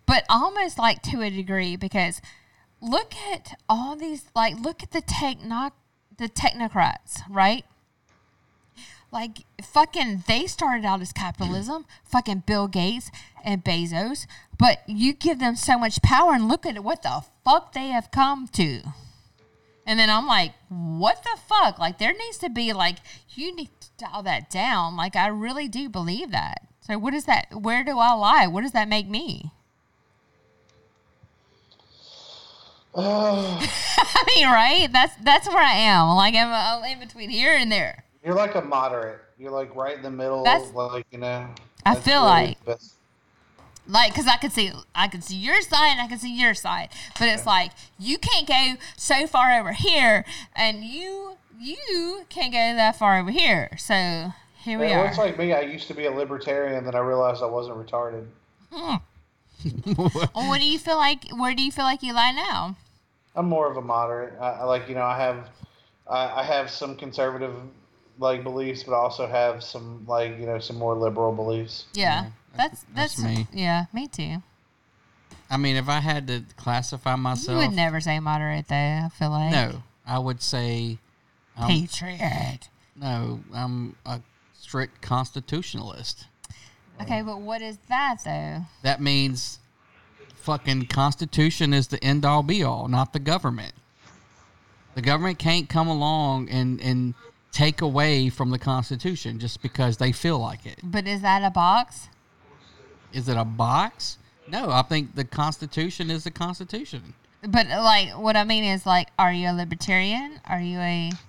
but almost like to a degree because look at all these like look at the techno the technocrats, right? Like fucking they started out as capitalism, fucking Bill Gates and Bezos, but you give them so much power and look at what the fuck they have come to. And then I'm like, what the fuck? Like, there needs to be like, you need to dial that down. Like, I really do believe that. So, what is that? Where do I lie? What does that make me?
Oh.
I mean, right? That's that's where I am. Like, I'm, I'm in between here and there.
You're like a moderate. You're like right in the middle.
That's-
like you know.
I
that's
feel
really
like-
the best.
Like, cause I could see, I could see your side, and I could see your side, but it's like you can't go so far over here, and you you can't go that far over here. So here we
Yeah, well,
are.
It's like me. I used to be a libertarian, then I realized I wasn't retarded.
Mm. what do you feel like? Where do you feel like you lie now?
I'm more of a moderate. I, I like you know I have I, I have some conservative like beliefs, but I also have some like you know some more liberal beliefs.
Yeah, that's that's,
that's me.
Yeah, me too.
I mean, if I had to classify myself,
You would never say moderate though. I feel like
no, I would say um, I'm-
Patriot.
No, I'm a strict constitutionalist.
Okay, but what is that though?
That means fucking constitution is the end all be all, not the government. The government can't come along and and take away from the constitution just because they feel like it.
But is that a box?
Is it a box? No, I think the constitution is the constitution.
But like, what I mean is like, are you a libertarian? Are you a?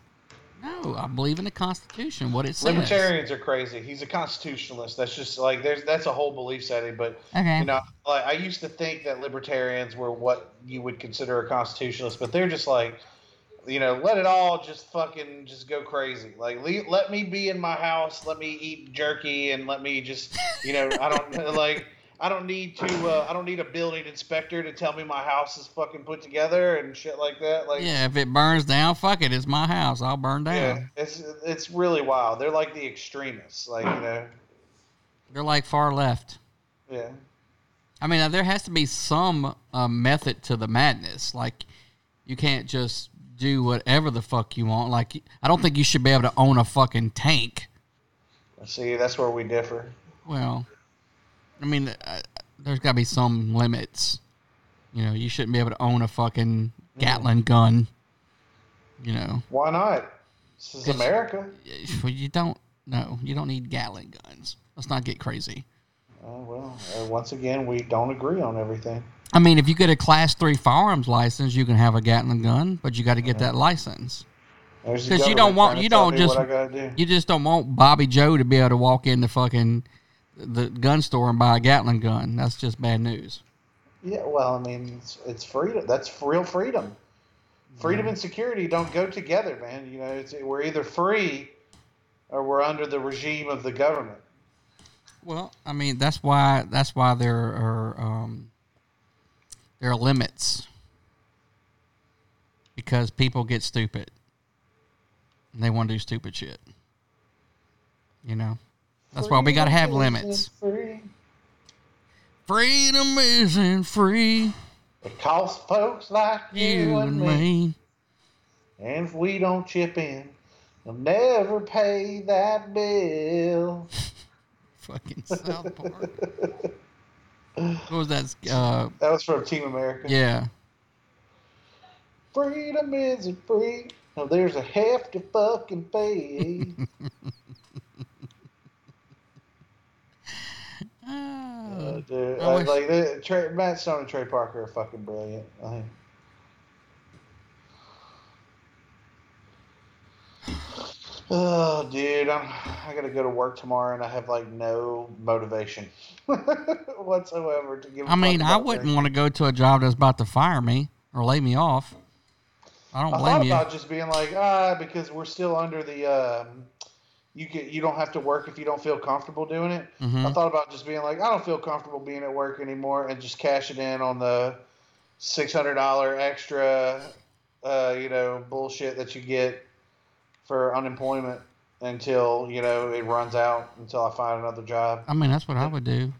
No, I believe in the constitution, what it says.
Libertarians are crazy. He's a constitutionalist. That's just like there's that's a whole belief setting. But
Okay.
you know, like I used to think that libertarians were what you would consider a constitutionalist, but they're just like, you know, let it all just fucking just go crazy. Like le- let me be in my house, let me eat jerky, and let me just, you know, I don't like. I don't need to. Uh, I don't need a building inspector to tell me my house is fucking put together and shit like that. Like,
Yeah, if it burns down, fuck it, it's my house. I'll burn down.
yeah, it's it's really wild. They're like the extremists. Like, you know,
They're like far left.
yeah.
I mean, there has to be some uh, method to the madness. Like, you can't just do whatever the fuck you want. Like, I don't think you should be able to own a fucking tank.
See, that's where we differ.
Well, I mean, uh, there's got to be some limits. You know, you shouldn't be able to own a fucking Gatlin gun. You know,
Why not? This is
It's-
America.
Well, you don't. No, you don't need Gatlin guns. Let's not get crazy.
Oh, well, uh, once again, we don't agree on everything.
I mean, if you get a class three firearms license, you can have a Gatlin gun, but you got to get that license.
There's the
Because you
government
don't want
trying to
you
tell
don't
me
just
what I gotta do.
you just don't want Bobby Joe to be able to walk in the fucking the gun store and buy a Gatlin gun. That's just bad news.
Yeah, well, I mean, it's, it's freedom. That's real freedom.
Mm-hmm.
Freedom and security don't go together, man. You know, it's, we're either free or we're under the regime of the government.
Well, I mean that's why that's why there are um, there are limits because people get stupid and they want to do stupid shit. You know, that's why we got to have
Freedom
limits.
isn't Free.
Freedom isn't free.
It costs folks like you,
You
and
and
me.
me.
And if we don't chip in, they'll never pay that bill.
Fucking South Park. What was that? Uh,
That was from Team America.
yeah.
Freedom isn't free. Now there's a hefty fucking fee. Uh, dude,
I
I,
wish-
like they, Trey, Matt Stone and Trey Parker are fucking brilliant. I think. Oh, dude, I'm, I gotta go to work tomorrow, and I have like no motivation whatsoever to give. a
I mean,
fuck
I
about
wouldn't
things.
want to go to a job that's about to fire me or lay me off. I don't
I
blame
thought
you.
about just being like, ah, because we're still under the, um, you can you don't have to work if you don't feel comfortable doing it.
Mhm.
I thought about just being like, I don't feel comfortable being at work anymore, and just cash it in on the six hundred dollar extra, uh, you know, bullshit that you get for unemployment until you know it runs out until I find another job.
I mean, that's what I would do.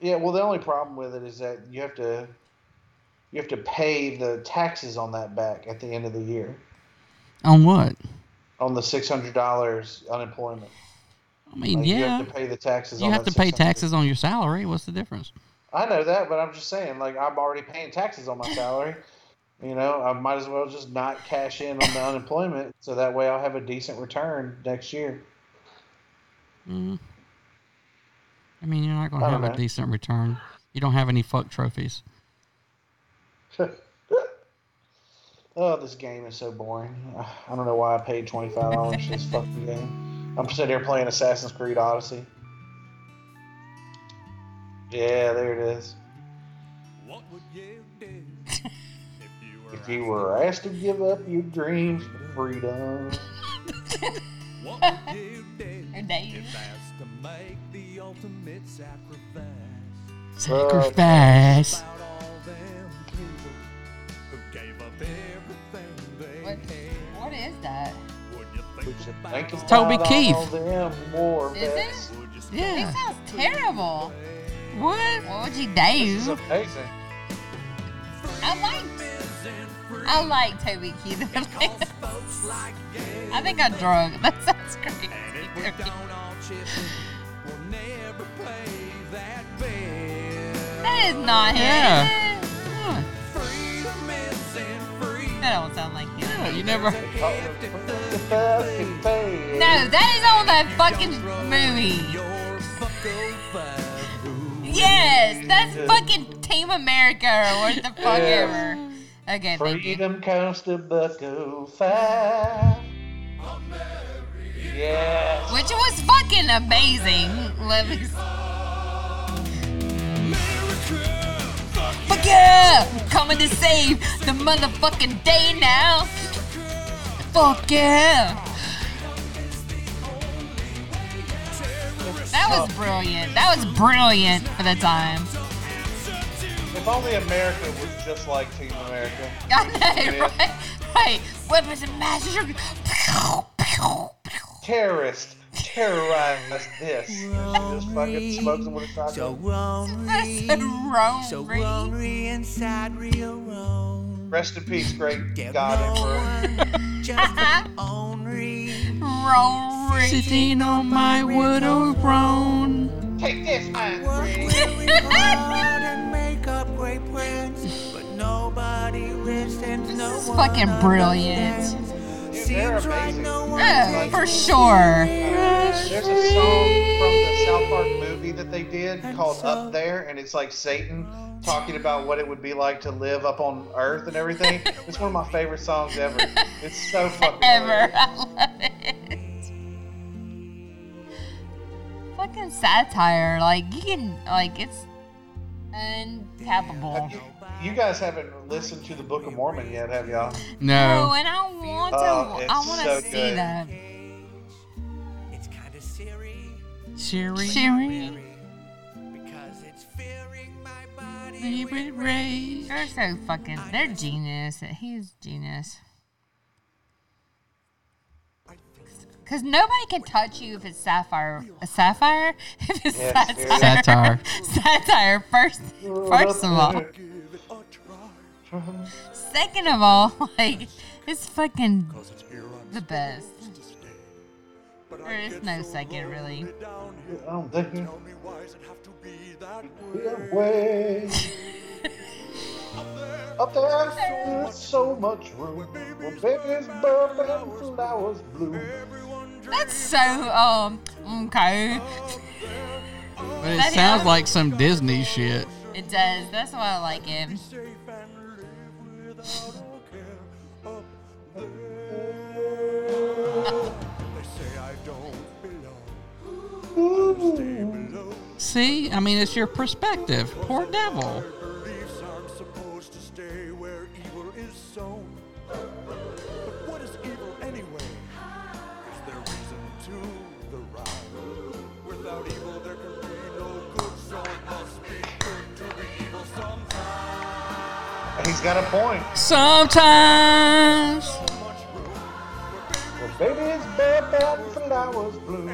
Yeah, well, the only problem with it is that you have to you have to pay the taxes on that back at the end of the year
On what?
on the six hundred dollars unemployment.
I mean,
Like, you
yeah.
have to pay the taxes.
You
on
have to
that
pay
$600.
taxes on your salary. What's the difference?
I know that, but I'm just saying, like, I'm already paying taxes on my salary. You know, I might as well just not cash in on the unemployment, so that way I'll have a decent return next year.
Mm. I mean, you're not going to
I
have
don't
a
know.
decent return. You don't have any fuck trophies.
Oh, this game is so boring. I don't know why I paid twenty five dollars for this fucking game. I'm sitting here playing Assassin's Creed Odyssey. Yeah, there it is.
What would you do if you were
If you were asked to give up your dreams for freedom,
What would you do
Or Dave.
if asked to make the ultimate sacrifice?
Sacrifice.
About all them people who gave up everything they
What,
had.
what is that?
Would you think about
think
all
Toby
about
Keith.
all them war
Is
vets.
it?
Yeah.
It sounds terrible. What? What would you do?
Amazing.
I like. I like Toby Keith. I think I'm drunk. That sounds crazy. that is not him.
Yeah.
That don't sound like him.
Yeah, you never.
No, that is on the fucking movie. Yes, that's fucking Team America or what the fuck
Yeah.
ever. Okay, thank you.
Freedom comes to Bucko Five. Yes.
Which was fucking amazing. Let me. Fuck yeah! Coming to save the motherfucking day now. Fuck yeah! That was brilliant. That was brilliant for the time.
If only America was just like Team America.
I know,
Yeah.
right? Right. Weapons and mass destruction. Pew, pew.
Terrorist terrorize this. And she just fucking smokes him with a shotgun.
That's so wrong.
So
Reed.
lonely inside real Rome.
Rest in peace, great God Emperor.
Just an ornery.
Rory.
Sitting on my wood throne.
Take this, man.
Make up great plans, but nobody listens. No
This is
one
fucking brilliant.
seems right. No one
Yeah, for sure.
There's a song from the South Park movie that they did called Up There, and it's like Satan talking about what it would be like to live up on Earth and everything. It's one of my favorite songs ever. It's so fucking
Ever.
hilarious.
I love it. Fucking satire. Like, you can, like, it's untappable.
You guys haven't listened to the Book of Mormon yet, have y'all?
No.
Oh, and I want to,
Oh, it's
I want to
so
see
good.
that.
It's kind of scary
Sherry.
Sherry.
because it's fearing my body.
Favorite race.
They're so fucking, they're genius. He's genius. Cause nobody can touch you if it's sapphire. A sapphire? If it's
Yes,
satire.
Satire.
satire. First, first of all.
Give it a try.
Second of all, like it's fucking the best. There is no second, really.
Oh, thank you. Way. Up there, there's so much room. Where babies burp and flowers bloom.
That's so um okay.
But it
That
sounds
is-
like some Disney shit.
It does. That's why I like him.
See, I mean, it's your perspective. Poor devil.
He's got a point.
Sometimes.
Well, babies burp and flowers bloom.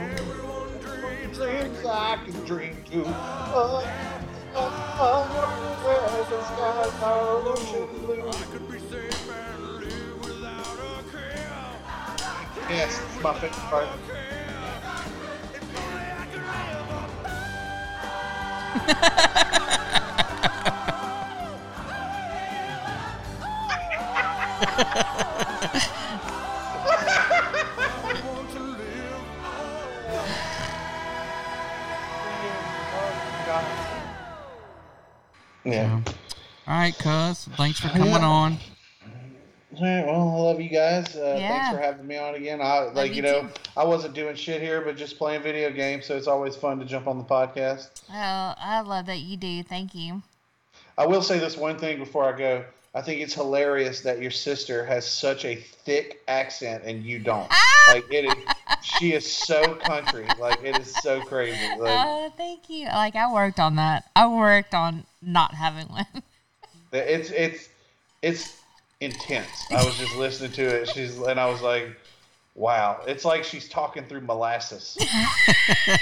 Dreams I can dream too. Uh, Yes, it's my favorite part.
Yeah. all right, cuz. Thanks for coming
Yeah.
on.
All right, well, I love you guys. Uh,
Yeah.
Thanks for having me on again. I like you,
you
know, I wasn't doing shit here, but just playing video games, so it's always fun to jump on the podcast.
Oh, I love that you do. Thank you.
I will say this one thing before I go. I think it's hilarious that your sister has such a thick accent and you don't. like it is, she is so country. Like it is so crazy. Like
Oh, thank you. Like I worked on that. I worked on not having one.
it's it's it's intense. I was just listening to it. She's and I was like, wow, it's like she's talking through molasses.
that's,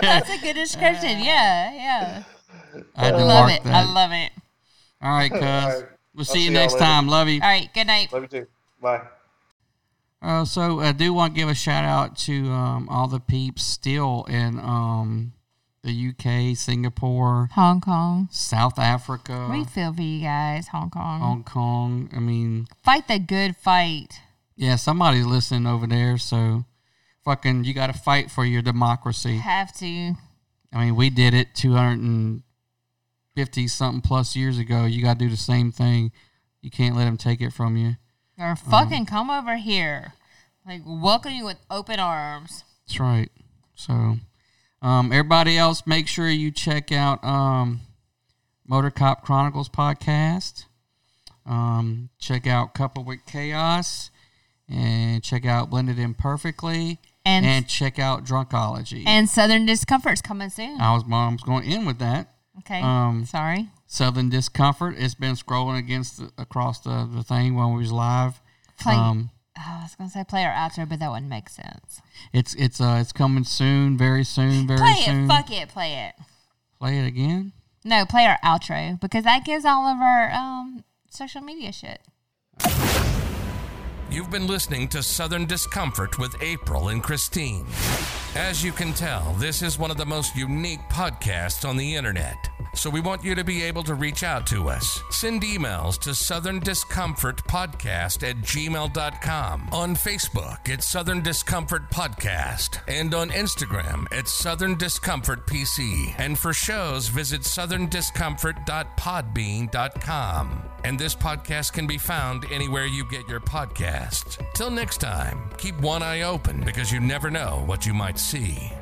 that's a good description. Yeah, yeah.
Uh, I had to
love
mark
it.
that.
I love it.
All right, cuz.
All right.
We'll
I'll
see you
see y'all
next
later.
time. Love you.
All right. Good night.
Love you too. Bye.
Uh, so I do want to give a shout out to um, all the peeps still in um, the UK, Singapore,
Hong Kong.
South Africa,
we feel for you guys, Hong Kong.
Hong Kong. I mean,
Fight the good fight.
yeah, somebody's listening over there. So fucking, you got to fight for your democracy.
Have to.
I mean, we did it 250 something plus years ago. You got to do the same thing. You can't let them take it from you.
Or
Mm-hmm.
fucking come over here. Like welcome you with open arms.
That's right. So, um, everybody else, make sure you check out um, Motor Cop Chronicles podcast. Um, check out Couple with Chaos, and check out Blended Imperfectly,
And-
and, check out Drunkology.
And Southern Discomfort's coming soon.
I was mom's going in with that.
Okay.
Um,
Sorry.
Southern Discomfort. It's been scrolling against the, across the, the thing when we was live.
Play.
um,
oh, I was gonna say play our outro, but that wouldn't make sense.
it's it's uh it's coming soon, very soon, very
Play
soon.
it. Fuck it. Play it.
Play it again.
No, play our outro because that gives all of our um, social media shit.
You've been listening to Southern Discomfort with April and Christine. As you can tell, this is one of the most unique podcasts on the internet. So we want you to be able to reach out to us. Send emails to Southern Discomfort Podcast at gmail.com. On Facebook, it's Southern Discomfort Podcast. And on Instagram, it's Southern Discomfort PC. And for shows, visit southerndiscomfort.podbean.com. And this podcast can be found anywhere you get your podcasts. Till next time, keep one eye open because you never know what you might see.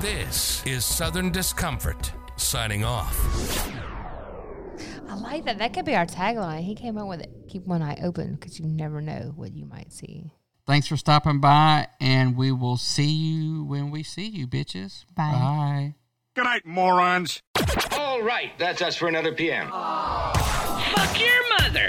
This is Southern Discomfort signing off.
I like that. That could be our tagline. He came up with it. Keep one eye open because you never know what you might see.
Thanks for stopping by, and we will see you when we see you, bitches.
Bye.
Bye.
Good night, morons.
All right, that's us for another PM.
Fuck your mother.